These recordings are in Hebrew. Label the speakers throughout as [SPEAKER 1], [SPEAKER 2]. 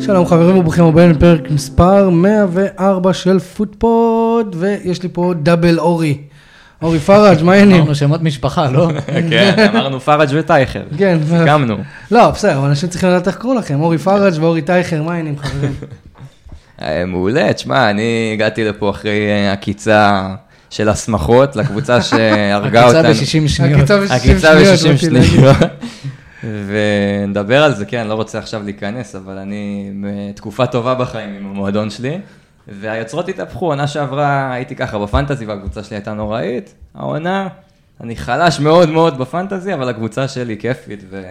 [SPEAKER 1] שלום חברים וברוכים הבאים לפרק מספר 104 של פודפוד, ויש לי פה דאבל אורי. אורי פראג', מה העניינים?
[SPEAKER 2] אמרנו שמות משפחה, לא?
[SPEAKER 3] כן, אמרנו פראג' וטייכר.
[SPEAKER 1] כן.
[SPEAKER 3] סיכמנו.
[SPEAKER 1] לא, בסדר, אבל אנשים צריכים לדעת איך קראו לכם, אורי פראג' ואורי טייכר, מה העניינים חברים?
[SPEAKER 3] אה, מעולה, תשמע, אני הגעתי לפה אחרי אה, עקיצה של הסמכות לקבוצה שהרגה
[SPEAKER 2] הקיצה
[SPEAKER 3] אותנו.
[SPEAKER 2] ב-60 שניות.
[SPEAKER 1] הקיצה ב- 60
[SPEAKER 3] עקיצה
[SPEAKER 1] שניות,
[SPEAKER 3] ב-60
[SPEAKER 1] מוטי לוי.
[SPEAKER 3] שניות. ונדבר על זה, כן, אני לא רוצה עכשיו להיכנס, אבל אני בתקופה טובה בחיים עם המועדון שלי. והיוצרות התהפכו, עונה שעברה הייתי ככה בפנטזי והקבוצה שלי הייתה נוראית. העונה, אני חלש מאוד מאוד בפנטזי, אבל הקבוצה שלי כיפית ו...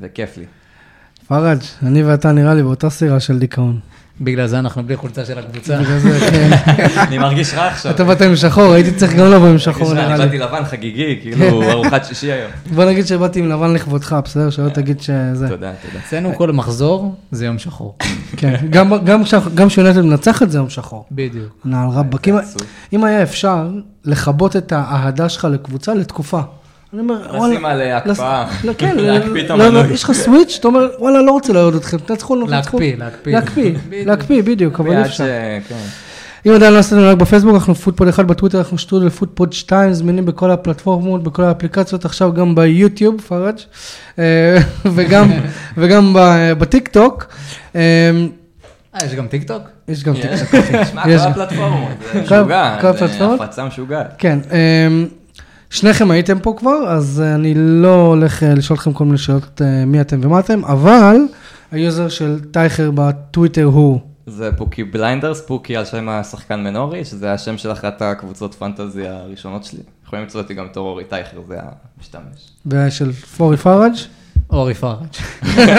[SPEAKER 3] וכיף לי.
[SPEAKER 1] פראג', אני ואתה נראה לי באותה סירה של דיכאון.
[SPEAKER 2] בגלל זה אנחנו בלי חולצה של הקבוצה.
[SPEAKER 1] בגלל זה, כן.
[SPEAKER 3] אני מרגיש רע עכשיו.
[SPEAKER 1] אתה באת עם שחור, הייתי צריך גם לבוא עם שחור
[SPEAKER 3] תשמע,
[SPEAKER 1] נראה
[SPEAKER 3] אני
[SPEAKER 1] לי. כן.
[SPEAKER 3] כן, באתי לבן חגיגי, כאילו ארוחת שישי היום.
[SPEAKER 1] בוא נגיד שבאתי עם לבן לכבודך, בסדר? שלא תגיד שזה.
[SPEAKER 3] תודה, תודה.
[SPEAKER 2] אצלנו כל מחזור זה יום שחור.
[SPEAKER 1] כן, גם- גם כש- גם כשיונתן מנצחת זה יום שחור.
[SPEAKER 2] בדיוק.
[SPEAKER 1] נעל רבאק. אם- אם היה אפשר לכבות את האהדה שלך לקבוצה לתקופה. אני אומר,
[SPEAKER 3] לשים על, אה, הקפאה.
[SPEAKER 1] לס- לא, כן,
[SPEAKER 3] להקפיא את
[SPEAKER 1] לא, לא,
[SPEAKER 3] המנוי.
[SPEAKER 1] יש לך סוויץ', אתה אומר, וואלה, לא רוצה לעודד אתכם, תנצחו, לא תנצחו.
[SPEAKER 2] להקפיא, להקפיא.
[SPEAKER 1] להקפיא, להקפיא, בדיוק, אבל אי
[SPEAKER 3] ועד
[SPEAKER 1] אפשר.
[SPEAKER 3] ש- כן.
[SPEAKER 1] אם עדיין לא עשיתם לייק בפייסבוק, אנחנו פודפוד אחד בטוויטר, אנחנו שטוד ופודפוד 2, זמינים בכל הפלטפורמות, בכל האפליקציות, עכשיו גם ביוטיוב, פראג', אה, וגם, וגם ב- בטיקטוק. אה,
[SPEAKER 2] אה, יש גם טיק טוק?
[SPEAKER 1] יש גם טיקטוק.
[SPEAKER 3] תשמע, כל
[SPEAKER 1] יש-
[SPEAKER 3] הפלטפורמות, זה
[SPEAKER 1] כל-
[SPEAKER 3] משוגע,
[SPEAKER 1] כל
[SPEAKER 3] זה
[SPEAKER 1] הפלטפורמות?
[SPEAKER 3] הפצה משוגעת.
[SPEAKER 1] כן, אמ, שניכם הייתם פה כבר, אז אה, אני לא הולך אה, לשאול אתכם כל מיני שאלות אה, מי אתם ומה אתם, אבל היוזר של טייכר בטוויטר הוא,
[SPEAKER 3] זה פוקי בליינדרס, פוקי על שם השחקן מנורי, שזה השם של אחת הקבוצות פנטזי הראשונות שלי. יכולים למצוא אותי גם בתור אורי טייכר, זה המשתמש.
[SPEAKER 1] ושל פורי פראג'.
[SPEAKER 2] אורי פראג'.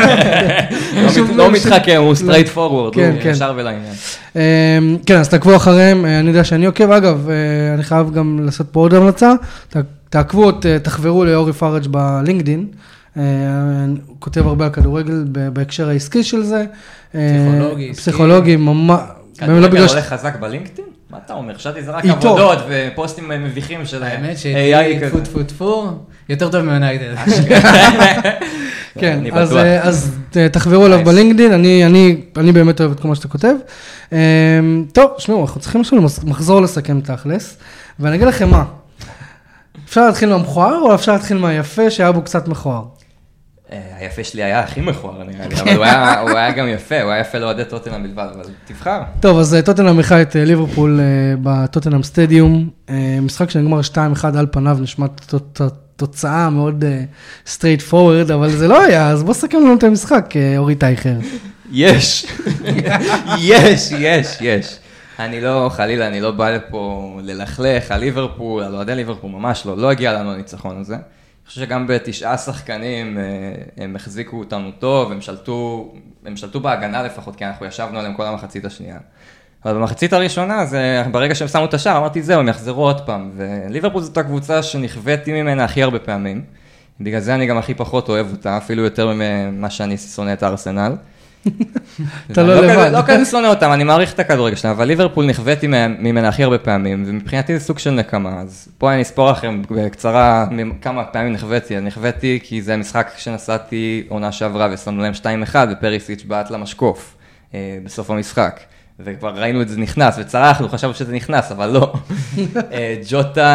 [SPEAKER 3] לא מת-
[SPEAKER 1] שום-
[SPEAKER 3] לא
[SPEAKER 1] שום-
[SPEAKER 3] מתחכם, הוא סטרייט פורוורד, הוא
[SPEAKER 1] כן, כן.
[SPEAKER 3] ישר ולעניין.
[SPEAKER 1] אמ, כן, אז תעקבו אחריהם, אה, אני יודע שאני עוקב, אגב, אה, אני חייב גם לעשות פה עוד המלצה, ת- תעקבו, ת- תחברו לאורי פראג' בלינקדין. אה, הוא כותב הרבה על כדורגל ב- בהקשר העסקי של זה. אה,
[SPEAKER 2] פסיכולוגי, עסקי.
[SPEAKER 1] פסיכולוגי, ממש. באמת לא
[SPEAKER 3] כדורגל
[SPEAKER 1] בגלל ש-
[SPEAKER 3] הולך חזק בלינקדאין? מה אתה אומר? חשבתי זה רק
[SPEAKER 1] איתו.
[SPEAKER 3] עבודות ופוסטים מביכים של
[SPEAKER 2] האמת
[SPEAKER 3] AI
[SPEAKER 2] שהייתי
[SPEAKER 3] כזה. אה,
[SPEAKER 2] טפו טפו טפו, יותר טוב מיונייטד.
[SPEAKER 1] כן,
[SPEAKER 3] אני
[SPEAKER 1] אז,
[SPEAKER 3] בטוח.
[SPEAKER 1] אה, אז אה, תחברו אליו
[SPEAKER 3] Nice.
[SPEAKER 1] בלינקדין, אני, אני, אני באמת אוהב את כל מה שאתה כותב. אה, טוב, שמעו, אנחנו צריכים עכשיו למס- מחזור לסכם תכלס, ואני אגיד לכם מה, אפשר להתחיל מהמכוער או אפשר להתחיל מהיפה שהיה בו קצת מכוער?
[SPEAKER 3] אה, היפה שלי היה הכי מכוער נראה לי, אבל הוא היה- הוא היה גם יפה, הוא היה יפה לאוהדי טוטנאם בלבד, אבל תבחר.
[SPEAKER 1] טוב, אז אה, טוטנהאם אירחה את אה, ליברפול אה, בטוטנהאם סטדיום, אה, משחק שנגמר 2-1 על פניו, נשמע ת- ת- תוצאה מאוד סטרייט פורוורד, אבל זה לא היה, אז בוא סכם לנו את המשחק, אה, אורי טייכר.
[SPEAKER 3] יש, יש, יש, יש. אני לא, חלילה, אני לא בא לפה ללכלך על ליברפול, על אוהדי ליברפול, ממש לא, לא הגיע לנו הניצחון הזה. אני חושב שגם בתשעה שחקנים אה, הם החזיקו אותנו טוב, הם שלטו, הם שלטו בהגנה לפחות, כי אנחנו ישבנו עליהם כל המחצית השנייה. אבל במחצית הראשונה, זה, ברגע שהם שמו את השער, אמרתי, זהו, הם יחזרו עוד פעם. וליברפול זאת הקבוצה שנכוויתי ממנה הכי הרבה פעמים. בגלל זה אני גם הכי פחות אוהב אותה, אפילו יותר ממה שאני שונא את הארסנל.
[SPEAKER 1] אתה לא
[SPEAKER 3] אני
[SPEAKER 1] לבד.
[SPEAKER 3] כזה- לא כזה שונא אותם, אני מעריך את הכדורגל שלהם, אבל ליברפול נכוויתי מה- ממנה הכי הרבה פעמים, ומבחינתי זה סוג של נקמה, אז פה אני אספור לכם בקצרה ממ- כמה פעמים נכוויתי. אני נכוויתי כי זה משחק שנסעתי עונה שעברה ושמנו להם 2-1, ופריסיץ' בעט למשקוף אה, בסוף המשחק. וכבר ראינו את זה נכנס, וצרחנו, חשבנו שזה נכנס, אבל לא. אה, ג'וטה,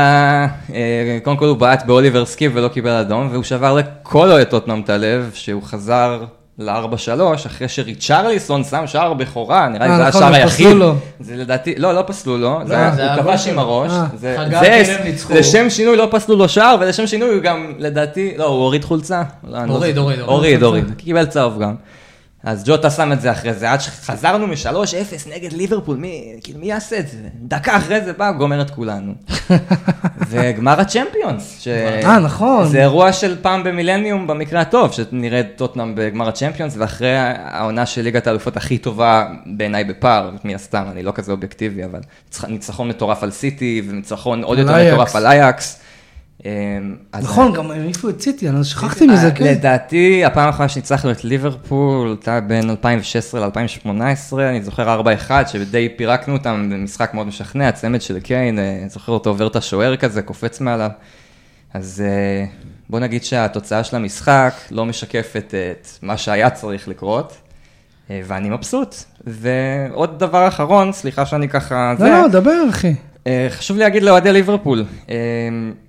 [SPEAKER 3] אה, קודם כל הוא בעט באוליבר סקיב ולא קיבל אדום, והוא שבר לכל אוהד טוטנאם את הלב, שהוא חזר ל-4-3, אחרי שריצ'רליסון שם שער בכורה, נראה לי
[SPEAKER 1] אה,
[SPEAKER 3] זה
[SPEAKER 1] נכון, הם
[SPEAKER 3] השער היחיד.
[SPEAKER 1] פסלו לו.
[SPEAKER 3] זה לדעתי, לא, לא פסלו לו, זה
[SPEAKER 2] לא,
[SPEAKER 3] היה-
[SPEAKER 2] זה
[SPEAKER 3] הוא
[SPEAKER 2] הגול
[SPEAKER 3] כבש עם
[SPEAKER 2] שלו.
[SPEAKER 3] הראש.
[SPEAKER 1] אה,
[SPEAKER 3] זה-
[SPEAKER 2] חגג
[SPEAKER 3] זה-
[SPEAKER 2] כאילו הם ניצחו.
[SPEAKER 3] לשם שינוי לא פסלו לו שער, ולשם שינוי הוא גם, לדעתי, לא, הוא הוריד חולצה. לא, אני לא
[SPEAKER 2] הוריד,
[SPEAKER 3] זוכר.
[SPEAKER 2] הוריד,
[SPEAKER 3] הוריד,
[SPEAKER 2] הוריד.
[SPEAKER 3] הוריד, קיבל צהוב גם. אז ג'וטה שם את זה אחרי זה, עד שחזרנו מ-3-0 נגד ליברפול, מי, כאילו, מי יעשה את זה? דקה אחרי זה בא, גומר את כולנו. וגמר הצ'מפיונס. ש-
[SPEAKER 1] אה, נכון.
[SPEAKER 3] זה אירוע של פעם במילניום, במקרה הטוב, שנראה את טוטנאם בגמר הצ'מפיונס, ואחרי העונה של ליגת האלופות הכי טובה בעיניי בפער, מן הסתם, אני לא כזה אובייקטיבי, אבל ניצח- ניצחון מטורף על סיטי, וניצחון עוד
[SPEAKER 1] על
[SPEAKER 3] יותר
[SPEAKER 1] אייקס.
[SPEAKER 3] מטורף על אייקס. אמ, אז-
[SPEAKER 1] נכון, גם העיפו את סיטי, אני שכחתי מזה,
[SPEAKER 3] אה,
[SPEAKER 1] כן.
[SPEAKER 3] לדעתי, הפעם האחרונה שניצחנו את ליברפול, הייתה בין 2016 ל-2018, אני זוכר 4-1, שדי פירקנו אותם במשחק מאוד משכנע, צמד של קיין, אה, אני זוכר אותו עובר את השוער כזה, קופץ מעליו. אז אה, בוא נגיד שהתוצאה של המשחק לא משקפת את מה שהיה צריך לקרות. אה, ואני מבסוט. ועוד דבר אחרון, סליחה שאני ככה...
[SPEAKER 1] לא, לא, דבר, אחי.
[SPEAKER 3] אה, חשוב לי להגיד לאוהדי ליברפול, אה,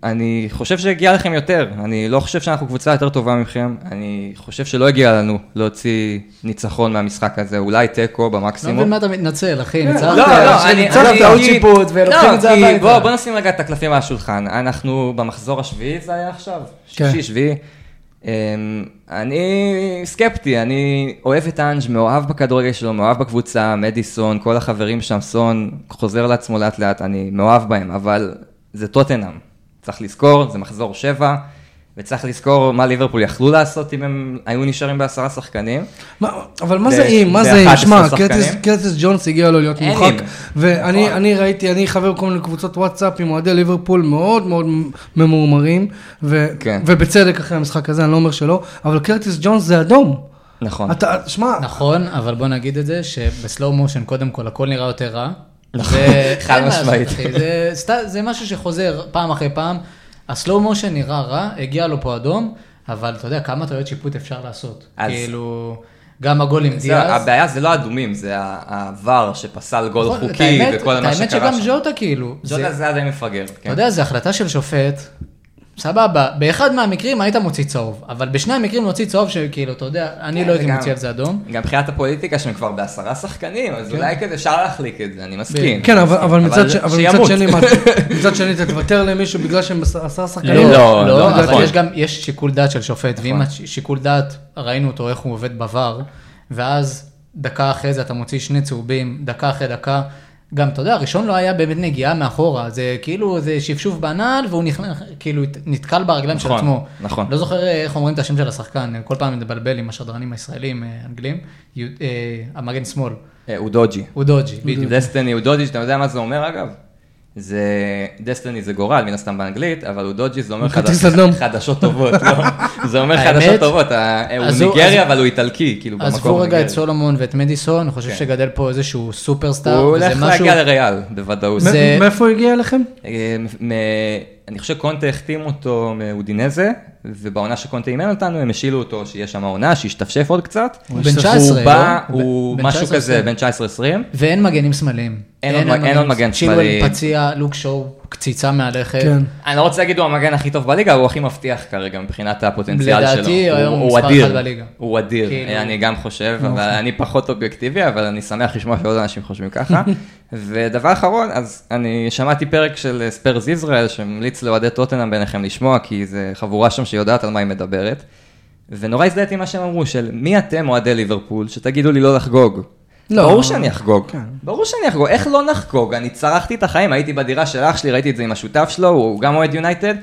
[SPEAKER 3] אני חושב שהגיע לכם יותר, אני לא חושב שאנחנו קבוצה יותר טובה מכם, אני חושב שלא הגיע לנו להוציא ניצחון מהמשחק הזה, אולי תיקו
[SPEAKER 2] לא מבין
[SPEAKER 3] במקסימום.
[SPEAKER 2] מה אתה מתנצל, אחי,
[SPEAKER 3] לא,
[SPEAKER 2] ניצחת,
[SPEAKER 3] לא, אני...
[SPEAKER 2] ניצחת
[SPEAKER 3] אני-
[SPEAKER 2] עוד
[SPEAKER 3] כי-
[SPEAKER 2] שיפוט, ולוקחים
[SPEAKER 3] לא,
[SPEAKER 2] את זה
[SPEAKER 3] כי
[SPEAKER 2] הביתה.
[SPEAKER 3] בוא, בוא נשים רגע את הקלפים מהשולחן. אנחנו במחזור השביעי, זה היה עכשיו?
[SPEAKER 2] כן.
[SPEAKER 3] שישי, שביעי. אמ, אני סקפטי, אני אוהב את האנג', מאוהב בכדורגל שלו, מאוהב בקבוצה, מדיסון, כל החברים שם, סון, חוזר לעצמו לאט לאט, אני מאוהב בהם, אבל זה טוטנאם. צריך לזכור, זה מחזור שבע, וצריך לזכור מה ליברפול יכלו לעשות אם הם היו נשארים בעשרה שחקנים.
[SPEAKER 1] מה- אבל מה זה
[SPEAKER 3] ב-
[SPEAKER 1] אם? מה זה אם?
[SPEAKER 3] ב-11
[SPEAKER 1] שמע,
[SPEAKER 3] שחקנים.
[SPEAKER 1] קרטיס- קרטיס ג'ונס הגיע לו להיות
[SPEAKER 3] אין
[SPEAKER 1] מורחק.
[SPEAKER 3] אם.
[SPEAKER 1] ואני
[SPEAKER 3] נכון.
[SPEAKER 1] אני ראיתי, אני חבר בכל מיני קבוצות וואטסאפ עם אוהדי ליברפול מאוד מאוד ממורמרים, ו-
[SPEAKER 3] כן.
[SPEAKER 1] ובצדק אחרי המשחק הזה, אני לא אומר שלא, אבל קרטיס ג'ונס זה אדום.
[SPEAKER 3] נכון.
[SPEAKER 1] אתה, שמע,
[SPEAKER 2] נכון, אבל בוא נגיד את זה, שבסלואו מושן קודם כל הכל נראה יותר רע. נכון,
[SPEAKER 3] חד משמעית.
[SPEAKER 2] זה משהו שחוזר פעם אחרי פעם. הסלואו מושן נראה רע, הגיע לו פה אדום, אבל אתה יודע כמה טעויות שיפוט אפשר לעשות.
[SPEAKER 3] אז-
[SPEAKER 2] כאילו, גם הגול עם
[SPEAKER 3] זה,
[SPEAKER 2] דיאז.
[SPEAKER 3] הבעיה זה לא אדומים, זה ה- העבר שפסל גול
[SPEAKER 2] נכון, את
[SPEAKER 3] חוקי
[SPEAKER 2] האמת-
[SPEAKER 3] וכל מה
[SPEAKER 2] את האמת
[SPEAKER 3] שקרה
[SPEAKER 2] שגם
[SPEAKER 3] שם.
[SPEAKER 2] ז'וטה כאילו.
[SPEAKER 3] ג'ודה
[SPEAKER 2] זה-
[SPEAKER 3] זה היה די מפגר,
[SPEAKER 2] אתה
[SPEAKER 3] כן.
[SPEAKER 2] יודע, זו החלטה של שופט, סבבה, באחד מהמקרים היית מוציא צהוב, אבל בשני המקרים להוציא צהוב שכאילו, אתה יודע, אני
[SPEAKER 3] כן,
[SPEAKER 2] לא הייתי
[SPEAKER 3] וגם-
[SPEAKER 2] מוציא על זה אדום. כן.
[SPEAKER 3] גם מבחינת הפוליטיקה שהם כבר בעשרה שחקנים, אז אולי כזה אפשר להחליק את זה, אני מסכים.
[SPEAKER 1] כן, אבל- אבל מצד ש-
[SPEAKER 3] אבל
[SPEAKER 1] אבל מצד
[SPEAKER 3] שימות.
[SPEAKER 1] שני, מה, מצד שני, אתה תוותר למישהו בגלל שהם עשר- עשרה שחקנים.
[SPEAKER 3] לא,
[SPEAKER 2] לא,
[SPEAKER 3] לא,
[SPEAKER 2] לא,
[SPEAKER 3] נכון.
[SPEAKER 2] אבל יש גם, יש שיקול דעת של שופט, ואם הש- שיקול דעת, ראינו אותו איך הוא עובד בVAR, ואז דקה אחרי זה אתה מוציא שני צהובים, דקה אחרי דקה. גם, אתה יודע, הראשון לא היה באמת נגיעה מאחורה, זה כאילו, זה שפשוף בנעל, והוא נכנס, כאילו, נתקל ברגליים של
[SPEAKER 3] נכון,
[SPEAKER 2] עצמו.
[SPEAKER 3] נכון.
[SPEAKER 2] לא זוכר אה, איך אומרים את השם של השחקן, אני כל פעם מתבלבל עם השדרנים הישראלים, אה, אנגלים, יו- אה, המגן שמאל,
[SPEAKER 3] אה, הוא דודג'י.
[SPEAKER 2] הוא דוג'י, בדיוק.
[SPEAKER 3] דסטיני הוא דודג'י, שאתה יודע מה זה אומר אגב? זה, דסטיני זה גורל, מן הסתם באנגלית, אבל הוא דודג'י זה אומר
[SPEAKER 1] הוא כרטיס
[SPEAKER 3] חדש-
[SPEAKER 1] אדום.
[SPEAKER 3] חדשות טובות, לא? זה אומר
[SPEAKER 2] האמת?
[SPEAKER 3] חדשות טובות, ה- הוא
[SPEAKER 2] אז הוא-
[SPEAKER 3] ניגרי
[SPEAKER 2] אז-
[SPEAKER 3] אבל הוא איטלקי, כאילו במקור
[SPEAKER 2] עזבו רגע
[SPEAKER 3] ניגרי.
[SPEAKER 2] את סולומון ואת מדיסון, אני חושב שגדל פה איזשהו סופרסטאר.
[SPEAKER 3] כן. הוא
[SPEAKER 2] וזה
[SPEAKER 3] הולך
[SPEAKER 2] משהו-
[SPEAKER 3] להגיע לריאל, בוודאות.
[SPEAKER 1] מ-
[SPEAKER 2] זה-
[SPEAKER 1] מאיפה הגיע אליכם?
[SPEAKER 3] אה, מ- אני חושב שקונטה החתים אותו מאודינזה, ובעונה שקונטה אימן אותנו, הם השילו אותו שיהיה שם העונה, שישתפשף עוד קצת.
[SPEAKER 2] הוא בן 19,
[SPEAKER 3] הוא בא,
[SPEAKER 2] לא?
[SPEAKER 3] הוא
[SPEAKER 2] בן
[SPEAKER 3] משהו
[SPEAKER 2] 19,
[SPEAKER 3] כזה,
[SPEAKER 2] כן.
[SPEAKER 3] בין 19-20.
[SPEAKER 2] ואין מגנים שמאליים.
[SPEAKER 3] אין עוד מג- אין עוד מגן שמאלי.
[SPEAKER 2] צ'ילואל פציע, לוק שואו, קציצה מהלכת.
[SPEAKER 1] כן.
[SPEAKER 3] אני לא רוצה להגיד הוא המגן הכי טוב בליגה, הוא הכי מבטיח כרגע מבחינת הפוטנציאל שלו.
[SPEAKER 2] לדעתי, היום הוא מספר אחד בליגה.
[SPEAKER 3] הוא אדיר,
[SPEAKER 2] כאילו-
[SPEAKER 3] אה, אני גם חושב, אבל אני פחות אובייקטיבי, אבל אני שמח לשמוע שעוד אנשים חושבים ככה. ודבר אחרון, אז אני שמעתי פרק של אה, ספיירס ישראל, שממליץ לאוהדי טוטנאם ביניכם לשמוע, כי זו חבורה שם שיודעת על מה היא מדברת. ונורא הזדהיתי עם מה שהם אמרו, של מי אתם אוהדי ליברפול, שתגידו לי לא לחגוג.
[SPEAKER 1] לא.
[SPEAKER 3] ברור שאני אחגוג,
[SPEAKER 1] כן.
[SPEAKER 3] ברור שאני אחגוג, איך לא נחגוג? אני צרחתי את החיים, הייתי בדירה של אח שלי, ראיתי את זה עם השותף שלו, הוא גם אוהד יונייטד.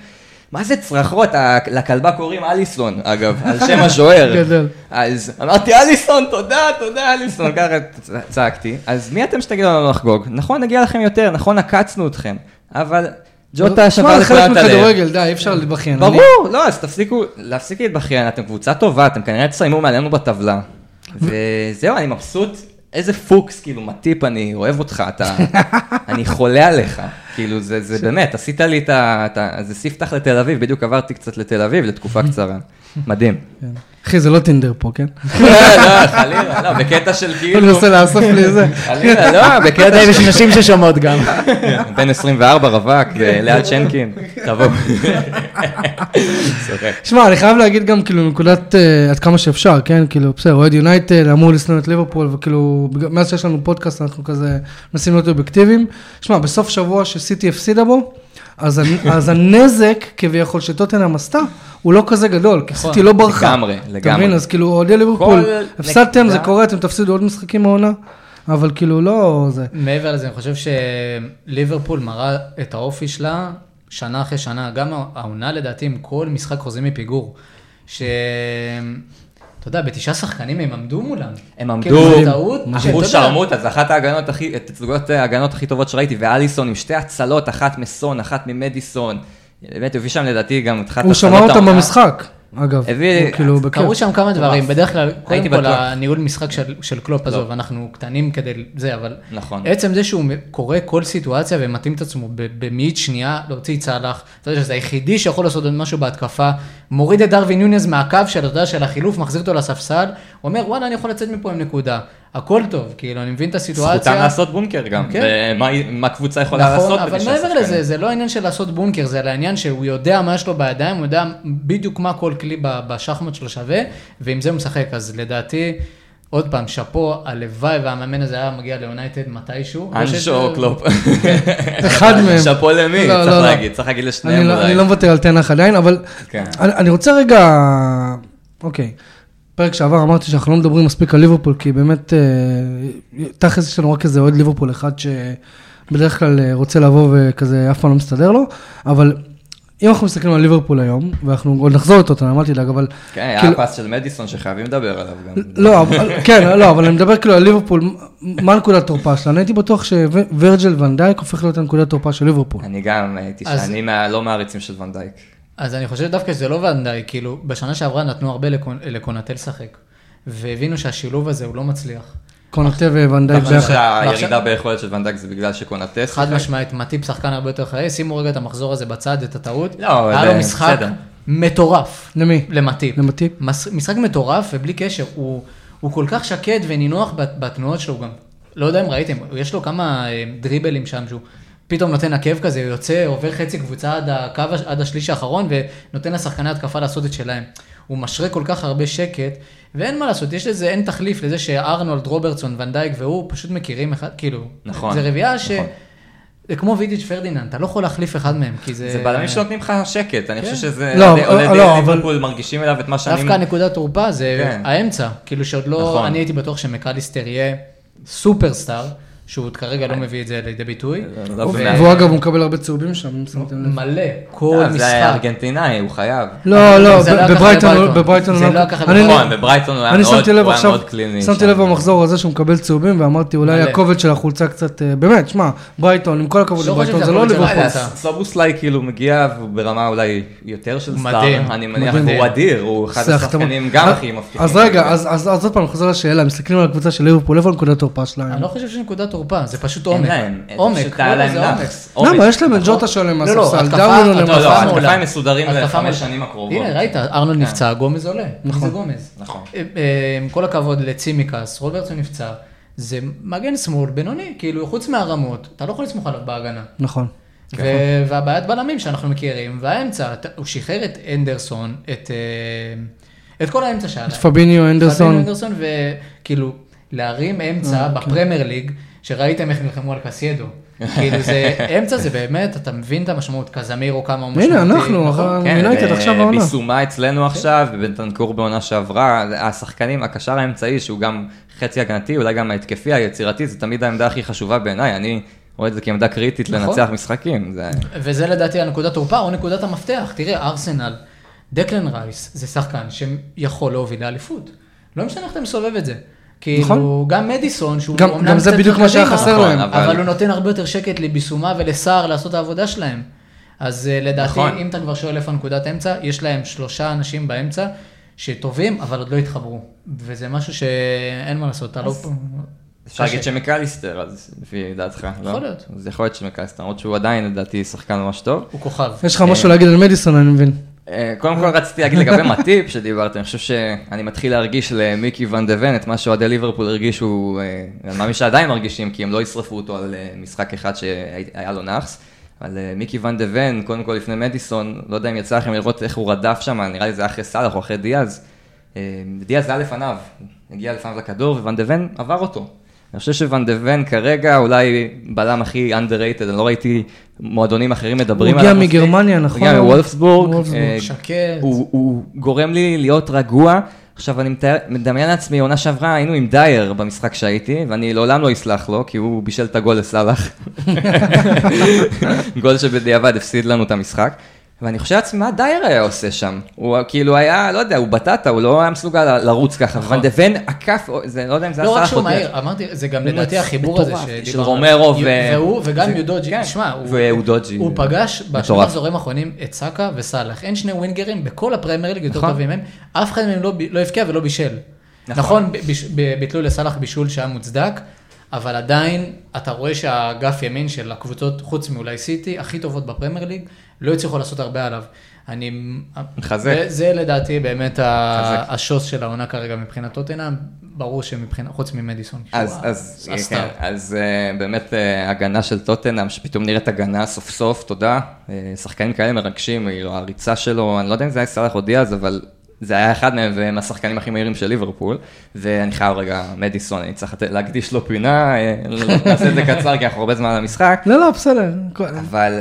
[SPEAKER 3] מה זה צרחות? ה- לכלבה קוראים אליסון, אגב, על שם השוער.
[SPEAKER 1] גדול.
[SPEAKER 3] אז אמרתי, אליסון, תודה, תודה, אליסון, ככה צ- צעקתי. אז מי אתם שתגידו לנו לחגוג? נכון, נגיע לכם יותר, נכון, עקצנו אתכם, אבל ג'וטה שבר
[SPEAKER 1] שמע, זה חלק
[SPEAKER 3] לכולנו את הלב.
[SPEAKER 1] מכדורגל, די, אי אפשר להתבכיין. אני-
[SPEAKER 3] ברור, לא, אז תפסיקו, להפסיק להתבכיין, אתם קבוצה טובה, אתם כנראה תסיימו מעלינו בטבלה. וזהו, אני מבסוט, איזה פוקס, כאילו, מטיפ, אני אוהב אותך, אתה, אני חולה עליך. כאילו, זה, זה באמת, עשית לי את ה... את ה- זה ספתח לתל אביב, בדיוק עברתי קצת לתל אביב לתקופה קצרה. מדהים.
[SPEAKER 1] כן. אחי, זה לא טינדר פה, כן?
[SPEAKER 3] לא, חלילה, לא, בקטע של
[SPEAKER 1] הוא
[SPEAKER 3] כאילו...
[SPEAKER 1] מנסה לאסוף לי זה.
[SPEAKER 3] חלילה, לא, בקטע כן,
[SPEAKER 2] יש נשים ששומעות גם.
[SPEAKER 3] בן 24 רווק, ליד שנקין, תבוא. צוחק.
[SPEAKER 1] שמע, אני חייב להגיד גם, כאילו, נקודת, אה, עד כמה שאפשר, כן? כאילו, בסדר, אוהד יונייטד אמור לשנוא את ליברפול, וכאילו, בג- מאז שיש לנו פודקאסט, אנחנו כזה מנסים להיות אובייקטיביים. שמע, בסוף שבוע שסיטי הפסידה בו, אז הנ- אז הנזק, כביכול, שטוטנאם עשתה, הוא לא כזה גדול, כי סיטי לא ברחה.
[SPEAKER 3] לגמרי,
[SPEAKER 1] אתה
[SPEAKER 3] לגמרי.
[SPEAKER 1] מבין? אז כאילו, אוהדי ליברפול,
[SPEAKER 3] כל
[SPEAKER 1] הפסדתם, זה
[SPEAKER 3] נקודה-
[SPEAKER 1] קורה, אתם תפסידו עוד משחקים העונה, אבל כאילו, לא זה.
[SPEAKER 2] מעבר לזה, אני חושב שליברפול מראה את האופי שלה שנה אחרי שנה. גם העונה, לדעתי, עם כל משחק חוזרים מפיגור. ש... אתה יודע, בתשעה שחקנים הם עמדו מולם.
[SPEAKER 3] הם
[SPEAKER 2] כאילו,
[SPEAKER 3] עמדו,
[SPEAKER 2] זו טעות. שאתה
[SPEAKER 3] עברו
[SPEAKER 2] יודע,
[SPEAKER 3] שרמוטה, זו אחת ההגנות הכי, תצוגות ההגנות הכי טובות שראיתי, ואליסון עם שתי הצלות, אחת מסון, אחת ממדיסון. באמת, הוא הביא שם לדעתי גם את אחת
[SPEAKER 1] הוא שמע
[SPEAKER 3] הצלות
[SPEAKER 1] אותם
[SPEAKER 3] העונה.
[SPEAKER 1] במשחק. אגב.
[SPEAKER 3] אה? הביא-
[SPEAKER 1] הוא כאילו בכיף.
[SPEAKER 2] קרו שם כמה דברים, בדרך כלל, קודם
[SPEAKER 3] הייתי
[SPEAKER 2] כל
[SPEAKER 3] בטוח. לא.
[SPEAKER 2] הניהול משחק של- של קלופ, עזוב, אנחנו קטנים כדי זה, אבל
[SPEAKER 3] נכון.
[SPEAKER 2] עצם זה שהוא קורא כל סיטואציה ומתאים את עצמו ב- במאית שנייה להוציא צלח, אתה יודע שזה היחידי שיכול לעשות עוד משהו בהתקפה, מוריד את דרווין יוניאז מהקו של, אתה יודע, של החילוף, מחזיר אותו לספסל, הוא אומר וואלה אני יכול לצאת מפה עם נקודה, הכל טוב, כאילו אני מבין את הסיטואציה.
[SPEAKER 3] זכותם לעשות בונקר גם,
[SPEAKER 2] כן.
[SPEAKER 3] ומה היא- מה קבוצה יכולה לעשות.
[SPEAKER 2] נכון, אבל
[SPEAKER 3] בתשעה
[SPEAKER 2] מעבר
[SPEAKER 3] שחקנים.
[SPEAKER 2] לזה, זה לא עניין של לעשות בונקר, זה לעניין שהוא יודע מה יש לו בידיים, הוא יודע בדיוק מה כל כלי ב- בשחמט שלו שווה, ועם זה הוא משחק. אז לדעתי, עוד פעם, שאפו, הלוואי והמאמן הזה היה מגיע ליונייטד מתישהו. יש את-
[SPEAKER 3] אנשו או קלופ.
[SPEAKER 2] כן.
[SPEAKER 1] אחד מהם.
[SPEAKER 3] שאפו למי,
[SPEAKER 1] לא,
[SPEAKER 3] צריך
[SPEAKER 1] לא, לא.
[SPEAKER 3] להגיד, צריך להגיד לשניהם
[SPEAKER 1] אני לא-
[SPEAKER 3] אולי.
[SPEAKER 1] אני לא מוותר על תנח עדיין, אבל
[SPEAKER 3] כן.
[SPEAKER 1] אני אני רוצה רגע... אוקיי. פרק שעבר אמרתי שאנחנו לא מדברים מספיק על ליברפול, כי באמת, אה, תכלס יש לנו רק איזה אוהד ליברפול אחד שבדרך כלל אה, רוצה לבוא וכזה אף פעם לא מסתדר לו, אבל אם אנחנו מסתכלים על ליברפול היום, ואנחנו עוד נחזור לטוטנאם, אל תדאג, אבל...
[SPEAKER 3] כן, היה
[SPEAKER 1] כאילו-
[SPEAKER 3] הפס של מדיסון שחייבים לדבר עליו גם.
[SPEAKER 1] לא, אבל- כן, לא, אבל אני מדבר כאילו על ליברפול, מה נקודת תורפה שלנו? הייתי בטוח שוורג'ל ונדייק הופך להיות הנקודת תורפה של ליברפול.
[SPEAKER 3] אני גם הייתי,
[SPEAKER 2] אז-
[SPEAKER 3] שאני מה- לא מעריצים של ונדייק.
[SPEAKER 2] אז אני חושב דווקא שזה לא ונדאי, כאילו, בשנה שעברה נתנו הרבה לקונ- לקונטל לשחק, והבינו שהשילוב הזה הוא לא מצליח.
[SPEAKER 1] קונטה וונדייק
[SPEAKER 3] אני חושב
[SPEAKER 1] ביחד.
[SPEAKER 3] שהירידה
[SPEAKER 2] ועכשיו-
[SPEAKER 3] ביכולת של ונדייק זה בגלל שקונטס.
[SPEAKER 2] חד משמעית, מטיפ שחקן הרבה יותר אחראי, שימו רגע את המחזור הזה בצד, את הטעות.
[SPEAKER 3] לא, אבל
[SPEAKER 2] היה לו
[SPEAKER 3] זה-
[SPEAKER 2] משחק
[SPEAKER 3] בסדר.
[SPEAKER 2] מטורף.
[SPEAKER 1] למי?
[SPEAKER 2] למטיפ.
[SPEAKER 1] למטיפ.
[SPEAKER 2] מס- משחק מטורף ובלי קשר, הוא, הוא כל כך שקט ונינוח בת- בתנועות שלו גם. לא יודע אם ראיתם, יש לו כמה אה, דריבלים שם שהוא פתאום נותן עקב כזה, הוא יוצא, עובר חצי קבוצה עד, הקו, הש- עד השליש האחרון ונותן לשחקני התקפה לעשות את שלהם. הוא משרה כל כך הרבה שקט, ואין מה לעשות, יש לזה, אין תחליף לזה שארנולד, רוברטסון, ונדייק והוא פשוט מכירים אחד, כאילו,
[SPEAKER 3] נכון,
[SPEAKER 2] זה רביעייה ש...
[SPEAKER 3] נכון.
[SPEAKER 2] זה כמו וידיץ' פרדיננד, אתה לא יכול להחליף אחד מהם, כי זה...
[SPEAKER 3] זה בלמים שנותנים לך שקט, אני חושב שזה...
[SPEAKER 1] לא,
[SPEAKER 3] אוהדי-
[SPEAKER 1] אבל-
[SPEAKER 3] אוהדי
[SPEAKER 1] לא, אבל-
[SPEAKER 3] ליברפול מרגישים אליו את מה שאני...
[SPEAKER 2] דווקא הנקודת תורפה זה
[SPEAKER 3] כן.
[SPEAKER 2] האמצע, כאילו שעוד לא,
[SPEAKER 3] נכון.
[SPEAKER 2] אני הייתי בטוח שמקליסטר יהיה סופרסטאר, שהוא עוד כרגע לא מביא את זה לידי ביטוי.
[SPEAKER 3] לא, לא,
[SPEAKER 2] ו-
[SPEAKER 3] זה-
[SPEAKER 1] והוא אגב, הוא מקבל הרבה צהובים שם, אם שמתם לב.
[SPEAKER 2] מלא, כל
[SPEAKER 3] אה, זה
[SPEAKER 2] משחק.
[SPEAKER 3] ארגנטינאי, הוא חייב.
[SPEAKER 1] לא, לא,
[SPEAKER 2] זה לא היה
[SPEAKER 1] ב-
[SPEAKER 2] ככה
[SPEAKER 1] בברייטון,
[SPEAKER 2] בברייטון.
[SPEAKER 1] בברייטון,
[SPEAKER 2] זה לא היה ככה
[SPEAKER 1] אני-
[SPEAKER 2] בברייטון.
[SPEAKER 3] נכון, בברייטון הוא היה
[SPEAKER 1] אני
[SPEAKER 3] מאוד
[SPEAKER 1] שמתי לב
[SPEAKER 3] הוא היה
[SPEAKER 1] עכשיו,
[SPEAKER 3] מאוד קליני.
[SPEAKER 1] שמתי
[SPEAKER 3] שם.
[SPEAKER 1] לב במחזור הזה שהוא מקבל צהובים, ואמרתי אולי
[SPEAKER 2] מלא.
[SPEAKER 1] הכובד של החולצה קצת, אה, באמת, שמע, ברייטון, עם כל הכבוד
[SPEAKER 2] לא
[SPEAKER 1] לברייטון, זה
[SPEAKER 2] חושב שזה
[SPEAKER 1] לא
[SPEAKER 2] הכובד של
[SPEAKER 1] ליברפול.
[SPEAKER 2] החולצה. אתה.
[SPEAKER 3] סובוסליי כן, כאילו מגיע והוא ברמה אולי יותר של סטאר,
[SPEAKER 2] מדהים.
[SPEAKER 3] אני מניח,
[SPEAKER 1] מדהים.
[SPEAKER 3] והוא אדיר, הוא אחד
[SPEAKER 1] סך,
[SPEAKER 3] השחקנים
[SPEAKER 1] אתה-
[SPEAKER 3] גם
[SPEAKER 1] אז-
[SPEAKER 3] הכי מבטיחים.
[SPEAKER 1] אה, אז רגע, אז- אז אז עוד פעם, אני חוזר לשאלה, מסתכלים על הקבוצה של ליברפול, איפה נקודת תורפה שלהם?
[SPEAKER 2] אני לא חושב שיש נקודת תורפה, זה פשוט
[SPEAKER 3] אין
[SPEAKER 2] עומק.
[SPEAKER 3] להם,
[SPEAKER 2] עומק,
[SPEAKER 3] פשוט היה
[SPEAKER 2] לא, לא,
[SPEAKER 3] להם
[SPEAKER 2] זה עומק.
[SPEAKER 3] לחץ.
[SPEAKER 1] למה?
[SPEAKER 3] עומק.
[SPEAKER 1] יש להם את ג'וטה שעולה
[SPEAKER 2] לא, לא,
[SPEAKER 1] מהספסל,
[SPEAKER 2] התקפה,
[SPEAKER 1] דרווין
[SPEAKER 2] התקפה
[SPEAKER 1] עולה
[SPEAKER 3] לא,
[SPEAKER 1] מהספסל.
[SPEAKER 3] התקפה
[SPEAKER 2] מעולה.
[SPEAKER 3] הם מסודרים
[SPEAKER 2] התקפה
[SPEAKER 3] לחמש
[SPEAKER 2] מעולה.
[SPEAKER 3] שנים הקרובות.
[SPEAKER 2] הנה, ראית, ארנולד נפצע, גומז עולה. נכון. זה גומז.
[SPEAKER 3] נכון.
[SPEAKER 2] אה, אה, עם כל הכבוד לצימקס, רוברטסון נפצע. זה מגן שמאל בינוני, כאילו, חוץ מהרמות, אתה לא יכול לסמוך עליו בהגנה.
[SPEAKER 1] נכון.
[SPEAKER 2] ו- והבעיית בלמים שאנחנו מכירים, והאמצע, אתה- הוא שחרר את אנדרסון, את, אה, את כל האמצע שהיה.
[SPEAKER 1] את פביניו,
[SPEAKER 2] פבינו
[SPEAKER 1] אנדרסון.
[SPEAKER 2] אנדרסון, וכאילו, להרים
[SPEAKER 1] אה,
[SPEAKER 2] אמצע
[SPEAKER 1] אוקיי.
[SPEAKER 2] בפרמייר ליג, שראיתם איך נלחמו על קסיידו. כאילו זה, אמצע זה באמת, אתה מבין את המשמעות, קזמירו כמה הוא משמעותי.
[SPEAKER 1] הנה, אנחנו,
[SPEAKER 2] נכון?
[SPEAKER 1] אחרי-
[SPEAKER 3] כן,
[SPEAKER 1] יונייטד
[SPEAKER 3] ו-
[SPEAKER 1] עכשיו העונה.
[SPEAKER 3] ביסומה אצלנו עכשיו, ובנטנקור בעונה שעברה, השחקנים, הקשר האמצעי, שהוא גם חצי הגנתי, אולי גם ההתקפי, היצירתי, זה תמיד העמדה הכי חשובה בעיניי, אני רואה את זה כעמדה קריטית
[SPEAKER 2] נכון.
[SPEAKER 3] לנצח משחקים. זה-
[SPEAKER 2] וזה לדעתי הנקודת תורפה או נקודת המפתח. תראה, ארסנל, דקלן רייס זה שחקן שיכול להוביל לאליפות. לא משנה איך אתה מסובב את זה. כאילו,
[SPEAKER 1] נכון.
[SPEAKER 2] גם מדיסון, שהוא
[SPEAKER 1] גם-
[SPEAKER 2] אומנם
[SPEAKER 1] גם זה
[SPEAKER 2] קצת
[SPEAKER 1] בדיוק
[SPEAKER 2] יותר
[SPEAKER 1] מה שהיה
[SPEAKER 2] קדימה,
[SPEAKER 1] חסר
[SPEAKER 3] נכון,
[SPEAKER 1] להם.
[SPEAKER 3] אבל-
[SPEAKER 2] אבל הוא נותן הרבה יותר שקט לביסומה ולסער לעשות את העבודה שלהם. אז אה, לדעתי,
[SPEAKER 3] נכון.
[SPEAKER 2] אם אתה כבר שואל איפה נקודת אמצע, יש להם שלושה אנשים באמצע שטובים, אבל עוד לא התחברו. וזה משהו שאין מה לעשות, אתה לא...
[SPEAKER 3] אפשר להגיד שמקליסטר, אז לפי דעתך, לא?
[SPEAKER 2] יכול להיות.
[SPEAKER 3] אז יכול להיות שמקליסטר, למרות שהוא עדיין לדעתי שחקן ממש טוב.
[SPEAKER 2] הוא כוכב.
[SPEAKER 1] יש לך משהו להגיד על מדיסון, אני מבין.
[SPEAKER 3] אה, קודם כל רציתי להגיד לגבי מטיפ שדיברתם, אני חושב שאני מתחיל להרגיש למיקי ואן דה ון את מה שאוהדי ליברפול הרגישו, אה, אני מאמין שעדיין מרגישים, כי הם לא ישרפו אותו על אה, משחק אחד שהיה לו נאחס. אבל אה, מיקי ואן דה ון, קודם כל לפני מדיסון, לא יודע אם יצא לכם לראות איך הוא רדף שם, נראה לי זה היה אחרי סאלח או אחרי דיאז. אה, דיאז היה לפניו, הגיע לפניו לכדור, ווואן דה ון עבר אותו. אני חושב שוואן דה ון כרגע אולי בלם הכי underrated, אני לא ראיתי מועדונים אחרים מדברים
[SPEAKER 1] הוא הגיע
[SPEAKER 3] עליו מספיק.
[SPEAKER 1] מגרמניה,
[SPEAKER 3] הוא
[SPEAKER 1] נכון?
[SPEAKER 3] הגיע מוולפסבורג,
[SPEAKER 1] וולפסבורג.
[SPEAKER 3] אה,
[SPEAKER 2] שקט.
[SPEAKER 3] הוא, הוא גורם לי להיות רגוע. עכשיו אני מתאר, מדמיין לעצמי, עונה שעברה היינו עם דייר במשחק שהייתי, ואני לעולם לא אסלח לו, כי הוא בישל את הגול לסאלח. גול שבדיעבד הפסיד לנו את המשחק. ואני חושב לעצמי, מה דייר היה עושה שם? הוא כאילו היה, לא יודע, הוא בטטה, הוא לא היה מסוגל לרוץ ככה.
[SPEAKER 2] נכון.
[SPEAKER 3] ון דה ון עקף, זה לא יודע אם זה
[SPEAKER 2] לא רק
[SPEAKER 3] עשרה
[SPEAKER 2] שהוא
[SPEAKER 3] חוטף.
[SPEAKER 2] מהיר, אמרתי, זה גם
[SPEAKER 3] הוא
[SPEAKER 2] לדעתי
[SPEAKER 3] מטורף,
[SPEAKER 2] החיבור הזה
[SPEAKER 3] מטורף,
[SPEAKER 2] שדיברנו
[SPEAKER 3] של רומרו
[SPEAKER 2] עליו.
[SPEAKER 3] ו-
[SPEAKER 2] והוא וגם
[SPEAKER 3] זה-
[SPEAKER 2] יודודג'י,
[SPEAKER 3] כן.
[SPEAKER 2] תשמע, הוא-
[SPEAKER 3] ויודוג'י.
[SPEAKER 2] הוא פגש בשני
[SPEAKER 3] אה, מטורף.
[SPEAKER 2] מחזורים האחרונים את סאקה וסאלח. אין שני ווינגרים בכל הפרמייר ליג יותר
[SPEAKER 3] נכון.
[SPEAKER 2] טובים מהם, אף אחד מהם לא ב- לא הבקיע ולא בישל.
[SPEAKER 3] נכון.
[SPEAKER 2] נכון, ב- ביש- ב- ביטלו לסאלח בישול שהיה מוצדק, אבל עדיין אתה רואה שהאגף ימין של הקבוצות, חוץ מאולי סיטי, הכי טובות בפרמייר ליג, לא הצליחו לעשות הרבה עליו. אני...
[SPEAKER 3] מחזק.
[SPEAKER 2] זה- זה לדעתי באמת ה-
[SPEAKER 3] מחזק.
[SPEAKER 2] השוס של העונה כרגע מבחינת טוטנאם, ברור שמבחינת, חוץ ממדיסון,
[SPEAKER 3] אז,
[SPEAKER 2] שהוא
[SPEAKER 3] אז,
[SPEAKER 2] ה-
[SPEAKER 3] כן,
[SPEAKER 2] הסטאר.
[SPEAKER 3] אז אה, באמת אה, הגנה של טוטנאם, שפתאום נראית הגנה סוף סוף, תודה. אה, שחקנים כאלה מרגשים, כאילו, הריצה שלו, אני לא יודע אם זה היה סלח או דיאז, אבל זה היה אחד מהם, והם השחקנים הכי מהירים של ליברפול. ואני חייב רגע, מדיסון, אני צריך לתת- להקדיש לו פינה, אה, נעשה את זה קצר, כי אנחנו הרבה זמן על המשחק,
[SPEAKER 1] לא, לא, בסדר. כל-
[SPEAKER 3] אבל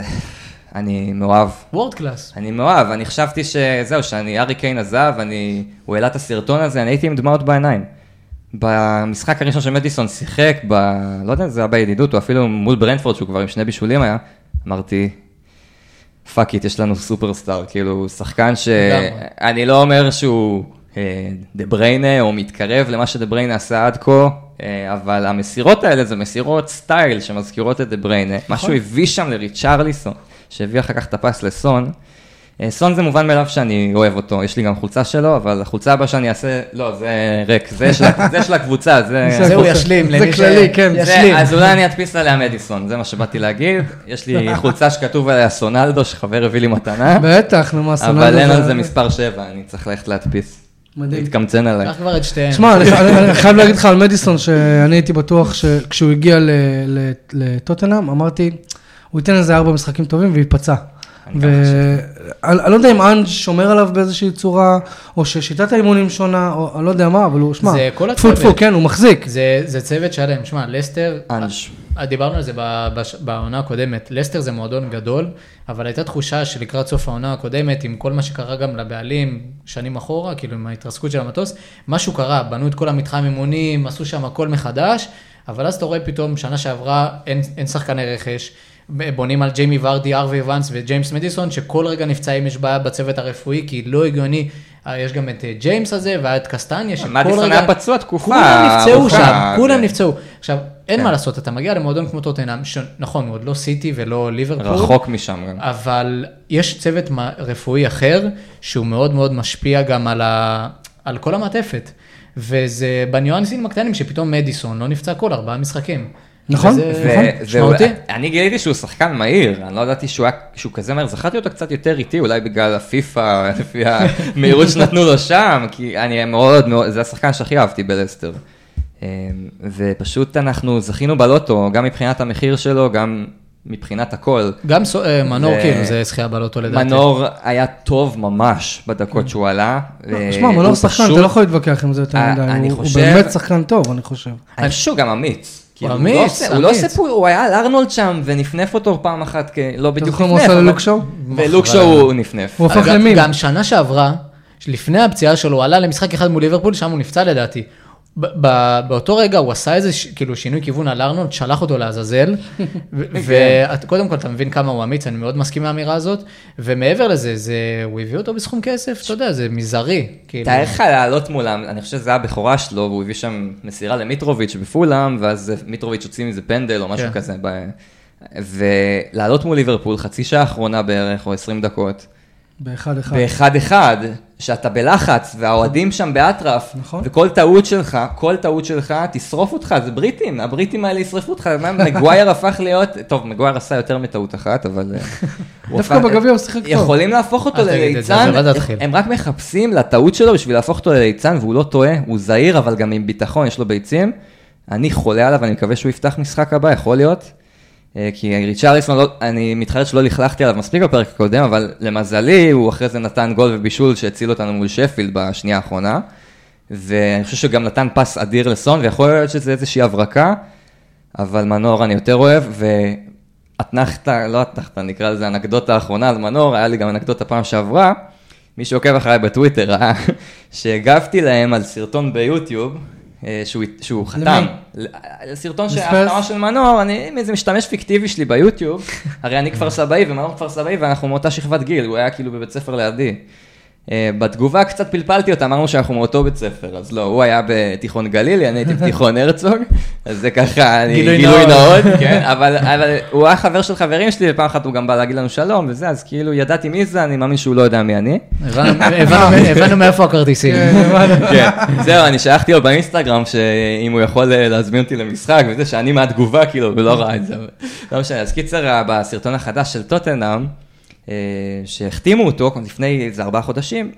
[SPEAKER 3] אני מאוהב.
[SPEAKER 2] וורד קלאס.
[SPEAKER 3] אני מאוהב, אני חשבתי שזהו, שאני ארי קיין עזב, אני, הוא העלה את הסרטון הזה, אני הייתי עם דמעות בעיניים. במשחק הראשון שמדיסון שיחק, ב... לא יודע אם זה היה בידידות, או אפילו מול ברנפורד, שהוא כבר עם שני בישולים היה, אמרתי, פאק איט, יש לנו סופרסטאר, כאילו, שחקן
[SPEAKER 2] לגמרי.
[SPEAKER 3] שאני לא אומר שהוא אה, דה בריינה, או מתקרב למה שדה בריינה עשה עד כה, אה, אבל המסירות האלה זה מסירות סטייל שמזכירות את דה בריינה. מה שהוא הביא שם לריצ'רליסון, שהביא אחר כך את הפס לסון. אה, סון זה מובן מאליו שאני אוהב אותו, יש לי גם חולצה שלו, אבל החולצה הבאה שאני אעשה, לא, זה ריק, זה של, ה- זה של הקבוצה, זה...
[SPEAKER 1] זה
[SPEAKER 2] זהו,
[SPEAKER 1] החוצה.
[SPEAKER 2] ישלים,
[SPEAKER 1] זה
[SPEAKER 2] למי ש-
[SPEAKER 1] כללי, כן,
[SPEAKER 3] זה-
[SPEAKER 1] ישלים.
[SPEAKER 3] אז אולי אני אדפיס עליה מדיסון, זה מה שבאתי להגיד. יש לי חולצה שכתוב עליה סונלדו, שחבר הביא לי מתנה,
[SPEAKER 1] בטח, נו, מה לא, סונאדו
[SPEAKER 3] אבל אין על זה מספר 7, אני צריך ללכת להדפיס.
[SPEAKER 1] מדהים.
[SPEAKER 3] להתקמצן עליי.
[SPEAKER 2] קח כבר את שתיהן.
[SPEAKER 1] שמע, אני, אני, אני חייב להגיד לך על מדיסון, שאני הייתי בטוח שכשהוא הגיע ל- ל- לטוטנאם, אמרתי, הוא ייתן איזה ארבע משחקים טובים וייפצע. ואני אני לא יודע אם אנג' שומר עליו באיזושהי צורה, או ששיטת האימונים שונה, או אני לא יודע מה, אבל הוא, שמע,
[SPEAKER 2] זה כל
[SPEAKER 1] טפו
[SPEAKER 2] הצוות.
[SPEAKER 1] טפו, כן, הוא מחזיק.
[SPEAKER 2] זה, זה צוות שלם, שמע, לסטר,
[SPEAKER 3] אנג'.
[SPEAKER 2] אה, דיברנו על זה ב- בש- בעונה הקודמת, לסטר זה מועדון גדול, אבל הייתה תחושה שלקראת סוף העונה הקודמת, עם כל מה שקרה גם לבעלים שנים אחורה, כאילו עם ההתרסקות של המטוס, משהו קרה, בנו את כל המתחם אימונים, עשו שם הכל מחדש, אבל אז אתה רואה פתאום, שנה שעברה אין, אין שחקני רכש. בונים על ג'יימי ורדי, ארווי ואנס וג'יימס מדיסון, שכל רגע נפצעים יש בעיה בצוות הרפואי, כי לא הגיוני, אה, יש גם את אה, ג'יימס הזה, והיה את קסטניה, שכל רגע...
[SPEAKER 3] מדיסון היה פצוע תקופה
[SPEAKER 2] כולם נפצעו
[SPEAKER 3] ארוכה,
[SPEAKER 2] שם, כולם
[SPEAKER 3] זה-
[SPEAKER 2] נפצעו. עכשיו, אין
[SPEAKER 3] כן.
[SPEAKER 2] מה לעשות, אתה מגיע למועדון כמו טוטנאם, שנכון, הוא עוד לא סיטי ולא ליברפול.
[SPEAKER 3] רחוק משם גם.
[SPEAKER 2] אבל יש צוות מ- רפואי אחר, שהוא מאוד מאוד משפיע גם על, ה... על כל המעטפת. וזה בניואנסים הקטנים, שפתאום מדיסון לא נפצע כל ארבעה משחקים.
[SPEAKER 1] נכון,
[SPEAKER 2] וזה
[SPEAKER 1] נכון.
[SPEAKER 2] משמעותי.
[SPEAKER 3] אני גיליתי שהוא שחקן מהיר, אני לא ידעתי שהוא, היה- שהוא כזה מהיר, זכרתי אותו קצת יותר איטי, אולי בגלל הפיפא, לפי המהירות שנתנו לו שם, כי אני מאוד מאוד, זה השחקן שהכי אהבתי בלסטר. אמ, ופשוט אנחנו זכינו בלוטו, גם מבחינת המחיר שלו, גם מבחינת הכל.
[SPEAKER 2] גם סו... אה, מנור,
[SPEAKER 3] זה-
[SPEAKER 2] כאילו, זה זכייה בלוטו לדעתי.
[SPEAKER 3] מנור היה טוב ממש בדקות שהוא עלה. ו-
[SPEAKER 1] לא, שמע,
[SPEAKER 3] הוא
[SPEAKER 1] מנור שחקן,
[SPEAKER 3] פשוט-
[SPEAKER 1] אתה לא יכול להתווכח עם זה יותר
[SPEAKER 3] אה,
[SPEAKER 1] מדי,
[SPEAKER 3] אני
[SPEAKER 1] הוא- הוא
[SPEAKER 3] חושב-
[SPEAKER 1] באמת שחקן טוב, אני חושב.
[SPEAKER 3] אני חושב שהוא גם אמיץ. כאילו, הוא
[SPEAKER 2] אמיץ,
[SPEAKER 3] לא עושה- הוא לא
[SPEAKER 2] אמיץ.
[SPEAKER 3] עושה פה, הוא היה על ארנולד שם ונפנף אותו פעם אחת, כ- לא
[SPEAKER 1] אתה
[SPEAKER 3] בדיוק
[SPEAKER 1] זוכר מה הוא
[SPEAKER 3] נפנף,
[SPEAKER 1] עשה
[SPEAKER 3] אבל-
[SPEAKER 1] ללוקשו?
[SPEAKER 3] ולוקשו הוא נפנף.
[SPEAKER 1] הוא הפך
[SPEAKER 2] גם-
[SPEAKER 1] למין.
[SPEAKER 2] גם שנה שעברה, לפני הפציעה שלו, הוא עלה למשחק אחד מול ליברפול, שם הוא נפצע לדעתי. ב- ב- באותו רגע הוא עשה איזה ש- כאילו שינוי כיוון על ארנולד, שלח אותו לעזאזל,
[SPEAKER 1] כן.
[SPEAKER 2] וקודם כל אתה מבין כמה הוא אמיץ, אני מאוד מסכים מהאמירה הזאת, ומעבר לזה, זה, הוא הביא אותו בסכום כסף, אתה יודע, זה מזערי. כאילו.
[SPEAKER 3] תאר לך לעלות מולם, אני חושב שזה היה בכורה שלו, והוא הביא שם מסירה למיטרוביץ' בפולאם, ואז מיטרוביץ' הוציא מזה פנדל או משהו
[SPEAKER 2] כן.
[SPEAKER 3] כזה. ב- ולעלות מול ליברפול, חצי שעה אחרונה בערך, או 20 דקות,
[SPEAKER 1] באחד אחד.
[SPEAKER 3] באחד-אחד, שאתה בלחץ, והאוהדים שם באטרף,
[SPEAKER 1] נכון.
[SPEAKER 3] וכל טעות שלך, כל טעות שלך, תשרוף אותך, זה בריטים, הבריטים האלה ישרפו אותך, מה, מגווייר הפך להיות, טוב, מגווייר עשה יותר מטעות אחת, אבל... אה, הוא
[SPEAKER 1] דווקא
[SPEAKER 3] הפך-
[SPEAKER 1] בגביע הוא שיחק טוב.
[SPEAKER 3] יכולים להפוך אותו
[SPEAKER 2] אל תגיד את זה,
[SPEAKER 3] לליצן,
[SPEAKER 2] זה לא תתחיל.
[SPEAKER 3] הם רק מחפשים לטעות שלו בשביל להפוך אותו לליצן, והוא לא טועה, הוא זהיר, אבל גם עם ביטחון, יש לו ביצים. אני חולה עליו, אני מקווה שהוא יפתח משחק הבא, יכול להיות. אה, כי ריצ'רליסון, לא, אני מתחרט שלא לכלכתי עליו מספיק בפרק הקודם, אבל למזלי, הוא אחרי זה נתן גול ובישול שהציל אותנו מול שפילד בשנייה האחרונה. ואני חושב שגם נתן פס אדיר לסון, ויכול להיות שזה איזושהי הברקה, אבל מנור אני יותר אוהב, ואתנחתא, לא אתנחתא, נקרא לזה אנקדוטה האחרונה על מנור, היה לי גם אנקדוטה פעם שעברה, מי שעוקב אחריי בטוויטר ראה שהגבתי להם על סרטון ביוטיוב, אה, שהוא, שהוא
[SPEAKER 1] למי?
[SPEAKER 3] חתם. ל- לסרטון של
[SPEAKER 1] מספרס?
[SPEAKER 3] ההחתמה של מנור, אני עם איזה משתמש פיקטיבי שלי ביוטיוב, הרי אני כפר סבאי ומנור כפר סבאי ואנחנו מאותה שכבת גיל, הוא היה כאילו בבית ספר לידי. אה, בתגובה קצת פלפלתי אותה, אמרנו שאנחנו מאותו בית ספר, אז לא, הוא היה בתיכון גלילי, אני הייתי בתיכון הרצוג, אז זה ככה, אני
[SPEAKER 2] גילוי
[SPEAKER 3] אה, גילוי
[SPEAKER 2] נאות.
[SPEAKER 3] נאות, כן, אבל אבל הוא היה חבר של חברים שלי, ופעם אחת הוא גם בא להגיד לנו שלום וזה, אז כאילו ידעתי מי זה, אני מאמין שהוא לא יודע מי אני.
[SPEAKER 2] הבנו- הבנו- הבנו מאיפה הכרטיסים.
[SPEAKER 3] כן, זהו, אני שלחתי לו באינסטגרם שאם הוא יכול אה, להזמין אותי למשחק וזה, שאני מהתגובה, כאילו, הוא לא ראה את זה. אבל לא משנה, אז קיצר, אה, בסרטון החדש של טוטנאם, אה, שהחתימו אותו כבר לפני איזה ארבעה חודשים,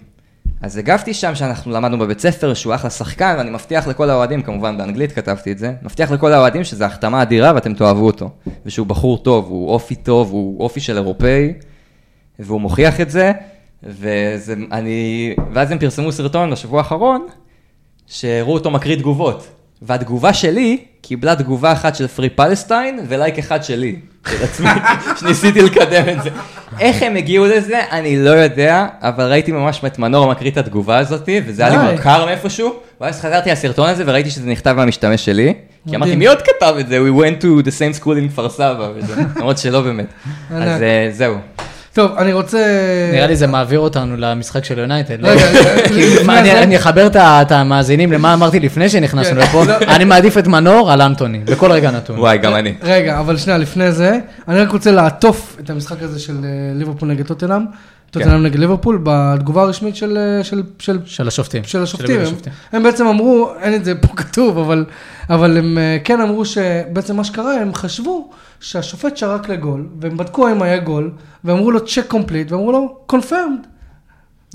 [SPEAKER 3] אז הגבתי שם שאנחנו למדנו בבית ספר שהוא אחלה שחקן, ואני מבטיח לכל האוהדים, כמובן באנגלית כתבתי את זה, מבטיח לכל האוהדים שזו החתמה אדירה ואתם תאהבו אותו, ושהוא בחור טוב, הוא אופי טוב, הוא אופי של אירופאי, והוא מוכיח את זה, וזה, אני, ואז הם פרסמו סרטון בשבוע האחרון, שהראו אותו מקריא תגובות. והתגובה שלי קיבלה תגובה אחת של פרי פלסטיין ולייק אחד שלי, של עצמי, שניסיתי לקדם את זה. איך הם הגיעו לזה, אני לא יודע, אבל ראיתי ממש את מנור מקריא את התגובה הזאת, וזה היה לי
[SPEAKER 1] די.
[SPEAKER 3] מוכר מאיפשהו, ואז חזרתי לסרטון הזה וראיתי שזה נכתב מהמשתמש שלי, כי אמרתי,
[SPEAKER 1] מדהים.
[SPEAKER 3] מי עוד כתב את זה? We went to the same school in כפר סבא, וזה- למרות שלא באמת.
[SPEAKER 1] ענק.
[SPEAKER 3] אז אה, זהו.
[SPEAKER 1] טוב, אני רוצה...
[SPEAKER 2] נראה לי זה מעביר אותנו למשחק של יונייטד. לא?
[SPEAKER 1] כן. רגע,
[SPEAKER 2] כאילו,
[SPEAKER 1] לפני
[SPEAKER 2] מה, אני-
[SPEAKER 1] זה-
[SPEAKER 2] אני אחבר את ה- את המאזינים למה אמרתי לפני שנכנסנו
[SPEAKER 1] כן,
[SPEAKER 2] לפה.
[SPEAKER 1] לא.
[SPEAKER 2] אני מעדיף את מנור על אנטוני, בכל רגע נתון.
[SPEAKER 3] וואי, גם אני.
[SPEAKER 1] רגע, אבל שנייה, לפני זה, אני רק רוצה לעטוף את המשחק הזה של אה, ליברפול נגד טוטנאם,
[SPEAKER 2] כן.
[SPEAKER 1] טוטנאם נגד ליברפול, בתגובה הרשמית של, אה, של, של,
[SPEAKER 2] של השופטים.
[SPEAKER 1] של השופטים.
[SPEAKER 2] איגוד
[SPEAKER 1] הם, הם בעצם אמרו, אין את זה פה כתוב, אבל, אבל הם אה, כן אמרו שבעצם מה שקרה, הם חשבו שהשופט שרק לגול, והם בדקו האם היה גול, ואמרו לו צ'ק קומפליט, ואמרו לו קונפירמד.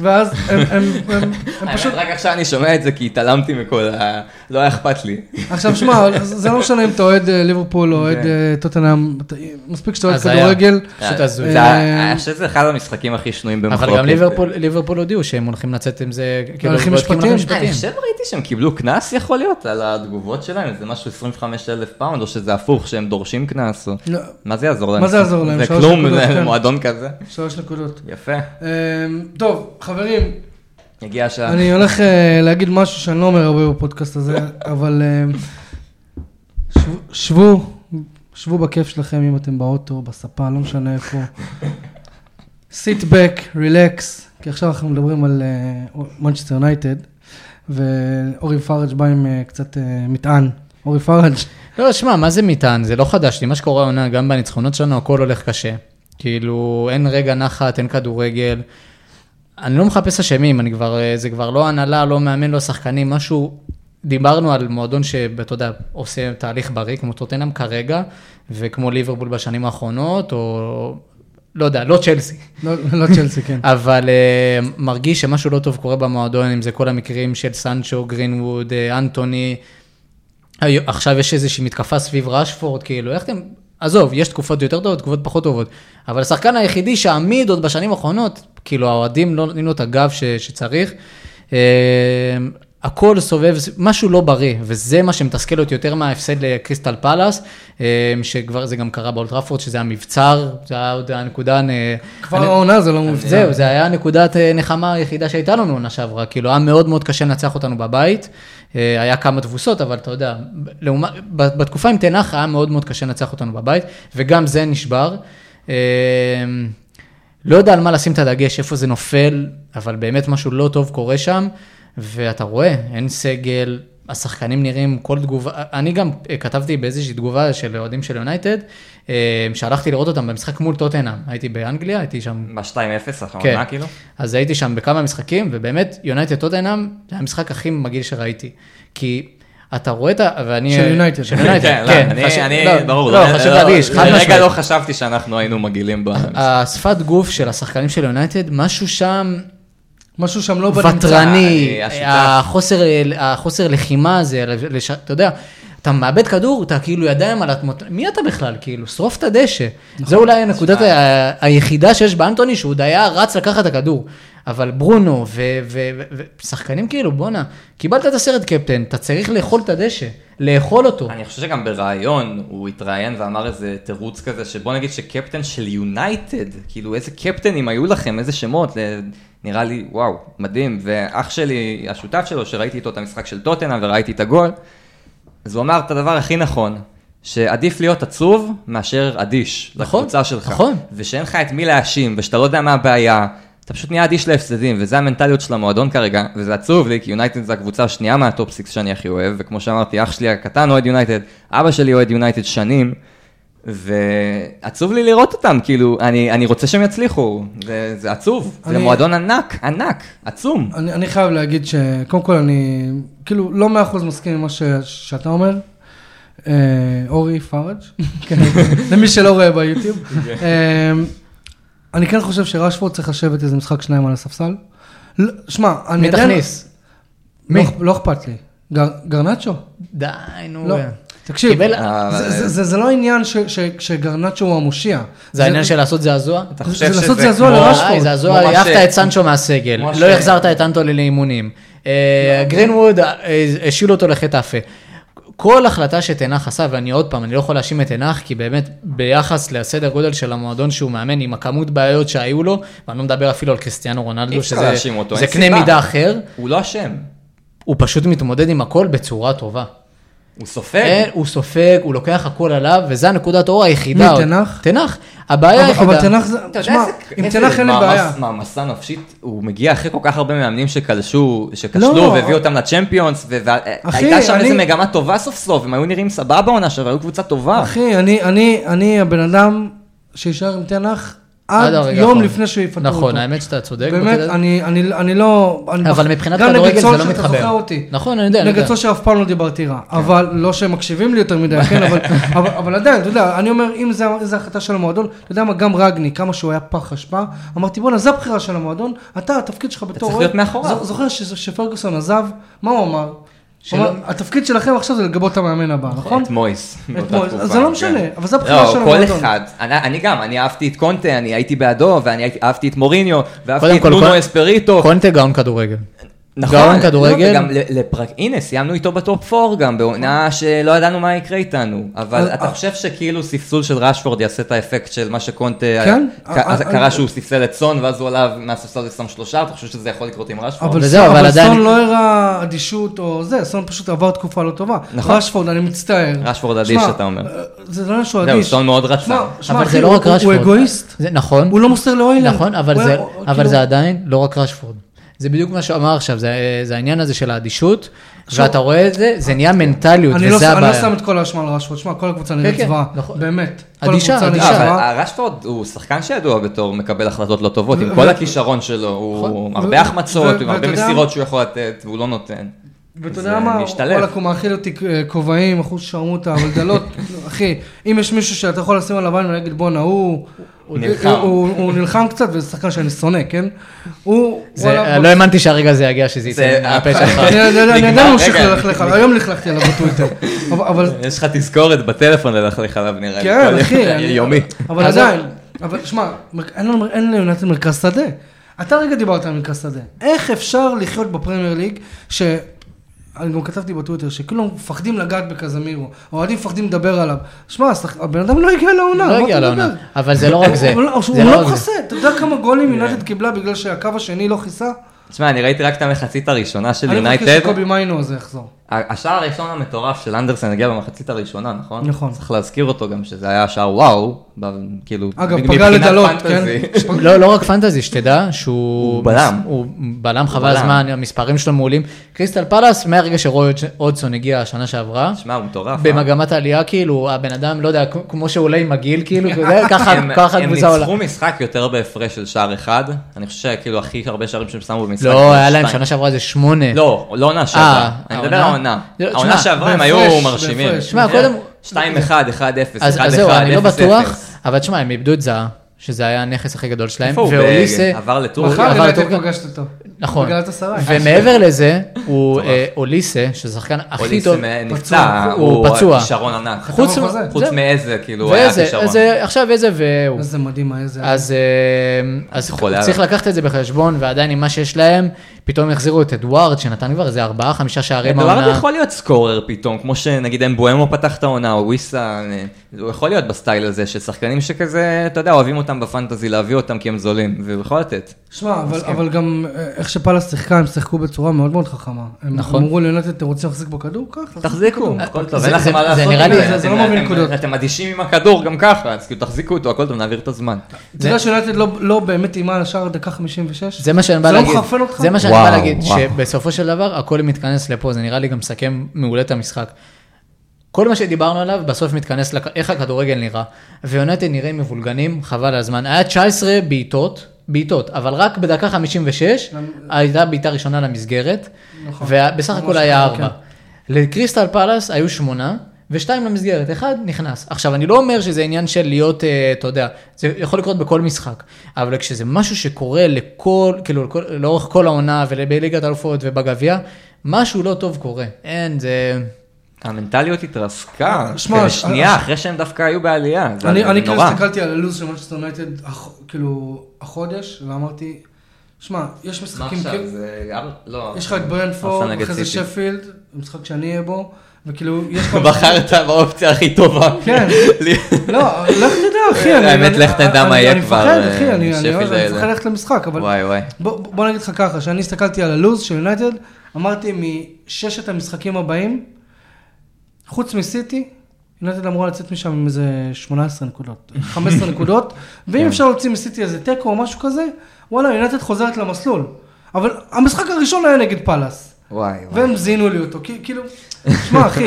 [SPEAKER 1] ואז הם, הם, הם, הם, הם פשוט...
[SPEAKER 3] האמת, אה, רק עכשיו אני שומע את זה כי התעלמתי מכל ה... לא היה אכפת לי.
[SPEAKER 1] עכשיו שמע, זה לא משנה אם אתה אוהד אה, ליברפול או אוהד אה, טוטנאם, אתה- מספיק שאתה אוהד
[SPEAKER 2] כן. אז היה.
[SPEAKER 1] כדורגל.
[SPEAKER 2] פשוט הזוי.
[SPEAKER 3] זה היה- אני חושב שזה אחד המשחקים הכי שנויים במחלוקת.
[SPEAKER 2] אבל גם ליברפול- לא ליברפול הודיעו שהם הולכים לצאת עם זה, כאילו,
[SPEAKER 1] הליכים
[SPEAKER 2] בודקים
[SPEAKER 1] משפטיים.
[SPEAKER 2] הליכים
[SPEAKER 3] אה, אני חושב
[SPEAKER 2] משפטיים.
[SPEAKER 3] ראיתי שהם קיבלו קנס יכול להיות על התגובות שלהם, זה משהו 25 אלף פאונד, או שזה הפוך שהם דורשים קנס, או...
[SPEAKER 1] לא,
[SPEAKER 3] מה זה יעזור להם?
[SPEAKER 1] מה זה יעזור להם?
[SPEAKER 3] זה
[SPEAKER 1] שלוש
[SPEAKER 3] כלום,
[SPEAKER 1] נקודות, כן.
[SPEAKER 3] זה מועדון כזה.
[SPEAKER 1] שלוש נקודות.
[SPEAKER 3] יפה,
[SPEAKER 1] אה, טוב, חברים,
[SPEAKER 3] הגיע השעה.
[SPEAKER 1] אני הולך אה, להגיד משהו שאני לא אומר הרבה בפודקאסט הזה, אבל אה, שב- שבו, שבו בכיף שלכם אם אתם באוטו, בספה, לא משנה איפה. sit back, relax, כי עכשיו אנחנו מדברים על מנצ'סטר יונייטד, ואורי פארג' בא עם אה, קצת אה, מטען. אורי פארג',
[SPEAKER 2] לא, שמע, מה זה מטען? זה לא חדש לי. מה שקורה העונה, גם בניצחונות שלנו, הכל הולך קשה. כאילו, אין רגע נחת, אין כדורגל. אני לא מחפש אשמים, אני כבר, אה, זה כבר לא הנהלה, לא מאמן, לא שחקנים, משהו... דיברנו על מועדון שאתה יודע, עושה תהליך בריא, כמו טוטנאם כרגע, וכמו ליברפול בשנים האחרונות, או לא יודע, לא צ'לסי.
[SPEAKER 1] לא לא צ'לסי, כן.
[SPEAKER 2] אבל uh, מרגיש שמשהו לא טוב קורה במועדון, אם זה כל המקרים של סנצ'ו, גרינווד, אה, אנטוני. היו- עכשיו יש איזושהי מתקפה סביב רשפורד, כאילו, איך אתם... עזוב, יש תקופות יותר טובות, תקופות פחות טובות. אבל השחקן היחידי שעמיד עוד בשנים האחרונות, כאילו, האוהדים לא נותנים לו את הגב ש, שצריך. אה, הכל סובב, משהו לא בריא, וזה מה שמתסכל אותי יותר מההפסד לקריסטל פלאס, אה, שכבר זה גם קרה באולטראפורד, שזה היה מבצר, זה היה עוד הנקודה... אה,
[SPEAKER 1] כבר
[SPEAKER 2] אני-
[SPEAKER 1] העונה זה לא מובצע.
[SPEAKER 2] זהו, זה היה נקודת אה, נחמה היחידה שהייתה לנו עונה שעברה, כאילו היה מאוד מאוד קשה לנצח אותנו בבית, אה, היה כמה תבוסות, אבל אתה יודע, ב- לעומת- ב- בתקופה עם תנח היה מאוד מאוד קשה לנצח אותנו בבית, וגם זה נשבר. אה, לא יודע על מה לשים את הדגש, איפה זה נופל, אבל באמת משהו לא טוב קורה שם, ואתה רואה, אין סגל, השחקנים נראים, כל תגובה, אני גם אה, כתבתי באיזושהי תגובה של אוהדים של יונייטד, אה, שהלכתי לראות אותם במשחק מול טוטנאם, הייתי באנגליה, הייתי שם
[SPEAKER 3] ב-2-0
[SPEAKER 2] כן.
[SPEAKER 3] האחרונה כאילו?
[SPEAKER 2] אז הייתי שם בכמה משחקים, ובאמת, יונייטד טוטנאם, זה המשחק הכי מגעיל שראיתי. כי אתה רואה את ה... ואני...
[SPEAKER 1] של יונייטד.
[SPEAKER 2] של יונייטד, כן.
[SPEAKER 3] לא, אני-
[SPEAKER 2] חשוב-
[SPEAKER 3] אני,
[SPEAKER 2] לא,
[SPEAKER 3] ברור.
[SPEAKER 2] לא, חשוב להדגיש, חד משמעית.
[SPEAKER 3] לרגע לא חשבתי שאנחנו היינו מגעילים ב...
[SPEAKER 2] השפת גוף של השחקנים של יונייטד, משהו שם
[SPEAKER 1] משהו שם לא בנמצא.
[SPEAKER 2] ותרני,
[SPEAKER 3] אני- השיטה-
[SPEAKER 2] החוסר, החוסר לחימה הזה, לש- אתה יודע, אתה מאבד כדור, אתה כאילו ידיים על התמות... מי אתה בכלל? כאילו, שרוף את הדשא.
[SPEAKER 1] נכון.
[SPEAKER 2] זה אולי הנקודת ה- היחידה שיש באנטוני, שהוא עוד היה רץ לקחת את הכדור. אבל ברונו ושחקנים כאילו, בואנה, קיבלת את הסרט קפטן, אתה צריך לאכול את הדשא, לאכול אותו.
[SPEAKER 3] אני חושב שגם בריאיון הוא התראיין ואמר איזה תירוץ כזה, שבוא נגיד שקפטן של יונייטד, כאילו איזה קפטנים היו לכם, איזה שמות, ל- נראה לי, וואו, מדהים. ואח שלי, השותף שלו, שראיתי איתו את המשחק של טוטנה וראיתי את הגול, אז הוא אמר את הדבר הכי נכון, שעדיף להיות עצוב מאשר אדיש
[SPEAKER 2] נכון,
[SPEAKER 3] לקבוצה שלך.
[SPEAKER 2] נכון.
[SPEAKER 3] ושאין לך את מי להאשים, ושאתה לא יודע מה הבעיה, אתה פשוט נהיה אדיש להפסדים, וזו המנטליות של המועדון כרגע, וזה עצוב לי, כי יונייטד זו הקבוצה השנייה מהטופ סיקס שאני הכי אוהב, וכמו שאמרתי, אח שלי הקטן אוהד יונייטד, אבא שלי אוהד יונייטד שנים, ועצוב לי לראות אותם, כאילו, אני, אני רוצה שהם יצליחו, זה, זה עצוב, אני... זה
[SPEAKER 1] אני-
[SPEAKER 3] מועדון ענק, ענק, עצום.
[SPEAKER 1] אני, אני חייב להגיד שקודם כל אני כאילו לא מאה אחוז מסכים עם מה ש, שאתה אומר. אה, אורי פראג', כן, למי שלא רואה ביוטיוב.
[SPEAKER 2] כן.
[SPEAKER 1] אה, אני כן חושב שרשפורד צריך לשבת איזה משחק שניים על הספסל. לא- שמע, אני
[SPEAKER 2] מי
[SPEAKER 1] עדיין...
[SPEAKER 2] תכניס?
[SPEAKER 1] לא
[SPEAKER 2] מי?
[SPEAKER 1] אכ- לא אכפת לי. גר- גרנצ'ו?
[SPEAKER 2] די, נו.
[SPEAKER 1] לא. תקשיב,
[SPEAKER 2] קיבל-
[SPEAKER 3] אה,
[SPEAKER 1] זה- זה- זה- זה לא עניין ש- ש- שגרנצ'ו הוא המושיע.
[SPEAKER 2] זה העניין של לעשות זעזוע?
[SPEAKER 3] אתה
[SPEAKER 1] זה-
[SPEAKER 3] חושב
[SPEAKER 1] זה
[SPEAKER 3] שזה
[SPEAKER 1] לעשות זעזוע
[SPEAKER 3] כמו-
[SPEAKER 1] לרשת.
[SPEAKER 2] די,
[SPEAKER 1] רשפורד,
[SPEAKER 2] זעזוע,
[SPEAKER 3] כמו מה
[SPEAKER 2] העפת
[SPEAKER 3] ש-
[SPEAKER 2] את סנצ'ו מהסגל,
[SPEAKER 3] כמו
[SPEAKER 2] לא
[SPEAKER 3] ש-
[SPEAKER 2] החזרת את אנטולי לאימונים. אה, גרינווד, אה, השילו אותו לחטאפה. כל החלטה שתנח עשה, ואני עוד פעם, אני לא יכול להאשים את תנח, כי באמת, ביחס לסדר גודל של המועדון שהוא מאמן, עם הכמות בעיות שהיו לו, ואני לא מדבר אפילו על קריסטיאנו רונלדו,
[SPEAKER 3] אפשר
[SPEAKER 2] שזה
[SPEAKER 3] להאשים אותו,
[SPEAKER 2] זה
[SPEAKER 3] אין
[SPEAKER 2] קנה
[SPEAKER 3] סיבה.
[SPEAKER 2] מידה אחר,
[SPEAKER 3] הוא לא אשם,
[SPEAKER 2] הוא פשוט מתמודד עם הכל בצורה טובה.
[SPEAKER 3] הוא
[SPEAKER 1] אה,
[SPEAKER 3] סופג.
[SPEAKER 2] אין, הוא סופג, הוא לוקח הכל עליו, וזו הנקודת אור היחידה.
[SPEAKER 1] מי,
[SPEAKER 2] עוד.
[SPEAKER 1] תנח?
[SPEAKER 2] תנח. הבעיה
[SPEAKER 1] אבל
[SPEAKER 2] היחידה...
[SPEAKER 1] אבל תנח זה...
[SPEAKER 3] אתה יודע
[SPEAKER 1] שמע,
[SPEAKER 3] איזה-
[SPEAKER 1] עם
[SPEAKER 3] איזה
[SPEAKER 1] תנח אין לי
[SPEAKER 3] מעמס-
[SPEAKER 1] בעיה.
[SPEAKER 3] מעמסה נפשית, הוא מגיע אחרי כל כך הרבה מאמנים שכלשו, שכשלו
[SPEAKER 1] לא.
[SPEAKER 3] והביאו אותם לצ'מפיונס, ו-
[SPEAKER 1] אחי,
[SPEAKER 3] והייתה שם
[SPEAKER 1] אני-
[SPEAKER 3] איזה מגמה טובה סוף סוף, הם היו נראים סבבה עונה שעברה, היו קבוצה טובה.
[SPEAKER 1] אחי, אני, אני, אני הבן אדם שישאר עם תנח עד,
[SPEAKER 2] הרגע
[SPEAKER 1] יום
[SPEAKER 2] האחרון.
[SPEAKER 1] לפני שיפטרו אותו.
[SPEAKER 2] לא, נכון, האמת שאתה צודק.
[SPEAKER 1] באמת,
[SPEAKER 2] בקטע הזה.
[SPEAKER 1] אני, אני, אני לא... אני
[SPEAKER 2] אבל
[SPEAKER 1] בח-
[SPEAKER 2] מבחינת
[SPEAKER 1] גם נגד
[SPEAKER 2] כדורגל זה
[SPEAKER 1] סול
[SPEAKER 2] לא
[SPEAKER 1] שאתה זוכר
[SPEAKER 2] מתחבר.
[SPEAKER 1] אותי.
[SPEAKER 2] נכון, אני יודע, אני
[SPEAKER 1] נגד
[SPEAKER 2] יודע. כן.
[SPEAKER 1] סול שאף פעם לא דיברתי רע. אבל לא שמקשיבים לי יותר מדי, כן? אבל, אבל, אבל עדיין, אתה יודע, אני אומר, אם זה- זו החלטה של המועדון, אתה יודע מה, גם רגני, כמה שהוא היה פח אשפה, אמרתי, בואנה, זו הבחירה של המועדון, אתה, התפקיד שלך בתור...
[SPEAKER 3] צריך
[SPEAKER 1] אוהד."
[SPEAKER 3] להיות מאחוריו.
[SPEAKER 1] ז- זוכר ש- שפרגוסון עזב, מה הוא אמר?
[SPEAKER 2] שלא-
[SPEAKER 1] הוא אמר, התפקיד שלכם עכשיו זה לגבות את המאמן הבא, נכון?
[SPEAKER 3] את מויס. באותה
[SPEAKER 1] מויס,
[SPEAKER 3] תקופה,
[SPEAKER 1] זה לא
[SPEAKER 3] כן.
[SPEAKER 1] משנה, אבל זה הבחירה של
[SPEAKER 3] לא, כל
[SPEAKER 1] המועדון.
[SPEAKER 3] אחד. אני- אני גם, אני אהבתי את קונטה, אני הייתי בעדו, ואני הייתי- אהבתי את מוריניו, ואהבתי את נונו אספריטו.
[SPEAKER 2] קונטה גאון כדורגל.
[SPEAKER 3] נכון,
[SPEAKER 2] גאון כדורגל.
[SPEAKER 3] לא, וגם ל- לפרק... הנה, סיימנו איתו בטופ 4 גם, בעונה שלא ידענו מה יקרה איתנו. אבל
[SPEAKER 1] אז-
[SPEAKER 3] אתה חושב שכאילו ספסול של רשפורד יעשה את האפקט של מה שקונטה...
[SPEAKER 1] כן?
[SPEAKER 3] ק-
[SPEAKER 1] אה, אה,
[SPEAKER 3] קרה
[SPEAKER 1] אה.
[SPEAKER 3] שהוא ספסל את סון, ואז הוא עלה מהספסל ושם שלושה, אתה חושב שזה יכול לקרות עם רשפורד?
[SPEAKER 1] אבל,
[SPEAKER 2] וזהו,
[SPEAKER 1] סון,
[SPEAKER 2] אבל
[SPEAKER 1] אבל,
[SPEAKER 2] עדיין-
[SPEAKER 1] סון לא הראה אדישות או זה, סון פשוט עבר תקופה לא טובה.
[SPEAKER 3] נכון.
[SPEAKER 1] נכון. רשפורד, אני מצטער.
[SPEAKER 3] רשפורד אדיש,
[SPEAKER 1] שמע,
[SPEAKER 3] אתה אומר.
[SPEAKER 1] אה, זה לא שהוא
[SPEAKER 3] זהו,
[SPEAKER 1] אדיש.
[SPEAKER 3] סון מאוד רצה.
[SPEAKER 1] שמע, שמע,
[SPEAKER 2] אבל
[SPEAKER 1] אחי,
[SPEAKER 2] זה לא
[SPEAKER 1] הוא-
[SPEAKER 2] רק רשפורד.
[SPEAKER 1] הוא אגואיסט,
[SPEAKER 2] זה- נכון.
[SPEAKER 1] הוא לא מוסר לאוילר.
[SPEAKER 2] נכון, אבל
[SPEAKER 1] הוא
[SPEAKER 2] זה-
[SPEAKER 1] היה- הוא-
[SPEAKER 2] אבל
[SPEAKER 1] כאילו-
[SPEAKER 2] זה עדיין לא רק רשפורד. זה בדיוק מה שהוא אמר עכשיו, זה- זה העניין הזה של האדישות, ואתה רואה את זה, זה נהיה מנטליות,
[SPEAKER 1] אני לא
[SPEAKER 2] וזה
[SPEAKER 1] אני לא
[SPEAKER 2] הבעיה.
[SPEAKER 1] שם את כל האשמה על רשפורד, שמע, כל הקבוצה נראית
[SPEAKER 2] כן,
[SPEAKER 1] זוועה,
[SPEAKER 2] נכון.
[SPEAKER 1] באמת. כל
[SPEAKER 2] אדישה,
[SPEAKER 1] הקבוצה נראית
[SPEAKER 2] אדישה.
[SPEAKER 3] אבל
[SPEAKER 1] זוועה.
[SPEAKER 3] רשפורד הוא שחקן שידוע בתור מקבל החלטות לא טובות, עם
[SPEAKER 1] ו-
[SPEAKER 3] כל
[SPEAKER 1] ו-
[SPEAKER 3] הכישרון שלו, הוא
[SPEAKER 1] נכון.
[SPEAKER 3] הרבה
[SPEAKER 1] ו-
[SPEAKER 3] החמצות,
[SPEAKER 1] ו-
[SPEAKER 3] עם הרבה
[SPEAKER 1] ואתה יודע-
[SPEAKER 3] מסירות שהוא יכול לתת, והוא לא נותן.
[SPEAKER 1] ואתה
[SPEAKER 3] זה
[SPEAKER 1] יודע מה,
[SPEAKER 3] משתלב.
[SPEAKER 1] וואלכ, הוא מאכיל אותי אה, כובעים, אחוז שרמוטה, אבל דלות, אחי, אם יש מישהו שאתה יכול לשים עליו עין ולהגיד בואנה, הוא...
[SPEAKER 3] הוא נלחם."
[SPEAKER 1] הוא- הוא הוא נלחם קצת, וזה שחקן שאני שונא, כן? הוא...
[SPEAKER 2] זה-
[SPEAKER 1] וואלה,
[SPEAKER 2] לא האמנתי שהרגע הזה יגיע, שזה
[SPEAKER 3] זה-
[SPEAKER 2] יצא מהפה שלך.
[SPEAKER 1] אני יודע, אני
[SPEAKER 3] נגמר,
[SPEAKER 1] עדיין ממשיך
[SPEAKER 3] רגע,
[SPEAKER 1] ללכלך עליו, היום לכלכתי עליו בטוויטר. אבל- אבל,
[SPEAKER 3] יש לך תזכורת בטלפון ללכלך עליו נראה לי.
[SPEAKER 1] כן,
[SPEAKER 3] כל
[SPEAKER 1] אחי.
[SPEAKER 3] יום-
[SPEAKER 1] אני-
[SPEAKER 3] יומי.
[SPEAKER 1] אבל
[SPEAKER 2] אז-
[SPEAKER 1] עדיין, אבל שמע, מר- אין לנו- אין ליונתן מרכז שדה. אתה רגע דיברת על מרכז שדה. איך אפשר לחיות בפרמייר ליג, ש... אני גם כתבתי בטוויטר, שכאילו מפחדים לגעת בקזמירו, האוהדים מפחדים לדבר עליו. שמע, השח- הבן אדם לא הגיע לעונה,
[SPEAKER 2] לא
[SPEAKER 1] מה
[SPEAKER 2] הגיע
[SPEAKER 1] אתה
[SPEAKER 2] לעונה,
[SPEAKER 1] מדבר?
[SPEAKER 2] אבל זה לא רק זה.
[SPEAKER 1] הוא לא-
[SPEAKER 2] זה
[SPEAKER 1] הוא לא
[SPEAKER 2] רק זה. כן.
[SPEAKER 1] מכסה, אתה יודע כמה גולים יונתן קיבלה בגלל שהקו השני לא כיסה?
[SPEAKER 3] תשמע, אני ראיתי רק את המחצית הראשונה של
[SPEAKER 1] אני
[SPEAKER 3] יונייטד.
[SPEAKER 1] מחכה שקובי מיינו הזה יחזור.
[SPEAKER 3] ה- השער הראשון המטורף של אנדרסן הגיע במחצית הראשונה, נכון?
[SPEAKER 1] נכון.
[SPEAKER 3] צריך להזכיר אותו גם, שזה היה שער וואו, ב- כאילו,
[SPEAKER 1] אגב,
[SPEAKER 3] מבחינת
[SPEAKER 1] פגע לדלות,
[SPEAKER 3] פנטזי.
[SPEAKER 1] כן?
[SPEAKER 2] לא, לא רק פנטזי, שתדע שהוא...
[SPEAKER 3] הוא בלם.
[SPEAKER 2] הוא בלם חבל
[SPEAKER 3] בלם.
[SPEAKER 2] זמן, המספרים שלו מעולים. קריסטל פלאס, מהרגע שרוי אודסון הגיע השנה שעברה,
[SPEAKER 3] תשמע, הוא מטורף. אה?
[SPEAKER 2] במגמת העלייה, כאילו, הבן אדם, לא יודע, כ- כמו שעולה עם הגיל, כאילו, וזה, ככה
[SPEAKER 3] אה? הם-
[SPEAKER 2] ככה
[SPEAKER 3] הם
[SPEAKER 2] הקבוצה עולה.
[SPEAKER 3] ניצחו משחק יותר בהפרש של שער אחד. אני חושב שכאילו הכי הרבה שערים שהם שמו במשחק.
[SPEAKER 2] לא,
[SPEAKER 3] זה
[SPEAKER 2] היה להם
[SPEAKER 3] שתיים.
[SPEAKER 2] שנה שעברה איזה שמונה.
[SPEAKER 3] לא, לא עונה שעברה. אני מדבר על
[SPEAKER 2] כן. אה,
[SPEAKER 3] העונה.
[SPEAKER 2] העונה? לא,
[SPEAKER 3] העונה
[SPEAKER 2] תשמע,
[SPEAKER 3] שעברה הם
[SPEAKER 1] בהפרש,
[SPEAKER 3] היו מרשימים. כן.
[SPEAKER 1] בהפרש.
[SPEAKER 2] תשמע, קודם-
[SPEAKER 3] 2-1, 1-0, 1-1, 0-0.
[SPEAKER 2] אז אז זהו, אני לא בטוח, אבל תשמע, הם איבדו את זהה, שזה היה הנכס הכי גדול שלהם,
[SPEAKER 3] איפה הוא?
[SPEAKER 2] ואוליסה...
[SPEAKER 3] ב- עבר לטורקיה?
[SPEAKER 1] מחר
[SPEAKER 2] הוא עבר
[SPEAKER 1] יונתן
[SPEAKER 2] לטורקיה.
[SPEAKER 1] פגשת אותו.
[SPEAKER 2] נכון.
[SPEAKER 1] בגלל הסריי.
[SPEAKER 2] ומעבר לזה, הוא אה, אוליסה, שזה השחקן הכי
[SPEAKER 3] אה, אוליסה
[SPEAKER 2] טוב.
[SPEAKER 3] נפצע,
[SPEAKER 2] הוא פצוע.
[SPEAKER 3] כישרון ענק.
[SPEAKER 2] חוץ
[SPEAKER 1] חתם על חוזה.
[SPEAKER 3] חוץ
[SPEAKER 2] זהו.
[SPEAKER 3] מאיזה, כאילו, הוא היה
[SPEAKER 2] ואיזה,
[SPEAKER 3] כישרון.
[SPEAKER 2] איזה- עכשיו איזה והוא.
[SPEAKER 1] איזה מדהים היה זה.
[SPEAKER 2] אז, אה, אז
[SPEAKER 3] יכול היה
[SPEAKER 2] צריך
[SPEAKER 3] לה-
[SPEAKER 2] לקחת את זה בחשבון, ועדיין עם מה שיש להם, פתאום יחזירו את אדוארד, שנתן כבר איזה ארבעה, חמישה שערים
[SPEAKER 3] דולרד יכול להיות סקורר פתאום, כמו שנגיד אמבואמו פתח את העונה, או וויסה, אה, הוא יכול להיות בסטייל הזה, ששחקנים שכזה, אתה יודע, אוהבים אותם בפנטזי, להביא אותם כי הם זולים, והוא יכול לתת.
[SPEAKER 1] שמע, אבל, אבל גם אה, איך שפאלאס שיחקה, הם שיחקו בצורה מאוד מאוד חכמה. הם
[SPEAKER 2] נכון.
[SPEAKER 1] אמרו ליונתן, אתם רוצים להחזיק בכדור? ככה.
[SPEAKER 3] תחזיקו, הכל טוב,
[SPEAKER 2] זה-
[SPEAKER 3] אין לכם
[SPEAKER 2] זה-
[SPEAKER 3] מה
[SPEAKER 2] זה
[SPEAKER 3] לעשות.
[SPEAKER 2] נראה
[SPEAKER 3] עם
[SPEAKER 2] לי-
[SPEAKER 1] זה- זה
[SPEAKER 3] אתם-
[SPEAKER 1] לא מוביל
[SPEAKER 3] אתם-
[SPEAKER 1] נקודות.
[SPEAKER 3] אתם אדישים עם הכדור גם ככה, אז כאילו תחזיקו אותו, הכל טוב, נעביר את הזמן.
[SPEAKER 1] אתה יודע שיונתן לא, לא באמת אימה על השער דקה 56?
[SPEAKER 2] זה מה שאני בא
[SPEAKER 1] זה לא
[SPEAKER 2] להגיד,
[SPEAKER 1] מחרפן אותך?
[SPEAKER 2] זה מה שאני בא
[SPEAKER 3] וואו,
[SPEAKER 2] להגיד,
[SPEAKER 3] וואו.
[SPEAKER 2] שבסופו של דבר הכל מתכנס לפה, זה נראה לי גם מסכם מעולה את המשחק. כל מה שדיברנו עליו בסוף מתכנס לכ- איך הכדורגל נראה, ויונתן נראים מבולגנים, חבל על הזמן. היה 19 בעיטות, בעיטות, אבל רק בדקה 56 הייתה בעיטה ראשונה למסגרת,
[SPEAKER 1] נכון.
[SPEAKER 2] ובסך הכל
[SPEAKER 1] ממש
[SPEAKER 2] היה
[SPEAKER 1] נכון,
[SPEAKER 2] 4. לקריסטל פלאס היו שמונה, ושתיים למסגרת, אחד נכנס. עכשיו, אני לא אומר שזה עניין של להיות, אה, אתה יודע, זה יכול לקרות בכל משחק, אבל כשזה משהו שקורה לכל, כאילו, לכל, לאורך כל העונה ובליגת האלופות ובגביע, משהו לא טוב קורה. אין, זה...
[SPEAKER 3] המנטליות התרסקה,
[SPEAKER 1] אה, שמע,
[SPEAKER 3] כן,
[SPEAKER 1] אז-
[SPEAKER 3] שנייה,
[SPEAKER 1] אז-
[SPEAKER 3] אחרי שהם דווקא היו בעלייה, זה
[SPEAKER 1] אני, אני
[SPEAKER 3] זה
[SPEAKER 1] כאילו
[SPEAKER 3] נורא.
[SPEAKER 1] הסתכלתי על הלו"ז של מנצ'סטר יונייטד, הח- כאילו, החודש, ואמרתי, שמע, יש
[SPEAKER 3] מה
[SPEAKER 1] משחקים,
[SPEAKER 3] עכשיו,
[SPEAKER 1] כאילו-
[SPEAKER 3] זה... אר- לא.
[SPEAKER 1] יש לך את ברנפורד,
[SPEAKER 3] ארסנל נגד
[SPEAKER 1] אחרי זה
[SPEAKER 3] סיטי.
[SPEAKER 1] שפילד, משחק שאני אהיה בו, וכאילו, יש לך...
[SPEAKER 3] בחרת באופציה הכי טובה.
[SPEAKER 1] כן. לא, לך תדע, אחי. אני-
[SPEAKER 3] האמת,
[SPEAKER 1] אני-
[SPEAKER 3] לך תדע
[SPEAKER 1] אני-
[SPEAKER 3] מה יהיה
[SPEAKER 1] אני
[SPEAKER 3] כבר,
[SPEAKER 1] מפחד,
[SPEAKER 3] אה,
[SPEAKER 1] אחי, אני- אני
[SPEAKER 3] שפילד
[SPEAKER 1] אני
[SPEAKER 3] האלה.
[SPEAKER 1] מפחד ללכת למשחק, אבל
[SPEAKER 3] וואי וואי.
[SPEAKER 1] בוא- בוא נגיד לך ככה, שאני הסתכלתי על הלו"ז של יונייטד, אמרתי מששת המשחקים הבאים, חוץ מסיטי, יונייטד אמורה לצאת משם עם איזה 18 נקודות, 15 נקודות,
[SPEAKER 3] כן.
[SPEAKER 1] ואם אפשר להוציא מסיטי איזה תיקו או משהו כזה, וואלה, יונייטד חוזרת למסלול. אבל המשחק הראשון היה נגד פאלאס.
[SPEAKER 3] וואי וואי.
[SPEAKER 1] והם זינו לי אותו, כי- כאילו, שמע אחי,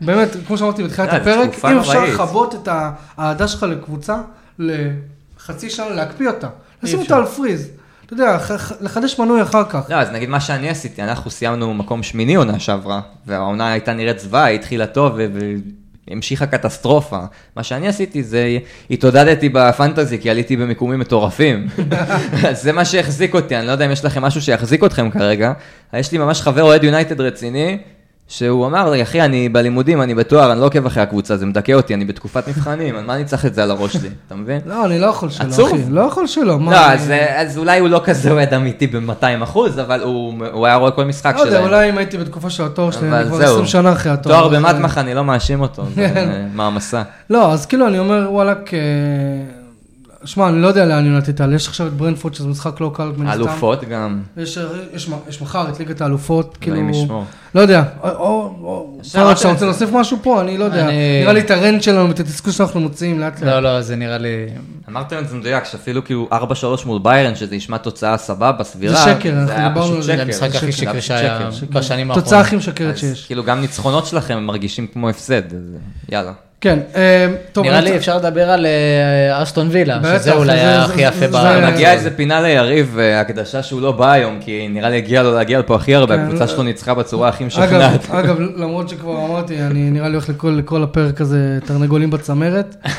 [SPEAKER 1] באמת, כמו שאמרתי בתחילת
[SPEAKER 3] לא, זו
[SPEAKER 1] הפרק,
[SPEAKER 3] תקופה
[SPEAKER 1] אם אפשר
[SPEAKER 3] נוראית.
[SPEAKER 1] לכבות את האהדה שלך לקבוצה לחצי שנה, להקפיא אותה, לשים
[SPEAKER 2] אפשר.
[SPEAKER 1] אותה על פריז, אתה יודע, ח- ח- לחדש מנוי אחר כך.
[SPEAKER 3] לא, אז נגיד מה שאני עשיתי, אנחנו סיימנו מקום שמיני עונה שעברה, והעונה הייתה נראית זוועה, היא התחילה טוב ו- והמשיכה קטסטרופה. מה שאני עשיתי זה, התעודדתי בפנטזי כי עליתי במיקומים מטורפים. אז זה מה שהחזיק אותי, אני לא יודע אם יש לכם משהו שיחזיק אתכם כרגע. יש לי ממש חבר אוהד יונייטד רציני. שהוא אמר לי, אחי, אני בלימודים, אני בתואר, אני לא עוקב אחרי הקבוצה, זה מדכא אותי, אני בתקופת מבחנים, על מה אני צריך את זה על הראש שלי, אתה מבין?
[SPEAKER 1] לא, אני לא יכול שלא,
[SPEAKER 3] עצוב.
[SPEAKER 1] אחי, לא יכול שלא, מה,
[SPEAKER 3] לא,
[SPEAKER 1] אני-
[SPEAKER 3] אז, אה, אז אולי הוא לא כזה אוהד אמיתי ב-200 אחוז, אבל הוא, הוא היה רואה כל משחק
[SPEAKER 1] לא
[SPEAKER 3] שלהם.
[SPEAKER 1] יודע, אולי אם הייתי בתקופה של התואר שלי, אני
[SPEAKER 3] אבל
[SPEAKER 1] כבר
[SPEAKER 3] זהו.
[SPEAKER 1] 20 שנה אחרי התואר.
[SPEAKER 3] תואר
[SPEAKER 1] אז-
[SPEAKER 3] במטמח, אני לא מאשים אותו, זה
[SPEAKER 1] כן.
[SPEAKER 3] אה, מעמסה.
[SPEAKER 1] לא, אז כאילו אני אומר, וואלכ, אה, שמע, אני לא יודע לאן יונתן תעלה, יש עכשיו את ברנפורד שזה משחק לא קל, מן הסתם.
[SPEAKER 3] אלופות גם,
[SPEAKER 1] יש, יש, יש מחר את ליגת האלופות, כאילו...
[SPEAKER 3] אלוהים ישמור.
[SPEAKER 1] לא יודע, או, או, או,
[SPEAKER 3] אפשר
[SPEAKER 1] פרק,
[SPEAKER 3] רק
[SPEAKER 1] אתה רוצה
[SPEAKER 3] לזה.
[SPEAKER 1] להוסיף משהו פה? אני לא יודע.
[SPEAKER 2] אני-
[SPEAKER 1] נראה לי את הרנט שלנו ואת התסכול שאנחנו מוציאים לאט לאט.
[SPEAKER 2] לא, לא, זה נראה לי...
[SPEAKER 3] אמרתם את זה מדויק, שאפילו כאילו 4-3 מול ביירן, שזה נשמע תוצאה סבבה, סבירה.
[SPEAKER 1] זה שקר, אנחנו
[SPEAKER 3] היה
[SPEAKER 1] דיברנו
[SPEAKER 3] פשוט
[SPEAKER 1] על זה.
[SPEAKER 3] שקר,
[SPEAKER 2] זה המשחק הכי
[SPEAKER 3] שקר,
[SPEAKER 2] שקרי
[SPEAKER 3] פשוט
[SPEAKER 2] שהיה
[SPEAKER 3] שקר.
[SPEAKER 2] בשנים האחרונות.
[SPEAKER 1] תוצאה הכי משקרת
[SPEAKER 3] אז
[SPEAKER 1] שיש.
[SPEAKER 3] כאילו גם ניצחונות שלכם הם מרגישים כמו הפסד, אז יאללה.
[SPEAKER 1] כן, אה, טוב.
[SPEAKER 2] נראה
[SPEAKER 1] אני
[SPEAKER 2] לי
[SPEAKER 1] רוצה-
[SPEAKER 2] אפשר לדבר על אה, אסטון וילה,
[SPEAKER 1] בטח,
[SPEAKER 2] שזה אולי
[SPEAKER 1] זה-
[SPEAKER 2] היה
[SPEAKER 1] זה-
[SPEAKER 2] הכי
[SPEAKER 1] זה-
[SPEAKER 2] יפה
[SPEAKER 1] זה-
[SPEAKER 2] בארץ.
[SPEAKER 1] זה-
[SPEAKER 3] מגיע איזה פינה ליריב, אה, הקדשה שהוא לא בא היום, כי נראה לי הגיע לו להגיע לפה הכי הרבה,
[SPEAKER 1] כן,
[SPEAKER 3] הקבוצה
[SPEAKER 1] לא-
[SPEAKER 3] שלו ניצחה בצורה הכי משכנעת.
[SPEAKER 1] אגב, אגב, למרות שכבר אמרתי, אני נראה לי הולך לכל, לכל הפרק הזה תרנגולים בצמרת. אה,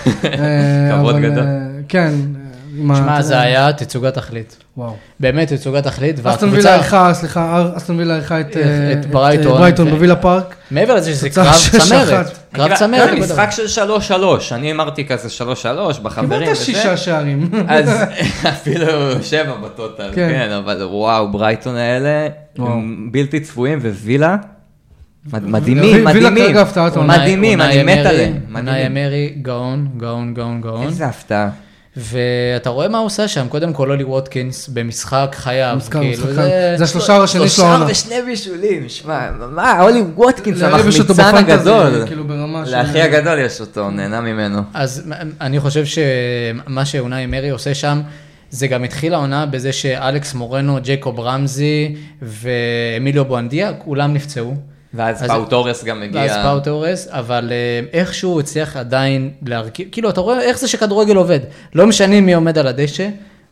[SPEAKER 3] כבוד
[SPEAKER 1] אבל,
[SPEAKER 3] גדול.
[SPEAKER 1] אה, כן. אה, עם ה- אתה
[SPEAKER 2] שמע, זה
[SPEAKER 1] יודע,
[SPEAKER 2] היה תצוגת תכלית.
[SPEAKER 1] וואו.
[SPEAKER 2] באמת תצוגת תכלית,
[SPEAKER 1] אסטון וילה ערכה, סליחה, אסטון וילה ערכה את אה,
[SPEAKER 2] את
[SPEAKER 1] את, אה,
[SPEAKER 2] ברייטון. כן.
[SPEAKER 1] ברייטון
[SPEAKER 2] ו-
[SPEAKER 1] בווילה פארק.
[SPEAKER 2] מעבר לזה שזה
[SPEAKER 1] תוצאה
[SPEAKER 2] קרב
[SPEAKER 1] שש
[SPEAKER 2] צמרת,
[SPEAKER 1] אחת.
[SPEAKER 2] קרב
[SPEAKER 3] גם
[SPEAKER 2] צמרת.
[SPEAKER 3] לא, משחק של 3-3, אני אמרתי כזה 3-3 בחברים
[SPEAKER 1] קיבלת שישה שערים.
[SPEAKER 3] אז אפילו שבע בטוטל,
[SPEAKER 1] כן.
[SPEAKER 3] כן, אבל וואו, ברייטון האלה,
[SPEAKER 1] וואו.
[SPEAKER 3] הם בלתי צפויים, ווילה, מד-
[SPEAKER 1] וילה
[SPEAKER 3] מדהימים, מדהימים,
[SPEAKER 1] כרגע הפתעה, אתה אומר.
[SPEAKER 3] מדהימים, אני מת עליהם,
[SPEAKER 2] אונאי
[SPEAKER 3] מדהימים.
[SPEAKER 2] אמרי, גאון, גאון, גאון, גאון.
[SPEAKER 3] איזה הפתעה.
[SPEAKER 2] ואתה רואה מה הוא עושה שם, קודם כל אולי ווטקינס במשחק חייו.
[SPEAKER 1] משחק-
[SPEAKER 2] כאילו,
[SPEAKER 1] משחק חייו. זה השלושה הראשונים שלו העונה.
[SPEAKER 3] שלושה ושני בישולים, שמע, מה, אולי ווטקינס,
[SPEAKER 1] להרים יש אותו
[SPEAKER 3] המחמיצן
[SPEAKER 1] בפנטזי,
[SPEAKER 3] הגדול.
[SPEAKER 1] כאילו ברמה של-
[SPEAKER 3] לאחי הגדול יש אותו, הוא נהנה ממנו.
[SPEAKER 2] אז אני חושב שמה שאונאי אמרי עושה שם, זה גם התחיל העונה בזה שאלכס מורנו, ג'ייקוב רמזי ואמיליו בואנדיה, כולם נפצעו.
[SPEAKER 3] ואז
[SPEAKER 2] אז-
[SPEAKER 3] פאו תורס גם
[SPEAKER 2] ואז
[SPEAKER 3] מגיע.
[SPEAKER 2] פאו תורס, אבל אה, איכשהו הוא הצליח עדיין להרכיב, כאילו אתה רואה איך זה שכדורגל עובד, לא משנה מי עומד על הדשא,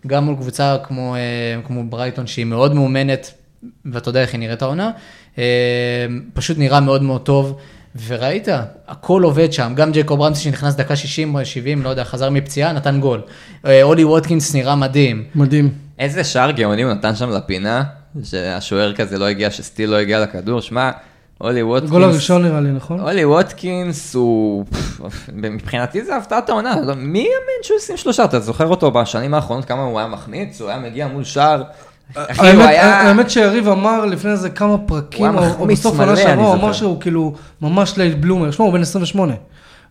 [SPEAKER 2] גם מול קבוצה כמו, אה, כמו ברייטון שהיא מאוד מאומנת, ואתה יודע איך היא נראית העונה, אה, פשוט נראה מאוד מאוד טוב, וראית, הכל עובד שם, גם ג'קוב רמסי שנכנס דקה 60 או 70, לא יודע, חזר מפציעה, נתן גול. אה, אולי ווטקינס נראה מדהים.
[SPEAKER 1] מדהים.
[SPEAKER 3] איזה שער גאוני הוא נתן שם לפינה, שהשוער כזה לא הגיע, שסטיל לא הגיע לכדור, שמע, אולי ווטקינס...
[SPEAKER 1] הגול הראשון נראה לי, נכון?
[SPEAKER 3] אולי ווטקינס הוא... פפ, מבחינתי זה הפתעת העונה, לא- מי יאמן שהוא ישים שלושה? אתה זוכר אותו בשנים האחרונות, כמה הוא היה מחמיץ, הוא היה מגיע מול שער, אחי, הוא
[SPEAKER 1] האמת-
[SPEAKER 3] היה...
[SPEAKER 1] האמת שיריב אמר לפני איזה כמה פרקים,
[SPEAKER 4] כאילו, הוא
[SPEAKER 1] או
[SPEAKER 4] היה
[SPEAKER 1] או
[SPEAKER 4] מחמיץ
[SPEAKER 1] בסוף
[SPEAKER 4] מלא,
[SPEAKER 1] העונה
[SPEAKER 4] אני
[SPEAKER 1] שעברה, הוא
[SPEAKER 4] זוכר.
[SPEAKER 1] אמר שהוא כאילו ממש לייט בלומר, שמע, הוא בן 28.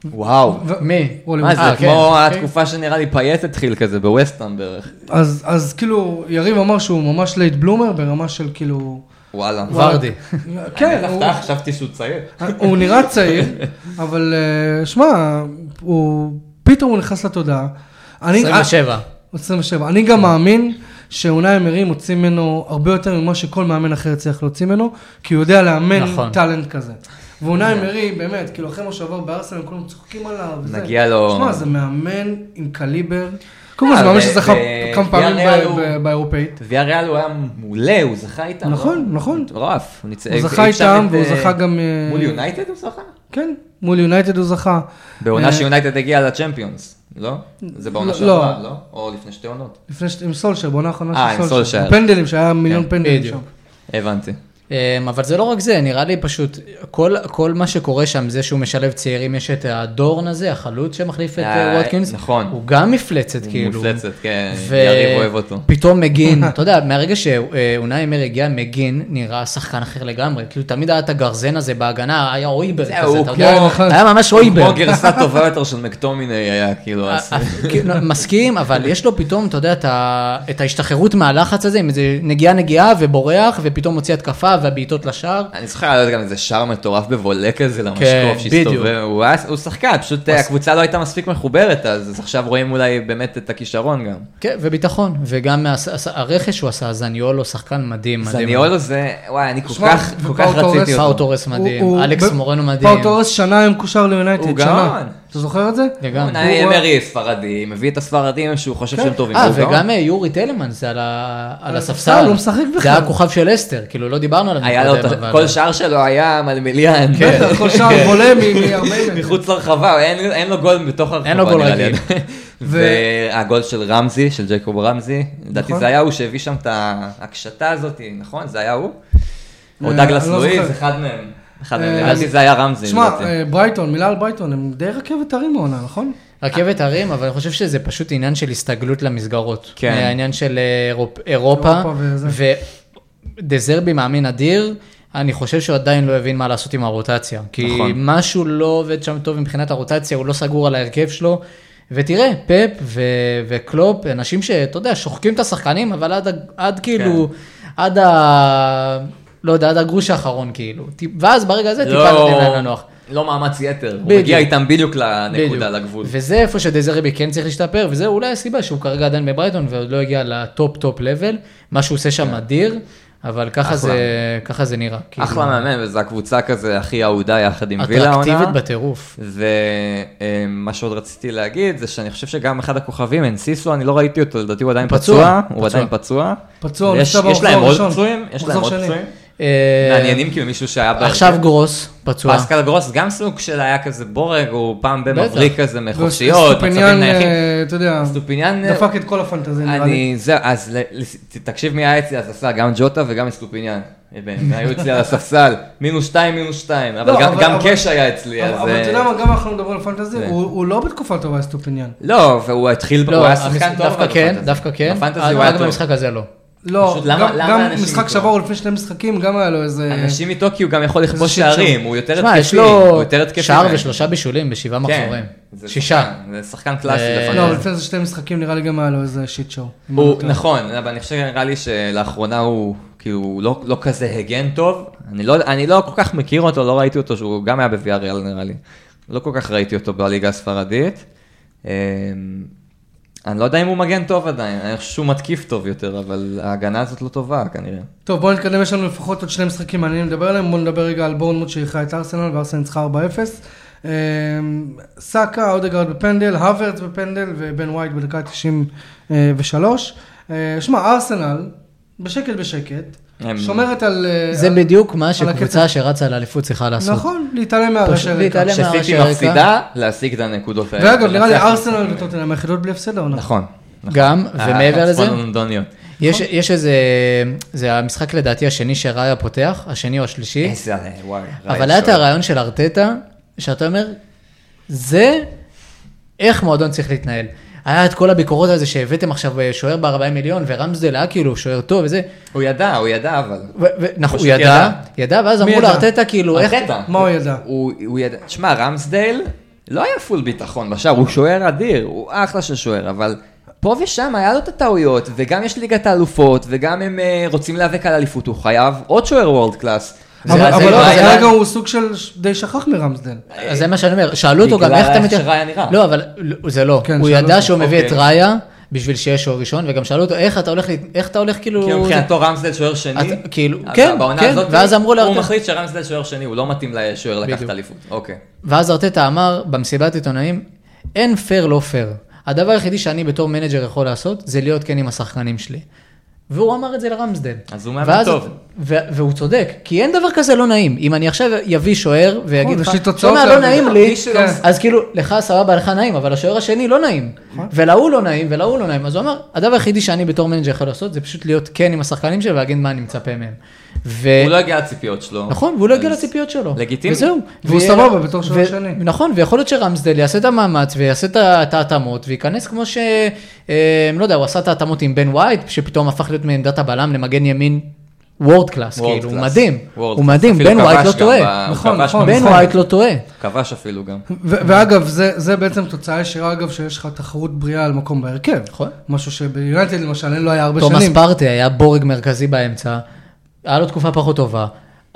[SPEAKER 3] וואו.
[SPEAKER 1] ו-
[SPEAKER 2] מי?
[SPEAKER 1] רולי
[SPEAKER 3] מה
[SPEAKER 2] אה,
[SPEAKER 3] זה,
[SPEAKER 2] כן,
[SPEAKER 3] כמו
[SPEAKER 2] אוקיי.
[SPEAKER 3] התקופה שנראה לי פייט התחיל כזה בווסטהאם בערך.
[SPEAKER 1] אז, אז כאילו, יריב אמר שהוא ממש לייט בלומר ברמה של כאילו...
[SPEAKER 3] וואלה.
[SPEAKER 2] ורדי.
[SPEAKER 1] כן, הוא,
[SPEAKER 3] אתה חשבתי שהוא צעיר.
[SPEAKER 1] הוא נראה צעיר, אבל אה, שמע, הוא פתאום הוא נכנס לתודעה. אני,
[SPEAKER 2] 27.
[SPEAKER 1] 27. אני
[SPEAKER 3] כן.
[SPEAKER 1] גם מאמין שאונאי אמרי מוציא ממנו הרבה יותר ממה שכל מאמן אחר צריך להוציא ממנו, כי הוא יודע לאמן
[SPEAKER 2] נכון.
[SPEAKER 1] טאלנט כזה.
[SPEAKER 3] כן.
[SPEAKER 1] ואונאי אמרי, באמת, כאילו אחרי מה שעבר בארסנל, כולם צוחקים עליו. וזה.
[SPEAKER 3] מגיע לו-
[SPEAKER 1] שמע, זה מאמן עם קליבר. קודם כל, זה
[SPEAKER 3] אה,
[SPEAKER 1] מאמן
[SPEAKER 3] ו-
[SPEAKER 1] שזכה
[SPEAKER 3] ו-
[SPEAKER 1] כמה פעמים
[SPEAKER 3] ויאריאל
[SPEAKER 1] ב-
[SPEAKER 3] הוא-
[SPEAKER 1] ב- באירופאית.
[SPEAKER 3] ויה ריאל הוא היה מעולה, הוא זכה איתם.
[SPEAKER 1] נכון,
[SPEAKER 3] לא?
[SPEAKER 1] נכון.
[SPEAKER 3] מטורף. ניצ-
[SPEAKER 1] הוא
[SPEAKER 3] אי-
[SPEAKER 1] זכה
[SPEAKER 3] אי אפשר
[SPEAKER 1] איתם,
[SPEAKER 3] את,
[SPEAKER 1] והוא
[SPEAKER 3] אה,
[SPEAKER 1] זכה גם, אה,
[SPEAKER 3] מול יונייטד הוא זכה?
[SPEAKER 1] כן, מול יונייטד הוא זכה.
[SPEAKER 3] בעונה
[SPEAKER 1] אה,
[SPEAKER 3] שיונייטד הגיעה לצ'מפיונס, לא? זה בעונה
[SPEAKER 1] לא.
[SPEAKER 3] שעברה, לא? או לפני שתי עונות.
[SPEAKER 1] לפני ש... עם סולשר, בעונה האחרונה
[SPEAKER 3] אה, עם סולשר. כן.
[SPEAKER 1] פנדלים, שהיה מיליון פנדלים
[SPEAKER 2] בדיוק.
[SPEAKER 1] שם.
[SPEAKER 3] הבנתי.
[SPEAKER 2] אמ, אבל זה לא רק זה, נראה לי פשוט, כל, כל מה שקורה שם, זה שהוא משלב צעירים, יש את הדורן הזה, החלוץ שמחליף את
[SPEAKER 3] אה,
[SPEAKER 2] אה, ווטקינס,
[SPEAKER 3] נכון.
[SPEAKER 2] הוא גם מפלצת,
[SPEAKER 3] הוא
[SPEAKER 2] כאילו.
[SPEAKER 3] מפלצת, כן,
[SPEAKER 2] ו-
[SPEAKER 3] יריב אוהב אותו.
[SPEAKER 2] פתאום מגין, אתה יודע, מהרגע שאונאי אמר הגיע, מגין נראה שחקן אחר לגמרי. כאילו, תמיד היה את הגרזן הזה בהגנה, היה אויבר
[SPEAKER 3] זהו,
[SPEAKER 2] כזה,
[SPEAKER 3] הוא
[SPEAKER 2] אתה יודע,
[SPEAKER 1] כמו- נכון.
[SPEAKER 2] היה ממש אויבר.
[SPEAKER 3] כמו גרסה טובה יותר של מקטומיני היה, כאילו, אז-
[SPEAKER 2] כאילו, מסכים, אבל יש לו פתאום, אתה יודע, את ה- את ההשתחררות מהלחץ הזה, עם איזה נגיעה נגיעה ובורח, ופתאום מוציא התקפה והבעיטות לשער.
[SPEAKER 3] אני זוכר היה לו גם איזה שער מטורף בבולה כזה
[SPEAKER 2] כן,
[SPEAKER 3] למשקוף
[SPEAKER 2] בדיוק.
[SPEAKER 3] שהסתובב, הוא היה- הוא שחקן, פשוט אה, הקבוצה לא הייתה מספיק מחוברת, אז אז עכשיו רואים אולי באמת את הכישרון גם.
[SPEAKER 2] כן, וביטחון, וגם הס- הס- הרכש שהוא עשה, זניולו, שחקן מדהים, מדהים.
[SPEAKER 3] זניולו זה, וואי, אני כל
[SPEAKER 1] שמע,
[SPEAKER 3] כך, כל
[SPEAKER 1] ופאו
[SPEAKER 3] כך רציתי
[SPEAKER 1] טורס,
[SPEAKER 2] פאו
[SPEAKER 3] אותו.
[SPEAKER 2] טורס מדהים,
[SPEAKER 1] הוא- הוא-
[SPEAKER 2] אלכס
[SPEAKER 1] ב-
[SPEAKER 2] מורנו מדהים.
[SPEAKER 1] פאו טורס שנה עם קושר ליונייטד,
[SPEAKER 3] הוא
[SPEAKER 1] שנה.
[SPEAKER 3] גאון.
[SPEAKER 1] אתה זוכר את זה?
[SPEAKER 2] לגמרי.
[SPEAKER 1] הוא-
[SPEAKER 3] הוא אמרי ספרדי, מביא את הספרדים שהוא חושב שהם טובים.
[SPEAKER 2] אה,
[SPEAKER 3] הוא לא- גאון.
[SPEAKER 2] וגם אה, יורי טלמן, זה על ה- על הספסל.
[SPEAKER 1] הספסל, הוא משחק בכלל.
[SPEAKER 2] זה היה הכוכב של אסתר, כאילו, לא דיברנו עליו.
[SPEAKER 3] היה לו,
[SPEAKER 2] קודם,
[SPEAKER 3] את-
[SPEAKER 2] אבל-
[SPEAKER 3] כל שער שלו היה מלמיליאן.
[SPEAKER 1] בטח, כל שער בולה מ-40
[SPEAKER 3] מחוץ לרחבה, אין אין לו גול בתוך הרחבה.
[SPEAKER 2] אין לו גול
[SPEAKER 3] נראה לי.
[SPEAKER 2] רגיל.
[SPEAKER 3] והגול של רמזי, של ג'ייקוב רמזי, לדעתי
[SPEAKER 1] נכון.
[SPEAKER 3] זה היה הוא שהביא שם את ההקשתה הזאת, נכון? זה היה הוא? או
[SPEAKER 1] אה,
[SPEAKER 3] דגלס
[SPEAKER 1] אני לא
[SPEAKER 3] לואיז,
[SPEAKER 1] זוכר.
[SPEAKER 3] אחד מהם. אחד מהם,
[SPEAKER 1] אה,
[SPEAKER 3] לדעתי
[SPEAKER 1] אז-
[SPEAKER 3] זה היה רמזי.
[SPEAKER 1] שמע,
[SPEAKER 3] לדעתי.
[SPEAKER 1] אה, ברייטון, מילה על ברייטון, הם די רכבת הרים העונה, נכון?
[SPEAKER 2] רכבת הרים, אבל אני חושב שזה פשוט עניין של הסתגלות למסגרות.
[SPEAKER 3] כן.
[SPEAKER 2] אה, העניין של אה, אירופ, אירופה,
[SPEAKER 1] אירופה
[SPEAKER 2] ודזרבי מאמין אדיר, אני חושב שהוא עדיין לא הבין מה לעשות עם הרוטציה. כי
[SPEAKER 3] נכון.
[SPEAKER 2] משהו לא עובד שם טוב מבחינת הרוטציה, הוא לא סגור על ההרכב שלו. ותראה, פפ ו- וקלופ, אנשים שאתה יודע, שוחקים את השחקנים, אבל עד, ה-
[SPEAKER 3] כן.
[SPEAKER 2] עד כאילו, עד ה... לא יודע, עד הגרוש האחרון כאילו. טיפ- ואז ברגע הזה טיפה נותן להם לנוח.
[SPEAKER 3] לא מאמץ יתר, הוא
[SPEAKER 2] בדיוק.
[SPEAKER 3] מגיע איתם בדיוק
[SPEAKER 2] בדיוק.
[SPEAKER 3] לנקודה, לגבול.
[SPEAKER 2] וזה איפה שדזרבי כן צריך להשתפר, וזה אולי הסיבה שהוא כרגע עדיין בברייטון ועוד לא הגיע לטופ טופ לבל, מה שהוא עושה שם אדיר, אבל ככה זה, ככה זה נראה.
[SPEAKER 3] כן.
[SPEAKER 2] כאילו,
[SPEAKER 3] אחלה מאמן, וזו הקבוצה כזה הכי אהודה יחד עם וילה העונה.
[SPEAKER 2] אטרקטיבית בטירוף.
[SPEAKER 3] ומה שעוד רציתי להגיד זה שאני חושב שגם אחד הכוכבים, אנסיסו, אני לא ראיתי אותו, לדעתי הוא עדיין
[SPEAKER 2] פצוע.
[SPEAKER 3] פצוע, הוא
[SPEAKER 2] פצוע.
[SPEAKER 3] עדיין פצוע.
[SPEAKER 1] פצוע,
[SPEAKER 3] ויש-
[SPEAKER 1] נפצע
[SPEAKER 3] יש
[SPEAKER 1] במחזור
[SPEAKER 3] להם עוד
[SPEAKER 1] הראשון.
[SPEAKER 3] פצועים, יש להם
[SPEAKER 1] מחזור
[SPEAKER 3] עוד
[SPEAKER 1] שני.
[SPEAKER 3] פצועים.
[SPEAKER 2] אה,
[SPEAKER 3] מעניינים כאילו מישהו שהיה בהרכב.
[SPEAKER 2] עכשיו גרוס, פצוע.
[SPEAKER 3] פסקל גרוס גם סוג של היה כזה בורג, הוא פעם
[SPEAKER 2] בטח.
[SPEAKER 3] במבריק כזה מחופשיות, מצבים
[SPEAKER 1] סטופיניאן,
[SPEAKER 3] נייחים.
[SPEAKER 1] אה, אתה יודע,
[SPEAKER 3] סטופיניאן, אה,
[SPEAKER 1] דפק את כל הפנטזיה, נראה לי.
[SPEAKER 3] אני, זהו, אז ל- לס- ת- תקשיב מי היה אצלי על הספסל, גם ג'וטה וגם אסטופיניאן. הם היו אצלי על הספסל, מינוס שתיים, מינוס שתיים, אבל
[SPEAKER 1] לא,
[SPEAKER 3] גם-
[SPEAKER 1] אבל-
[SPEAKER 3] גם
[SPEAKER 1] אבל-
[SPEAKER 3] קאש היה אצלי,
[SPEAKER 1] אבל
[SPEAKER 3] אז...
[SPEAKER 1] אבל
[SPEAKER 3] אה, כן.
[SPEAKER 1] אתה יודע מה, גם אנחנו מדברים על פנטזיה,
[SPEAKER 3] זה.
[SPEAKER 1] הוא הוא לא בתקופה טובה, סטופיניאן.
[SPEAKER 3] לא, והוא התחיל,
[SPEAKER 2] לא,
[SPEAKER 3] הוא היה
[SPEAKER 2] המש-
[SPEAKER 3] שחקן טוב.
[SPEAKER 2] דווקא
[SPEAKER 3] אבל
[SPEAKER 2] כן,
[SPEAKER 3] בפנטזי.
[SPEAKER 2] דווקא כן,
[SPEAKER 3] בפנטזי הוא היה
[SPEAKER 2] רק
[SPEAKER 3] טוב.
[SPEAKER 2] במשחק הזה לא.
[SPEAKER 1] לא,
[SPEAKER 3] פשוט למה-
[SPEAKER 1] גם-
[SPEAKER 3] למה
[SPEAKER 1] גם
[SPEAKER 3] אנשים
[SPEAKER 1] משחק
[SPEAKER 3] איתו?
[SPEAKER 1] שעבר או לפני שני משחקים, גם היה לו איזה...
[SPEAKER 3] אנשים איתו כי הוא גם יכול לכבוש
[SPEAKER 1] שיר
[SPEAKER 3] שערים, הוא יותר
[SPEAKER 2] תשמע, יש
[SPEAKER 3] התקפי, הוא
[SPEAKER 2] לו
[SPEAKER 3] יותר התקפי.
[SPEAKER 2] שער
[SPEAKER 3] מהם.
[SPEAKER 2] ושלושה בישולים בשבעה
[SPEAKER 3] כן,
[SPEAKER 2] מחזורים.
[SPEAKER 3] זה
[SPEAKER 2] שישה.
[SPEAKER 3] שחקן, זה שחקן קלאסי
[SPEAKER 1] לא, אבל
[SPEAKER 2] אה,
[SPEAKER 3] בפנטזי.
[SPEAKER 1] לפני איזה שני משחקים נראה לי גם היה לו איזה שיט שואו.
[SPEAKER 3] הוא, נכון, אבל אני חושב שנראה לי שלאחרונה הוא כאילו לא, לא כזה הגן טוב, אני לא, אני לא כל כך מכיר אותו, לא ראיתי אותו, שהוא גם היה בוויאריאל נראה לי, לא כל כך ראיתי אותו בליגה הספרדית. אמ, אני לא יודע אם הוא מגן טוב עדיין, אני חושב שהוא מתקיף טוב יותר, אבל ההגנה הזאת לא טובה כנראה.
[SPEAKER 1] טוב, בואו נתקדם, יש לנו לפחות עוד שני משחקים מעניינים לדבר עליהם. בואו נדבר רגע על בורנמוט שאירחה את ארסנל, וארסנל ניצחה 4-0. אמ, סאקה, אודגרד בפנדל, האוורץ בפנדל, ובן ווייט בדקה 93. אה, שמע, ארסנל, בשקט בשקט,
[SPEAKER 3] הם-
[SPEAKER 1] שומרת על... אה,
[SPEAKER 2] זה
[SPEAKER 1] על-
[SPEAKER 2] בדיוק מה
[SPEAKER 1] על
[SPEAKER 2] שקבוצה שרצה לאליפות צריכה לעשות.
[SPEAKER 1] נכון, להתעלם מהרשת.
[SPEAKER 2] להתעלם. זה מהרעש
[SPEAKER 3] כשסיטי
[SPEAKER 2] הרקע.
[SPEAKER 3] מפסידה, להשיג את הנקודות האלה.
[SPEAKER 1] ואגב, נראה לי
[SPEAKER 3] ולנצח.
[SPEAKER 1] ארסנל וטוטנאם היחידות בלי הפסד העונה.
[SPEAKER 3] נכון. אה,
[SPEAKER 2] גם, ומעבר לזה,
[SPEAKER 3] הצפון-לונדוניות.
[SPEAKER 2] יש,
[SPEAKER 3] נכון.
[SPEAKER 2] יש איזה, זה המשחק לדעתי השני שראיה פותח, השני או השלישי,
[SPEAKER 3] איזה, וואי.
[SPEAKER 2] אבל
[SPEAKER 3] רעש
[SPEAKER 2] היה את
[SPEAKER 3] אה, שואל.
[SPEAKER 2] הרעיון של ארטטה, שאתה אומר, זה איך מועדון צריך להתנהל. היה את כל הביקורות על זה שהבאתם עכשיו אה, שוער ב-40 מיליון, ורמזדל היה כאילו שוער טוב וזה.
[SPEAKER 3] הוא ידע, הוא ידע אבל.
[SPEAKER 2] ו- ו- נכון, הוא
[SPEAKER 3] פשוט ידע.
[SPEAKER 2] ידע, ידע, ואז
[SPEAKER 1] מי
[SPEAKER 2] אמרו
[SPEAKER 1] ידע?
[SPEAKER 2] לארטטה כאילו, איך...
[SPEAKER 3] ארטטה.
[SPEAKER 1] מה הוא ידע?
[SPEAKER 3] הוא הוא ידע, תשמע, רמסדייל לא היה פול ביטחון בשער, הוא שוער אדיר, הוא אחלה של שוער, אבל פה ושם היה לו את הטעויות, וגם יש ליגת האלופות, וגם הם אה, רוצים להיאבק על אליפות, הוא חייב עוד שוער וורלד קלאס.
[SPEAKER 2] זה-
[SPEAKER 1] אבל
[SPEAKER 2] זה
[SPEAKER 1] אבל
[SPEAKER 2] לא
[SPEAKER 1] לא,
[SPEAKER 2] היה-
[SPEAKER 1] כרגע הוא סוג של ש- די שכח מרמסדל.
[SPEAKER 2] אז זה מה שאני אומר, שאלו אותו גם
[SPEAKER 3] בגלל
[SPEAKER 2] איך אתה
[SPEAKER 3] איך
[SPEAKER 2] מתייחס...
[SPEAKER 3] שראיה נראה.
[SPEAKER 2] לא, אבל לא, זה לא.
[SPEAKER 1] כן,
[SPEAKER 2] הוא
[SPEAKER 1] שאלו
[SPEAKER 2] ידע
[SPEAKER 1] אותו.
[SPEAKER 2] שהוא מביא את
[SPEAKER 3] אוקיי.
[SPEAKER 2] ראיה בשביל שיהיה שוער ראשון, וגם שאלו אותו איך אתה הולך, להת- איך אתה הולך כאילו...
[SPEAKER 3] כאילו מבחינתו רמסדל שוער שני,
[SPEAKER 2] אתה- כאילו,
[SPEAKER 3] אז
[SPEAKER 2] כן,
[SPEAKER 3] בעונה
[SPEAKER 2] כן,
[SPEAKER 3] הזאת,
[SPEAKER 2] ואז אמרו
[SPEAKER 3] הוא
[SPEAKER 2] לארטטה.
[SPEAKER 3] מחליט שרמסדל שוער שני, הוא לא מתאים לשוער
[SPEAKER 2] בדיוק.
[SPEAKER 3] לקחת אליפות. אוקיי.
[SPEAKER 2] ואז ארטטה אמר במסיבת עיתונאים, אין פייר לא פייר. הדבר היחידי שאני בתור מנג'ר יכול לעשות, זה להיות כן עם השחקנים שלי. והוא אמר את זה לרמסדל.
[SPEAKER 3] אז הוא מאמן
[SPEAKER 2] ואז-
[SPEAKER 3] טוב.
[SPEAKER 2] ו- והוא צודק, כי אין דבר כזה לא נעים. אם אני עכשיו יביא שוער ויגיד
[SPEAKER 1] נכון,
[SPEAKER 2] לך,
[SPEAKER 1] יש לי תוצאות
[SPEAKER 2] שומע, לא
[SPEAKER 1] להביא."
[SPEAKER 2] נעים לי,
[SPEAKER 1] מי שלא-
[SPEAKER 2] אז כאילו, לך סבבה, לך נעים, אבל השוער השני לא נעים.
[SPEAKER 1] נכון.
[SPEAKER 2] ולהוא לא נעים, ולהוא לא נעים. אז הוא אמר, הדבר היחידי שאני בתור מנג'ר יכול לעשות, זה פשוט להיות כן עם השחקנים שלי ולהגיד מה אני מצפה מהם. ו-
[SPEAKER 3] הוא לא הגיע לציפיות שלו.
[SPEAKER 2] אה, נכון, והוא לא הגיע
[SPEAKER 3] אז-
[SPEAKER 2] לציפיות שלו.
[SPEAKER 3] לגיטימי.
[SPEAKER 2] וזהו.
[SPEAKER 1] והוא
[SPEAKER 2] ו-
[SPEAKER 1] סבבה בתור שוער
[SPEAKER 2] ו-
[SPEAKER 1] שני.
[SPEAKER 2] נכון, ויכול להיות שרמסדל יעשה את המאמץ ויעשה את ה- את ההתאמות וייכנס כמו ש... אה, לא יודע, הוא עשה את ההתאמות עם בן וייט, שפתאום הפך להיות מעמדת הבלם למגן ימין וורד קלאס,
[SPEAKER 3] World
[SPEAKER 2] כאילו, הוא
[SPEAKER 3] class.
[SPEAKER 2] מדהים.
[SPEAKER 3] World
[SPEAKER 2] הוא
[SPEAKER 3] class.
[SPEAKER 2] מדהים,
[SPEAKER 3] אפילו
[SPEAKER 2] בן וייט
[SPEAKER 3] כבש
[SPEAKER 2] לא
[SPEAKER 3] גם
[SPEAKER 2] טועה.
[SPEAKER 3] ב- הוא
[SPEAKER 1] נכון,
[SPEAKER 3] כבש
[SPEAKER 1] נכון.
[SPEAKER 2] בן
[SPEAKER 1] נכון.
[SPEAKER 2] וייט לא טועה.
[SPEAKER 3] כבש אפילו גם.
[SPEAKER 1] ו- ואגב, זה, זה בעצם תוצאה ישירה, אגב, שיש לך תחרות בריאה על מקום בהרכב.
[SPEAKER 2] נכון.
[SPEAKER 1] משהו שביונייטד למשל, אין לו היה הרבה
[SPEAKER 2] תומאס
[SPEAKER 1] שנים.
[SPEAKER 2] פרטי היה בורג מרכזי באמצע, היה לו תקופה פחות טובה.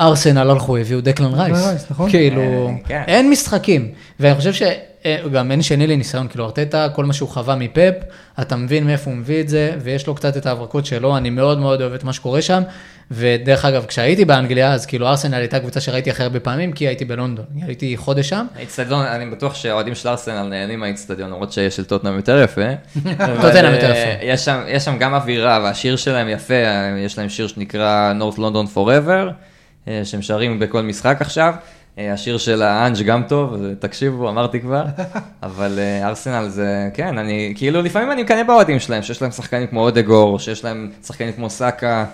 [SPEAKER 2] ארסנל הלכו, הביאו דקלן רייס.
[SPEAKER 1] רייס, נכון.
[SPEAKER 2] כאילו,
[SPEAKER 3] אה, כן.
[SPEAKER 2] אין משחקים. ואני חושב שגם אין שני לניסיון, כאילו ארטטה, כל מה שהוא חווה מפאפ, אתה מבין מאיפה הוא מביא את זה, ויש לו קצת את ההברקות שלו, אני מאוד מאוד אוהב את מה שקורה שם. ודרך אגב, כשהייתי באנגליה, אז כאילו ארסנל הייתה קבוצה שראיתי הכי הרבה פעמים, כי הייתי בלונדון. הייתי חודש שם.
[SPEAKER 3] האיצטדיון, אני בטוח שהאוהדים של ארסנל נהנים מהאיצטדיון, למרות שיש של טוטנאם יותר יפה. אבל,
[SPEAKER 2] טוטנהאם יותר
[SPEAKER 3] אה,
[SPEAKER 2] יפה.
[SPEAKER 3] יש שם- יש שם גם אווירה, והשיר שלהם יפה, אה, יש להם שיר שנקרא North London Forever, אה, שהם שרים בכל משחק עכשיו. אה, השיר של האנג' גם טוב, אז אה, תקשיבו, אמרתי כבר, אבל אה, ארסנל זה, כן, אני, כאילו לפעמים אני מקנא באוהדים שלהם, שיש להם שחקנים כמו אודגור, שיש להם שחקנים כמו סאקה.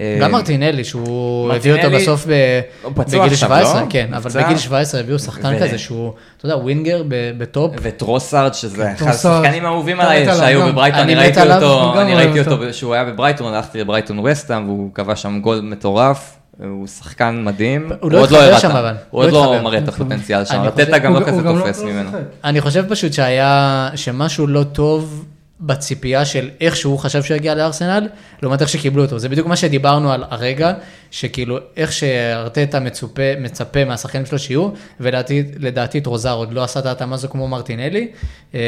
[SPEAKER 3] אה,
[SPEAKER 2] גם מרטינלי, שהוא הביא
[SPEAKER 3] מרטינלי-
[SPEAKER 2] אותו בסוף ב-
[SPEAKER 3] הוא פצוע
[SPEAKER 2] בגיל
[SPEAKER 3] עכשיו,
[SPEAKER 2] 17,
[SPEAKER 3] לא?
[SPEAKER 2] כן, אבל
[SPEAKER 3] נפצע?
[SPEAKER 2] בגיל 17 הביאו שחקן
[SPEAKER 3] ו-
[SPEAKER 2] כזה שהוא, אתה יודע, ווינגר ב- בטופ,
[SPEAKER 3] וטרוסארד, שזה אחד
[SPEAKER 1] כן, טרוסארד.
[SPEAKER 3] השחקנים האהובים
[SPEAKER 1] אתה מת
[SPEAKER 3] עליי,
[SPEAKER 1] עליו
[SPEAKER 3] שהיו
[SPEAKER 1] גם.
[SPEAKER 3] בברייטון,
[SPEAKER 2] אני
[SPEAKER 3] אני
[SPEAKER 2] מת
[SPEAKER 3] ראיתי
[SPEAKER 2] עליו,
[SPEAKER 1] גם
[SPEAKER 3] אותו, אני
[SPEAKER 1] אוהב
[SPEAKER 3] ראיתי
[SPEAKER 1] אותו.
[SPEAKER 3] אותו כשהוא היה בברייטון, הלכתי לברייטון וסטאם, והוא כבש שם גול מטורף, הוא שחקן מדהים,
[SPEAKER 2] הוא לא
[SPEAKER 3] עוד
[SPEAKER 2] התחבר
[SPEAKER 3] הראה את
[SPEAKER 2] שם,
[SPEAKER 3] ה-
[SPEAKER 2] אבל.
[SPEAKER 3] הוא
[SPEAKER 2] לא
[SPEAKER 3] עוד לא
[SPEAKER 2] התחבר.
[SPEAKER 3] מראה את הפוטנציאל שם,
[SPEAKER 2] אני
[SPEAKER 3] רטטה
[SPEAKER 2] חושב-
[SPEAKER 3] גם
[SPEAKER 1] הוא
[SPEAKER 3] לא
[SPEAKER 1] ג- הוא
[SPEAKER 3] כזה
[SPEAKER 1] גם
[SPEAKER 3] תופס
[SPEAKER 1] לא
[SPEAKER 3] ממנו.
[SPEAKER 1] משחק.
[SPEAKER 2] אני חושב פשוט שהיה, שמשהו לא טוב בציפייה של איך שהוא חשב שהוא יגיע לארסנל, לעומת איך שקיבלו אותו. זה בדיוק מה שדיברנו על הרגע, שכאילו איך שארטטה מצופה, מצפה מהשחקנים שלו שיהיו, ולדעתי לדעתי טרוזר עוד לא עשה את ההתאמה הזו כמו מרטינלי, אה,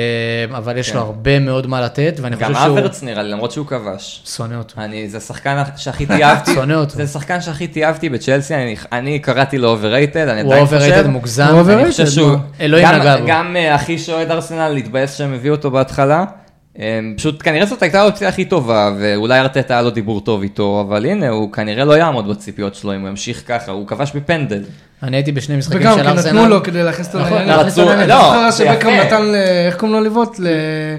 [SPEAKER 2] אבל יש לו הרבה מאוד מה לתת, ואני חושב
[SPEAKER 3] כן. גם
[SPEAKER 2] שהוא
[SPEAKER 3] אברץ נראה לי, למרות שהוא כבש.
[SPEAKER 2] שונא אותו.
[SPEAKER 3] אני, זה השחקן שהכי תיעבתי,
[SPEAKER 2] שונא אותו.
[SPEAKER 3] זה שחקן שהכי תיעבתי בצ'לסי, אני- אני קראתי לו אוברייטד, אני
[SPEAKER 2] הוא
[SPEAKER 3] עדיין
[SPEAKER 2] אובררייטד
[SPEAKER 3] חושב,
[SPEAKER 2] מוגזם.
[SPEAKER 1] הוא overrated.
[SPEAKER 3] אני חושב שהוא,
[SPEAKER 2] לא- אלוהים
[SPEAKER 3] גם-
[SPEAKER 2] נגע בו.
[SPEAKER 3] גם אה, אחי שאוהד ארסנל התבאס שהם הביאו אותו בהתחלה. אה, פשוט כנראה זאת הייתה האופציה הכי טובה, ואולי ארטטה היה לו דיבור טוב איתו, אבל הנה, הוא כנראה לא יעמוד בציפיות שלו אם הוא ימשיך ככה, הוא כבש בפנדל.
[SPEAKER 2] אני הייתי בשני משחקים של
[SPEAKER 1] וגם
[SPEAKER 2] ארסנל.
[SPEAKER 1] כי נתנו לו כדי להכניס אותו
[SPEAKER 2] נכון,
[SPEAKER 1] לעניין.
[SPEAKER 2] להכניס אותו לעניינים.
[SPEAKER 3] לא,
[SPEAKER 1] זוכר
[SPEAKER 3] זה
[SPEAKER 1] שבקאם
[SPEAKER 3] יפה.
[SPEAKER 1] נתן, ל- איך קוראים לו לבעוט? ל...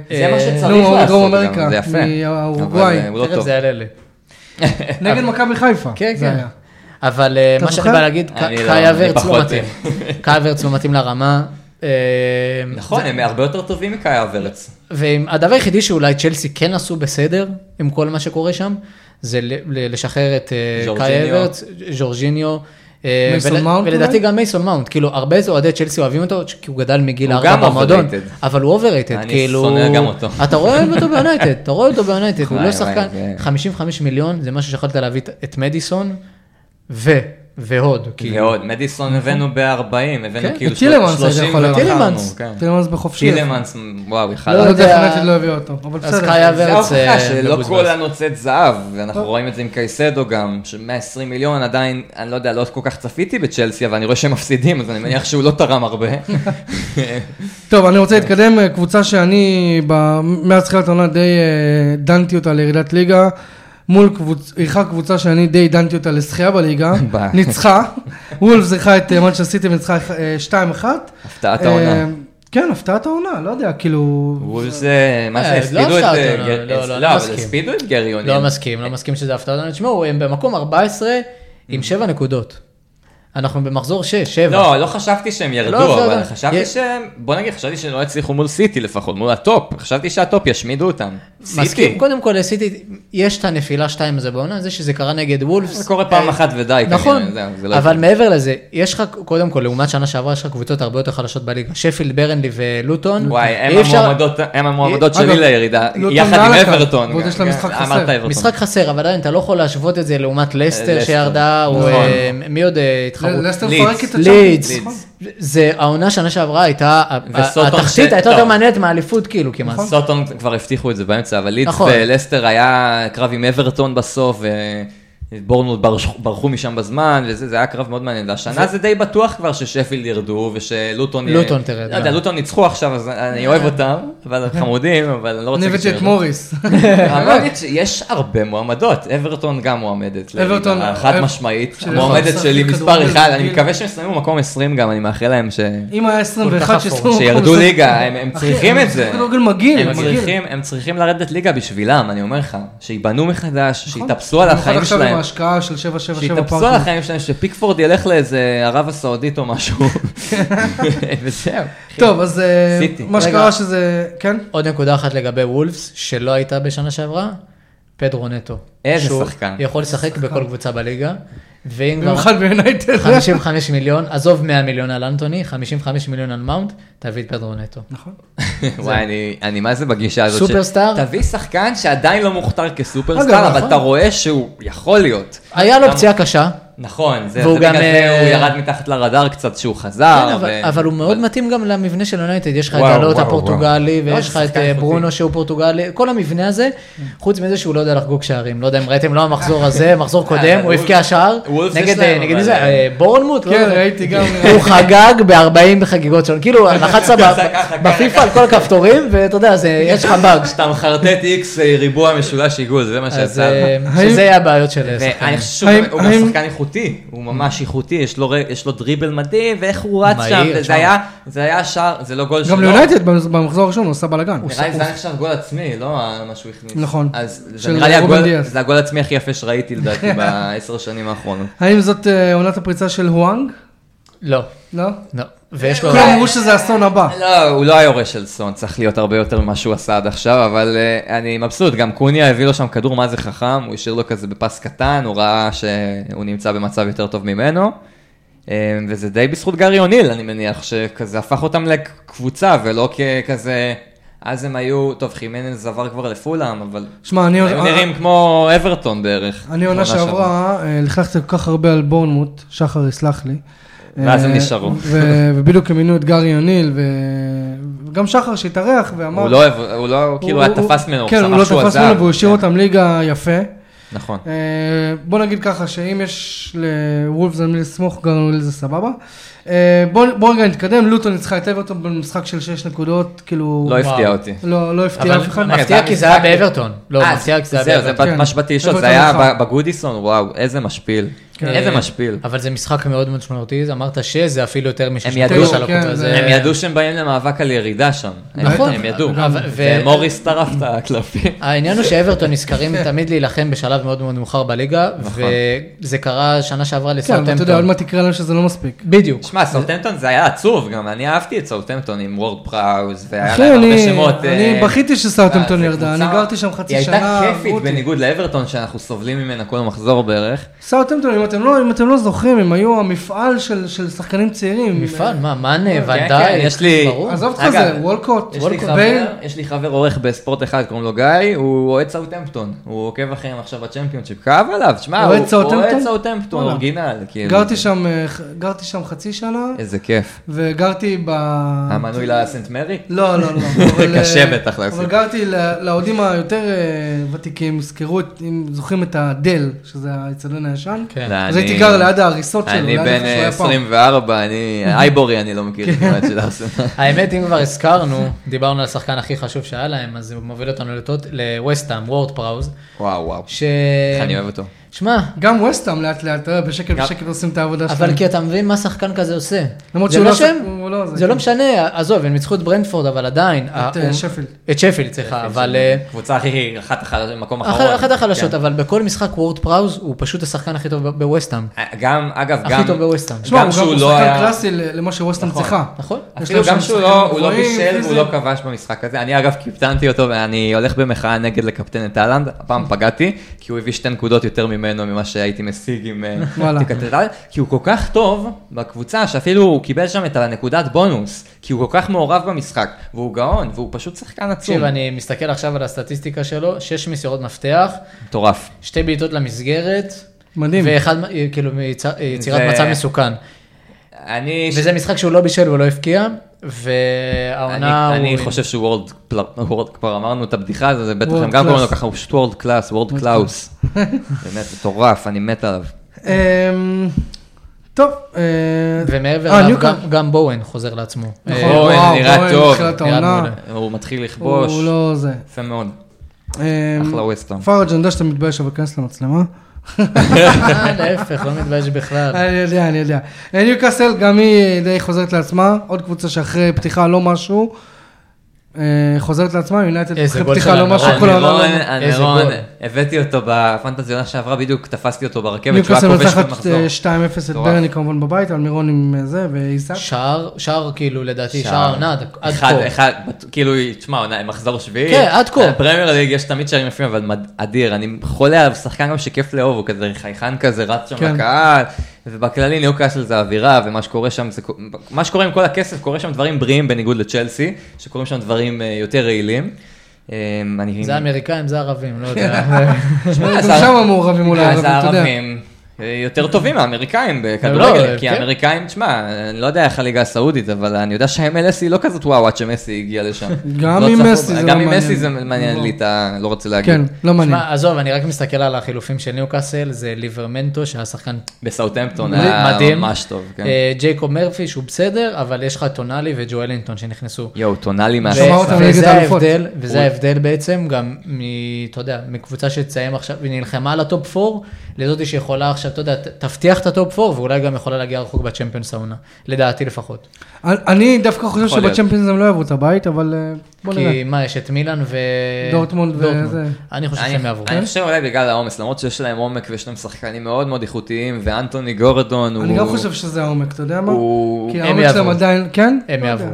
[SPEAKER 3] זה מה שצריך
[SPEAKER 1] נו, הוא
[SPEAKER 3] לעשות,
[SPEAKER 1] מדרום
[SPEAKER 3] גם,
[SPEAKER 1] אמריקה,
[SPEAKER 3] זה יפה.
[SPEAKER 1] מהאורוגוואי.
[SPEAKER 3] אבל, אה, הוא לא
[SPEAKER 2] תכף
[SPEAKER 3] טוב.
[SPEAKER 2] זה יעלה לי.
[SPEAKER 1] נגד מכבי חיפה.
[SPEAKER 2] כן,
[SPEAKER 1] זה
[SPEAKER 2] כן.
[SPEAKER 1] היה.
[SPEAKER 2] אבל אה,
[SPEAKER 1] אתה
[SPEAKER 2] מה שאני
[SPEAKER 1] זוכר?
[SPEAKER 2] בא להגיד,
[SPEAKER 3] אני
[SPEAKER 2] ק-
[SPEAKER 3] לא,
[SPEAKER 2] קאי
[SPEAKER 3] אני
[SPEAKER 2] אברץ לא
[SPEAKER 3] פחות.
[SPEAKER 2] מתאים. קאי אברץ לא מתאים לרמה. אה,
[SPEAKER 3] נכון, הם הרבה יותר טובים מקאי אברץ.
[SPEAKER 2] והדבר היחידי שאולי צ'לסי כן עשו בסדר, עם כל מה שקורה שם, זה ל- ל- לשחרר את אה, קאי
[SPEAKER 3] ז'ורג'יניו.
[SPEAKER 2] אברץ, ז'ורג'יניו. אה,
[SPEAKER 1] מייסון
[SPEAKER 2] ול-
[SPEAKER 1] מאונט
[SPEAKER 2] ולדעתי
[SPEAKER 1] אולי?
[SPEAKER 2] גם מייסון מאונט, כאילו הרבה אוהדי צ'לסי אוהבים אותו, כי הוא גדל מגיל
[SPEAKER 3] הוא
[SPEAKER 2] ארבע
[SPEAKER 3] גם
[SPEAKER 2] במועדון,
[SPEAKER 3] overrated.
[SPEAKER 2] אבל הוא אוברייטד,
[SPEAKER 3] אני
[SPEAKER 2] כאילו...
[SPEAKER 3] שונא גם אותו.
[SPEAKER 2] אתה רואה אותו ביונייטד, אתה רואה אותו ביונייטד, הוא
[SPEAKER 3] וואי,
[SPEAKER 2] לא
[SPEAKER 3] וואי, כן.
[SPEAKER 2] שחקן,
[SPEAKER 3] זה-
[SPEAKER 2] 55 מיליון זה משהו שיכולת להביא את- את מדיסון, ו... והוד, כאילו.
[SPEAKER 3] ועוד, מדיסון הבאנו ב-40, הבאנו
[SPEAKER 2] כן,
[SPEAKER 3] כאילו
[SPEAKER 1] את טילמנס היית
[SPEAKER 3] 30
[SPEAKER 1] יכול להביא.
[SPEAKER 3] ומכרנו,
[SPEAKER 2] טילמנס.
[SPEAKER 3] כן.
[SPEAKER 1] טילמנס בחופשי.
[SPEAKER 3] טילמנס, וואו,
[SPEAKER 1] לא
[SPEAKER 3] יכל.
[SPEAKER 1] יודע
[SPEAKER 2] יודע.
[SPEAKER 1] איך נטד לא הביא אותו, אבל
[SPEAKER 2] אז
[SPEAKER 1] בסדר.
[SPEAKER 2] קאי
[SPEAKER 3] זה
[SPEAKER 2] אברץ
[SPEAKER 3] ההוכחה
[SPEAKER 2] אה,
[SPEAKER 3] שלא
[SPEAKER 2] מבוזבז.
[SPEAKER 3] כל הנוצאת זהב, ואנחנו רואים את זה עם קייסדו גם, ש-120 מיליון עדיין, אני לא יודע, לא כל כך צפיתי בצ'לסי, אבל אני רואה שהם מפסידים, אז אני מניח שהוא לא תרם הרבה.
[SPEAKER 1] טוב, אני רוצה להתקדם, קבוצה שאני ב- מאז תחילת העונה די אה, דנתי אותה לירידת ליגה, מול קבוצ... אירחה קבוצה שאני די דנתי אותה לשחייה בליגה,
[SPEAKER 3] ב-
[SPEAKER 1] ניצחה, וולפס אירחה את מנצ'ה סיטי וניצחה אה, 2-1.
[SPEAKER 3] הפתעת העונה.
[SPEAKER 1] אה, כן, הפתעת העונה, לא יודע, כאילו...
[SPEAKER 3] וולף זה, מה
[SPEAKER 2] אה,
[SPEAKER 3] זה,
[SPEAKER 2] לא
[SPEAKER 3] הספידו את...
[SPEAKER 2] הפתעת
[SPEAKER 3] אה,
[SPEAKER 2] אותנו,
[SPEAKER 3] גר-
[SPEAKER 2] לא, לא,
[SPEAKER 3] אה,
[SPEAKER 2] לא
[SPEAKER 3] לא, אבל
[SPEAKER 2] מסכים.
[SPEAKER 3] הספידו את גרי אוניון.
[SPEAKER 2] לא מסכים, לא מסכים שזה הפתעה. תשמעו, הם במקום 14 עם 7 נקודות. אנחנו במחזור 6, 7.
[SPEAKER 3] לא, לא חשבתי שהם
[SPEAKER 2] לא,
[SPEAKER 3] ירדו,
[SPEAKER 2] זה
[SPEAKER 3] אבל
[SPEAKER 2] לא.
[SPEAKER 3] חשבתי
[SPEAKER 2] יה-
[SPEAKER 3] שהם, בוא נגיד, חשבתי שהם לא יצליחו מול סיטי לפחות, מול הטופ. חשבתי שהטופ ישמידו אותם. סיטי.
[SPEAKER 2] מסכים. קודם כל, לסיטי, יש את הנפילה 2 הזה בעונה, זה שזה קרה נגד וולפס.
[SPEAKER 3] זה קורה פעם
[SPEAKER 2] אה,
[SPEAKER 3] אחת ודי,
[SPEAKER 2] נכון,
[SPEAKER 3] כנראה, זהו, זה לא
[SPEAKER 2] אבל
[SPEAKER 3] יקרה.
[SPEAKER 2] מעבר לזה, יש לך, קודם כל, לעומת שנה שעברה, יש לך קבוצות הרבה יותר חלשות בליגה. שפילד, ברנלי ולוטון.
[SPEAKER 3] וואי, הם
[SPEAKER 2] אוקיי. אי לא אפשר-
[SPEAKER 3] המועמדות- הם המועמדות
[SPEAKER 1] אגב,
[SPEAKER 3] שלי לירידה,
[SPEAKER 1] לוטון
[SPEAKER 3] יחד עם
[SPEAKER 1] דלקה,
[SPEAKER 3] אברטון.
[SPEAKER 1] ועוד
[SPEAKER 3] גם,
[SPEAKER 1] יש להם
[SPEAKER 3] כן,
[SPEAKER 1] משחק
[SPEAKER 3] אמרת
[SPEAKER 1] חסר.
[SPEAKER 3] אברטון.
[SPEAKER 2] משחק חסר, אבל עדיין אתה לא יכול להשוות את זה לעומת לסטר
[SPEAKER 3] לסטר,
[SPEAKER 2] שירדה, או
[SPEAKER 3] נכון.
[SPEAKER 2] אה, מי עוד אה, התחרו?
[SPEAKER 1] לסטר
[SPEAKER 3] לידס,
[SPEAKER 1] פרק את
[SPEAKER 2] לידס.
[SPEAKER 1] הצ'אמפיונס. נכון.
[SPEAKER 2] זה, העונה שנה שעברה הייתה, ה-
[SPEAKER 3] וסוטון
[SPEAKER 2] התחתית
[SPEAKER 3] ש-
[SPEAKER 2] הייתה יותר
[SPEAKER 3] טוב.
[SPEAKER 2] מעניינת מהאליפות, כאילו, כמעט.
[SPEAKER 1] נכון.
[SPEAKER 3] סוטון כבר הבטיחו את זה באמצע, אבל לידס
[SPEAKER 2] נכון.
[SPEAKER 3] ולסטר היה קרב עם אברטון בסוף, ובורנות ברחו משם בזמן, וזה זה היה קרב מאוד מעניין. והשנה זה די בטוח כבר ששפילד ירדו, ושלוטון... יהיה-
[SPEAKER 2] לוטון תרד, אה.
[SPEAKER 3] לא יודע,
[SPEAKER 2] גם.
[SPEAKER 3] לוטון ניצחו עכשיו, אז אני אוהב אותם, אבל הם חמודים, אבל אני לא רוצה...
[SPEAKER 1] אני הבאתי את
[SPEAKER 3] שירדו.
[SPEAKER 1] מוריס.
[SPEAKER 3] אבל בוא נגיד שיש הרבה מועמדות, אברטון גם מועמדת.
[SPEAKER 1] אברטון-
[SPEAKER 3] לליגה, חד
[SPEAKER 1] אב-
[SPEAKER 3] משמעית,
[SPEAKER 1] של-
[SPEAKER 3] המועמדת
[SPEAKER 1] של-
[SPEAKER 3] שלי
[SPEAKER 1] של
[SPEAKER 3] מספר
[SPEAKER 1] כדורגל
[SPEAKER 3] אחד, אני
[SPEAKER 1] בגיל.
[SPEAKER 3] מקווה שהם יסיימו במקום 20 גם, אני מאחל להם ש...
[SPEAKER 1] אם היה 21
[SPEAKER 2] כך
[SPEAKER 1] שסיימו...
[SPEAKER 2] אפור.
[SPEAKER 1] מקום
[SPEAKER 3] שירדו
[SPEAKER 1] בסוף.
[SPEAKER 3] ליגה, הם- הם
[SPEAKER 1] אחי,
[SPEAKER 3] צריכים
[SPEAKER 1] הם
[SPEAKER 3] את זה.
[SPEAKER 1] משחקים כדורגל מגעיל,
[SPEAKER 3] הם
[SPEAKER 1] מגעיל.
[SPEAKER 3] צריכים, הם צריכים לרדת ליגה בשבילם, אני אומר לך. שייבנו מחדש,
[SPEAKER 1] נכון.
[SPEAKER 3] שיתאפסו על
[SPEAKER 1] במיוחד
[SPEAKER 3] החיים
[SPEAKER 1] עכשיו עם
[SPEAKER 3] שלהם.
[SPEAKER 1] ההשקעה של 777
[SPEAKER 3] שיתאפסו על החיים שלהם, שפיקפורד ילך לאיזה ערב הסעודית או משהו. וזהו.
[SPEAKER 1] טוב, אז אה,
[SPEAKER 3] כן. סיטי.
[SPEAKER 1] מה
[SPEAKER 2] רגע.
[SPEAKER 1] שקרה שזה... כן?
[SPEAKER 2] עוד נקודה אחת לגבי וולפס, שלא הייתה בשנה שעברה, פדרו נטו.
[SPEAKER 3] איזה
[SPEAKER 2] שהוא
[SPEAKER 3] שחקן.
[SPEAKER 2] יכול לשחק בכל קבוצה בליגה, ואם כבר
[SPEAKER 1] במיוחד ביונייטד.
[SPEAKER 2] 55 מיליון, עזוב 100 מיליון על אנטוני, 55 מיליון על מאונט, תביא את פדרו נטו.
[SPEAKER 1] נכון.
[SPEAKER 3] וואי, אני- אני מה זה בגישה הזאת. ש-
[SPEAKER 2] סופרסטאר?
[SPEAKER 3] תביא שחקן שעדיין לא מוכתר
[SPEAKER 1] אגב,
[SPEAKER 3] כסופרסטאר, אבל
[SPEAKER 1] נכון.
[SPEAKER 3] אתה רואה שהוא יכול להיות.
[SPEAKER 2] היה לו
[SPEAKER 3] גם-
[SPEAKER 2] פציעה קשה,
[SPEAKER 3] נכון, זה
[SPEAKER 2] והוא
[SPEAKER 3] זה בגלל
[SPEAKER 2] גם,
[SPEAKER 3] זה
[SPEAKER 2] אה,
[SPEAKER 3] הוא ירד מתחת לרדאר קצת שהוא
[SPEAKER 2] כן,
[SPEAKER 3] חזר.
[SPEAKER 2] אבל-
[SPEAKER 3] ו-
[SPEAKER 2] אבל הוא מאוד מתאים גם למבנה של יונייטד, יש לך את
[SPEAKER 3] אה, אוקיי. וואו,
[SPEAKER 2] הלוט
[SPEAKER 3] וואו,
[SPEAKER 2] הפורטוגלי,
[SPEAKER 3] וואו.
[SPEAKER 2] ויש לך
[SPEAKER 3] לא,
[SPEAKER 2] את
[SPEAKER 3] שחקן
[SPEAKER 2] אה,
[SPEAKER 3] איכותי.
[SPEAKER 2] ברונו שהוא פורטוגלי, כל המבנה הזה,
[SPEAKER 3] Mm.
[SPEAKER 2] חוץ מזה שהוא לא יודע לחגוג שערים, לא יודע אם ראיתם, לא המחזור הזה, מחזור קודם,
[SPEAKER 3] אה, אבל
[SPEAKER 2] הוא
[SPEAKER 3] וולפס-
[SPEAKER 2] הבקיע שער,
[SPEAKER 3] וולפס יש
[SPEAKER 2] נגד,
[SPEAKER 3] להם,
[SPEAKER 2] אה, נגד
[SPEAKER 3] אבל-
[SPEAKER 2] מי זה, אה, בורנמוט? לא
[SPEAKER 1] כן,
[SPEAKER 2] זוכר.
[SPEAKER 1] ראיתי גם.
[SPEAKER 2] הוא חגג ב-40 בחגיגות שלו, כאילו לחצת ב-
[SPEAKER 3] ככה, ככה,
[SPEAKER 2] בפיפ"א על כל הכפתורים, ואתה יודע, זה- יש לך באג.
[SPEAKER 3] כשאתה מחרטט איקס אה, ריבוע משולש עיגול, זה מה
[SPEAKER 2] אז
[SPEAKER 3] שיצא.
[SPEAKER 2] אה,
[SPEAKER 1] האם-
[SPEAKER 2] שזה הבעיות של
[SPEAKER 3] ואני
[SPEAKER 2] שחקנים.
[SPEAKER 3] חושב שהוא
[SPEAKER 1] האם-
[SPEAKER 3] גם- הוא גם
[SPEAKER 1] האם-
[SPEAKER 3] שחקן איכותי, הוא ממש איכותי, יש לו ר- יש לו דריבל מדהים, ואיך הוא רץ
[SPEAKER 2] מהיר,
[SPEAKER 3] שם,
[SPEAKER 2] שם.
[SPEAKER 3] וזה היה, זה היה שער, זה לא גול שלו.
[SPEAKER 1] גם ליונייטד במחזור הראשון הוא עשה בלאגן.
[SPEAKER 3] נראה לי זה היה עכשיו גול עצמי, לא ה- מה שהוא הכניס.
[SPEAKER 1] נכון.
[SPEAKER 3] אז זה
[SPEAKER 1] של
[SPEAKER 3] נראה לי
[SPEAKER 1] רובן
[SPEAKER 3] הגול,
[SPEAKER 1] דיאז.
[SPEAKER 3] זה הגול עצמי הכי יפה שראיתי לדעתי בעשר שנים האחרונות.
[SPEAKER 1] האם זאת אה, עונת הפריצה של הואנג?
[SPEAKER 2] לא,
[SPEAKER 1] לא?
[SPEAKER 2] לא. ויש לו...
[SPEAKER 3] כן,
[SPEAKER 1] כולם אמרו שזה האסון הבא.
[SPEAKER 3] לא, הוא לא היורש של סון, צריך להיות הרבה יותר ממה שהוא עשה עד עכשיו, אבל אה, אני מבסוט, גם קוניה הביא לו שם כדור מה זה חכם, הוא השאיר לו כזה בפס קטן, הוא ראה שהוא נמצא במצב יותר טוב ממנו, אה, וזה די בזכות גארי אוניל, אני מניח, שכזה הפך אותם לקבוצה, ולא ככזה, אז הם היו, טוב, חימנז עבר כבר לפולאם, אבל
[SPEAKER 1] שמע, אני...
[SPEAKER 3] הם נראים כמו אברטון בערך.
[SPEAKER 1] אני עונה שעברה, אה, לכלכתי כל כך הרבה על בורנמוט, שחר יסלח לי.
[SPEAKER 3] ואז הם
[SPEAKER 1] אה,
[SPEAKER 3] נשארו.
[SPEAKER 1] ו- ובדיוק הם מינו את גארי יוניל, ו- וגם שחר שהתארח ואמר...
[SPEAKER 3] הוא לא, אוהב- הוא לא, כאילו, היה
[SPEAKER 1] הוא-
[SPEAKER 3] תפס ממנו, הוא
[SPEAKER 1] כן, הוא
[SPEAKER 3] שמח
[SPEAKER 1] לא
[SPEAKER 3] שהוא
[SPEAKER 1] תפס
[SPEAKER 3] עזב.
[SPEAKER 1] ממנו והוא השאיר
[SPEAKER 3] כן,
[SPEAKER 1] אותם ליגה יפה.
[SPEAKER 3] נכון.
[SPEAKER 1] אה, בוא נגיד ככה, שאם יש לוולפס על מי לסמוך, גרנוליל זה סבבה. אה, בוא בוא רגע נתקדם, לוטון ניצחה את אברטון במשחק של 6 נקודות, כאילו...
[SPEAKER 3] לא הפתיע
[SPEAKER 2] וואו.
[SPEAKER 3] אותי.
[SPEAKER 1] לא, לא הפתיע
[SPEAKER 2] אבל
[SPEAKER 1] אף אחד.
[SPEAKER 3] רגע, זה
[SPEAKER 2] מפתיע
[SPEAKER 3] היה
[SPEAKER 2] כי זה היה
[SPEAKER 3] משחק-
[SPEAKER 2] באברטון. לא,
[SPEAKER 3] אה,
[SPEAKER 2] מפתיע כי זה היה
[SPEAKER 3] זהו, זה
[SPEAKER 2] באברטון.
[SPEAKER 1] כן.
[SPEAKER 3] מה שבאתי לשאול, זה
[SPEAKER 1] אברטון
[SPEAKER 3] היה
[SPEAKER 1] הלכה.
[SPEAKER 3] ב- בגודיסון, וואו, איזה משפיל.
[SPEAKER 1] כן.
[SPEAKER 3] איזה משפיל.
[SPEAKER 2] אבל זה משחק מאוד משמעותי, זה אמרת שזה אפילו יותר משש
[SPEAKER 3] ידעו,
[SPEAKER 2] שלוש על
[SPEAKER 1] כן,
[SPEAKER 2] הקבוצה.
[SPEAKER 1] זה-
[SPEAKER 2] זה-
[SPEAKER 3] הם ידעו שהם באים למאבק על ירידה שם. הם-
[SPEAKER 2] נכון.
[SPEAKER 3] הם ידעו.
[SPEAKER 2] אבל- ו-
[SPEAKER 3] ומוריס טרף את הקלפים.
[SPEAKER 2] העניין הוא שאברטון נזכרים
[SPEAKER 1] כן.
[SPEAKER 2] תמיד להילחם בשלב מאוד מאוד מאוחר בליגה,
[SPEAKER 3] נכון.
[SPEAKER 2] וזה קרה שנה שעברה
[SPEAKER 1] כן, אבל אתה יודע, עוד
[SPEAKER 2] לסרטמפטון.
[SPEAKER 1] מעט יקרה להם שזה לא מספיק.
[SPEAKER 2] בדיוק.
[SPEAKER 3] שמע, סאוטמפטון זה היה עצוב גם, אני אהבתי את סאוטמפטון עם וורד פראוז, והיה
[SPEAKER 1] אחי,
[SPEAKER 3] אה, להם הרבה
[SPEAKER 1] אני-
[SPEAKER 3] שמות.
[SPEAKER 1] אני
[SPEAKER 3] אה,
[SPEAKER 1] בכיתי שסאוטהמפטון
[SPEAKER 3] אה,
[SPEAKER 1] ירדה,
[SPEAKER 3] זה קבוצה-
[SPEAKER 1] אני גרתי שם חצי
[SPEAKER 3] היא
[SPEAKER 1] שנה,
[SPEAKER 3] הייתה כיפית,
[SPEAKER 1] אותי.
[SPEAKER 3] בניגוד לאברטון, שאנחנו סובלים ממנה כל המחזור בערך.
[SPEAKER 1] סאוטהמפטון, אם אתם לא- אם אתם לא זוכרים, הם היו המפעל של של שחקנים צעירים.
[SPEAKER 2] מפעל, מה, מאנה,
[SPEAKER 3] כן,
[SPEAKER 2] ונדאי,
[SPEAKER 3] יש לי-
[SPEAKER 2] ברור.
[SPEAKER 1] עזוב אותך
[SPEAKER 3] אגב,
[SPEAKER 1] זה, וולקוט,
[SPEAKER 3] יש לי
[SPEAKER 1] וולקוט,
[SPEAKER 3] חבר-
[SPEAKER 1] בייל.
[SPEAKER 3] יש לי חבר עורך בספורט אחד, קוראים לו גיא, הוא אוהד סאוטהמפטון, הוא עוקב אחריהם עכשיו בצ'מפיונשיפ, כאב עליו, שמע,
[SPEAKER 1] אוהד
[SPEAKER 3] הוא הוא
[SPEAKER 1] סאוטהמפטון?
[SPEAKER 3] אוהד סאוטהמפטון,
[SPEAKER 1] וואלה.
[SPEAKER 3] אורגינל, כאילו.
[SPEAKER 1] גרתי שם, אה, ח- גרתי שם חצי שנה,
[SPEAKER 3] איזה כיף.
[SPEAKER 1] וגרתי ב...
[SPEAKER 3] אה,
[SPEAKER 1] אה,
[SPEAKER 3] המנוי
[SPEAKER 1] כן.
[SPEAKER 3] לסנט מרי?
[SPEAKER 1] לא, לא, לא. אבל, אה,
[SPEAKER 3] קשה בטח להשיג.
[SPEAKER 1] אבל גרתי ל- לאוהדים היותר אה, ותיקים, זכרו, את- אם זוכרים את הדל, שזה האצטדיון הישן.
[SPEAKER 3] לא.
[SPEAKER 2] כן.
[SPEAKER 1] אז הייתי גר ליד ההריסות שלו,
[SPEAKER 3] אני
[SPEAKER 1] ליד
[SPEAKER 3] בן אה,
[SPEAKER 1] איפה שהוא היה פעם. כן.
[SPEAKER 3] 24, אני אייבורי, אני לא מכיר את זה של ארסנל.
[SPEAKER 2] האמת, אם כבר הזכרנו, דיברנו על השחקן הכי חשוב שהיה להם, אז הוא מוביל אותנו לטוט- לווסטהאם, וורד פראוז,
[SPEAKER 3] וואו, וואו.
[SPEAKER 2] ש...
[SPEAKER 3] איך אני אוהב אותו.
[SPEAKER 2] שמע,
[SPEAKER 1] גם וסטאם לאט לאט, אתה יודע, בשקט
[SPEAKER 3] גם-
[SPEAKER 1] בשקט עושים את העבודה שלהם.
[SPEAKER 2] אבל כן. כי אתה מבין מה שחקן כזה עושה.
[SPEAKER 1] למרות
[SPEAKER 2] זה
[SPEAKER 1] שהוא
[SPEAKER 2] לא
[SPEAKER 1] לא-
[SPEAKER 2] שהם-
[SPEAKER 1] הוא לא- זה
[SPEAKER 2] זה לא
[SPEAKER 1] כן.
[SPEAKER 2] משנה, עזוב, הם ניצחו את ברנדפורד, אבל עדיין.
[SPEAKER 1] את
[SPEAKER 2] ה-
[SPEAKER 1] אה, שפילד.
[SPEAKER 2] את שפילד, סליחה, אבל... אה,
[SPEAKER 3] קבוצה הכי, אחת החלשות, מקום
[SPEAKER 2] אחת-
[SPEAKER 3] אחרון.
[SPEAKER 2] אחת החלשות,
[SPEAKER 3] כן.
[SPEAKER 2] אבל בכל משחק וורד פראוז הוא פשוט השחקן הכי טוב ב- בווסטהאם.
[SPEAKER 3] אה, גם, אגב,
[SPEAKER 2] הכי
[SPEAKER 3] גם,
[SPEAKER 2] טוב בווסטהאם.
[SPEAKER 1] שמע, הוא גם
[SPEAKER 3] שהוא
[SPEAKER 1] הוא
[SPEAKER 3] לא
[SPEAKER 1] שחקן
[SPEAKER 3] היה-
[SPEAKER 1] קלאסי ל- למה שווסטהאם
[SPEAKER 3] נכון,
[SPEAKER 1] צריכה.
[SPEAKER 2] נכון?
[SPEAKER 1] יש
[SPEAKER 3] אפילו
[SPEAKER 1] להם שם
[SPEAKER 3] גם שהוא
[SPEAKER 1] משחקים
[SPEAKER 3] לא, הוא לא
[SPEAKER 1] גבוהים,
[SPEAKER 3] בישל והוא
[SPEAKER 1] פיזיים.
[SPEAKER 3] לא כבש במשחק הזה. אני אגב קיפטנתי אותו ואני הולך במחאה נגד לקפטן את אהלנד, הפעם פגעתי, כי הוא הביא שתי נקודות יותר ממנו ממה שהייתי משיג עם אה,
[SPEAKER 1] וואלה.
[SPEAKER 3] לקפטן את אהלנד, כי הוא כל כך טוב בקבוצה שאפילו הוא קיבל שם את הנקודת בונוס, כי הוא כל כך מעורב במשחק, והוא גאון, והוא פשוט שחקן עצום,
[SPEAKER 2] תקשיב, אני מסתכל עכשיו על הסטטיסטיקה שלו, שש מסירות מפתח,
[SPEAKER 3] מטורף.
[SPEAKER 2] שתי בעיטות למסגרת,
[SPEAKER 1] מדהים.
[SPEAKER 2] ואחד, אה, כאילו, מיצ- אה, יצירת
[SPEAKER 3] זה-
[SPEAKER 2] מצב מסוכן.
[SPEAKER 3] אני...
[SPEAKER 2] וזה משחק שהוא לא בישל ולא הבקיע, והעונה הוא...
[SPEAKER 3] אני, אני חושב שהוא וורד, פל- וורד, כבר אמרנו את הבדיחה הזו, זה בטח
[SPEAKER 1] וורד
[SPEAKER 3] הם גם קוראים לו
[SPEAKER 1] קלאס.
[SPEAKER 3] ככה, הוא פשוט וורד קלאס, וורד קלאוס. באמת, מטורף, אני מת עליו.
[SPEAKER 1] אמ, טוב. אה,
[SPEAKER 2] ומעבר
[SPEAKER 1] אה,
[SPEAKER 2] אליו,
[SPEAKER 1] ניוקה-
[SPEAKER 2] גם, גם בואן חוזר לעצמו.
[SPEAKER 1] נכון,
[SPEAKER 2] אה,
[SPEAKER 3] בואן
[SPEAKER 1] וואו,
[SPEAKER 3] נראה
[SPEAKER 1] בואן
[SPEAKER 3] טוב,
[SPEAKER 1] מתחילת
[SPEAKER 2] נראה
[SPEAKER 1] העונה.
[SPEAKER 2] מעולה.
[SPEAKER 3] הוא מתחיל לכבוש,
[SPEAKER 1] הוא לא זה.
[SPEAKER 3] יפה מאוד,
[SPEAKER 1] אמ,
[SPEAKER 3] אחלה ווסטהאם.
[SPEAKER 1] פרג' אני יודע שאתה מתבייש, אבל כנס למצלמה.
[SPEAKER 2] להפך, לא מתבייש בכלל.
[SPEAKER 1] אני יודע, אני יודע. אה, ניוקאסל, גם היא די חוזרת לעצמה, עוד קבוצה שאחרי פתיחה לא משהו, אה, חוזרת לעצמה, יונייטד
[SPEAKER 2] איזה
[SPEAKER 1] אחרי
[SPEAKER 2] גול
[SPEAKER 1] פתיחה
[SPEAKER 2] של אה,
[SPEAKER 1] לא משהו,
[SPEAKER 2] הנרון.
[SPEAKER 1] כל העונה
[SPEAKER 3] הנרון,
[SPEAKER 1] לא...
[SPEAKER 2] איזה
[SPEAKER 3] הנרון,
[SPEAKER 2] גול.
[SPEAKER 3] אה, הבאתי אותו בפנטזיה עונה שעברה, בדיוק תפסתי אותו
[SPEAKER 2] כן,
[SPEAKER 3] ברכבת, שהוא היה
[SPEAKER 1] ניוקאסל
[SPEAKER 3] כובש
[SPEAKER 1] מנצחת
[SPEAKER 3] במחזור.
[SPEAKER 1] אה, 2-0 את
[SPEAKER 3] מטורף.
[SPEAKER 1] ברני כמובן בבית, אבל מירון עם אה, זה, ועיסק.
[SPEAKER 2] שער, שער כאילו לדעתי,
[SPEAKER 3] שער.
[SPEAKER 2] שער העונה עד- עד
[SPEAKER 3] אחד,
[SPEAKER 2] כה.
[SPEAKER 3] אחד, בט- כאילו, תשמע, עונה, מחזור שביעי.
[SPEAKER 2] כן, עד כה.
[SPEAKER 3] בפרמייר ליג יש תמיד שערים יפים, אבל מד- אדיר. אני חולה עליו, שחקן גם שכיף לאהוב, הוא כזה חייכן כזה, רץ שם
[SPEAKER 1] כן.
[SPEAKER 3] לקהל. ובכללי ניוקאסל זה אווירה, ומה שקורה שם, זה, ק- מה שקורה עם כל הכסף, קורה שם דברים בריאים בניגוד לצ'לסי, שקורים שם דברים אה, יותר רעילים. אה, אני...
[SPEAKER 2] זה אמריקאים, זה ערבים, לא יודע.
[SPEAKER 3] שמע,
[SPEAKER 1] גם
[SPEAKER 3] אז
[SPEAKER 1] שם
[SPEAKER 3] ה-
[SPEAKER 1] המעורבים אולי
[SPEAKER 3] אז
[SPEAKER 1] הערבים, אתה יודע.
[SPEAKER 3] הערבים, אה, יותר טובים מהאמריקאים
[SPEAKER 2] לא,
[SPEAKER 3] בכדורגל, כי
[SPEAKER 2] כן.
[SPEAKER 3] האמריקאים, תשמע, אני לא יודע איך הליגה הסעודית, אבל אני יודע שה-MLS היא לא כזאת וואו עד שמסי הגיע לשם.
[SPEAKER 1] גם
[SPEAKER 3] לא
[SPEAKER 1] עם
[SPEAKER 3] צפו-
[SPEAKER 1] מסי זה לא
[SPEAKER 3] גם עם מסי
[SPEAKER 1] מעניין.
[SPEAKER 3] זה מעניין
[SPEAKER 1] לא.
[SPEAKER 3] לי, אתה לא רוצה להגיד.
[SPEAKER 1] כן, לא מעניין.
[SPEAKER 2] שמע, עזוב, אני רק מסתכל על החילופים של ניוקאסל, זה ליברמנטו, שהיה שחקן
[SPEAKER 3] בסאוטהמפטון היה
[SPEAKER 2] מדהים.
[SPEAKER 3] ממש טוב, כן.
[SPEAKER 2] אה, ג'ייקוב מרפי, שהוא בסדר, אבל יש לך טונאלי וג'ואלינטון שנכנסו.
[SPEAKER 3] יואו, טונאלי
[SPEAKER 2] ו-
[SPEAKER 1] שמע
[SPEAKER 3] מהסוף.
[SPEAKER 1] אותם נגד
[SPEAKER 2] וזה
[SPEAKER 1] האלופות.
[SPEAKER 2] ההבדל, וזה ההבדל בעצם גם, מ- אתה יודע, מקבוצה שתסיים עכשיו, היא נלחמה על הטופ 4, לזאתי שיכולה עכשיו, אתה יודע, ת- תבטיח את הטופ 4, ואולי גם יכולה להגיע רחוק בצ'מפיונס העונה, לדעתי לפחות.
[SPEAKER 1] אני דווקא חושב
[SPEAKER 3] יכול להיות.
[SPEAKER 1] שבצ'מפיונס הם לא יעברו את הבית, אבל אה, בוא נראה.
[SPEAKER 2] כי מה, יש את מילאן ו...
[SPEAKER 1] דורטמונד ו- זה.
[SPEAKER 2] אני חושב
[SPEAKER 3] אני-
[SPEAKER 2] שהם יעברו.
[SPEAKER 3] אני חושב אולי בגלל העומס, למרות שיש להם עומק ויש להם שחקנים מאוד מאוד איכותיים, ואנטוני גורדון הוא...
[SPEAKER 1] אני גם חושב שזה העומק, אתה יודע מה?
[SPEAKER 3] הוא-
[SPEAKER 1] כי
[SPEAKER 2] הם
[SPEAKER 1] העומק שלהם
[SPEAKER 2] יעברו.
[SPEAKER 1] עדיין, כן?
[SPEAKER 2] הם
[SPEAKER 1] לא יודע.
[SPEAKER 2] יעברו.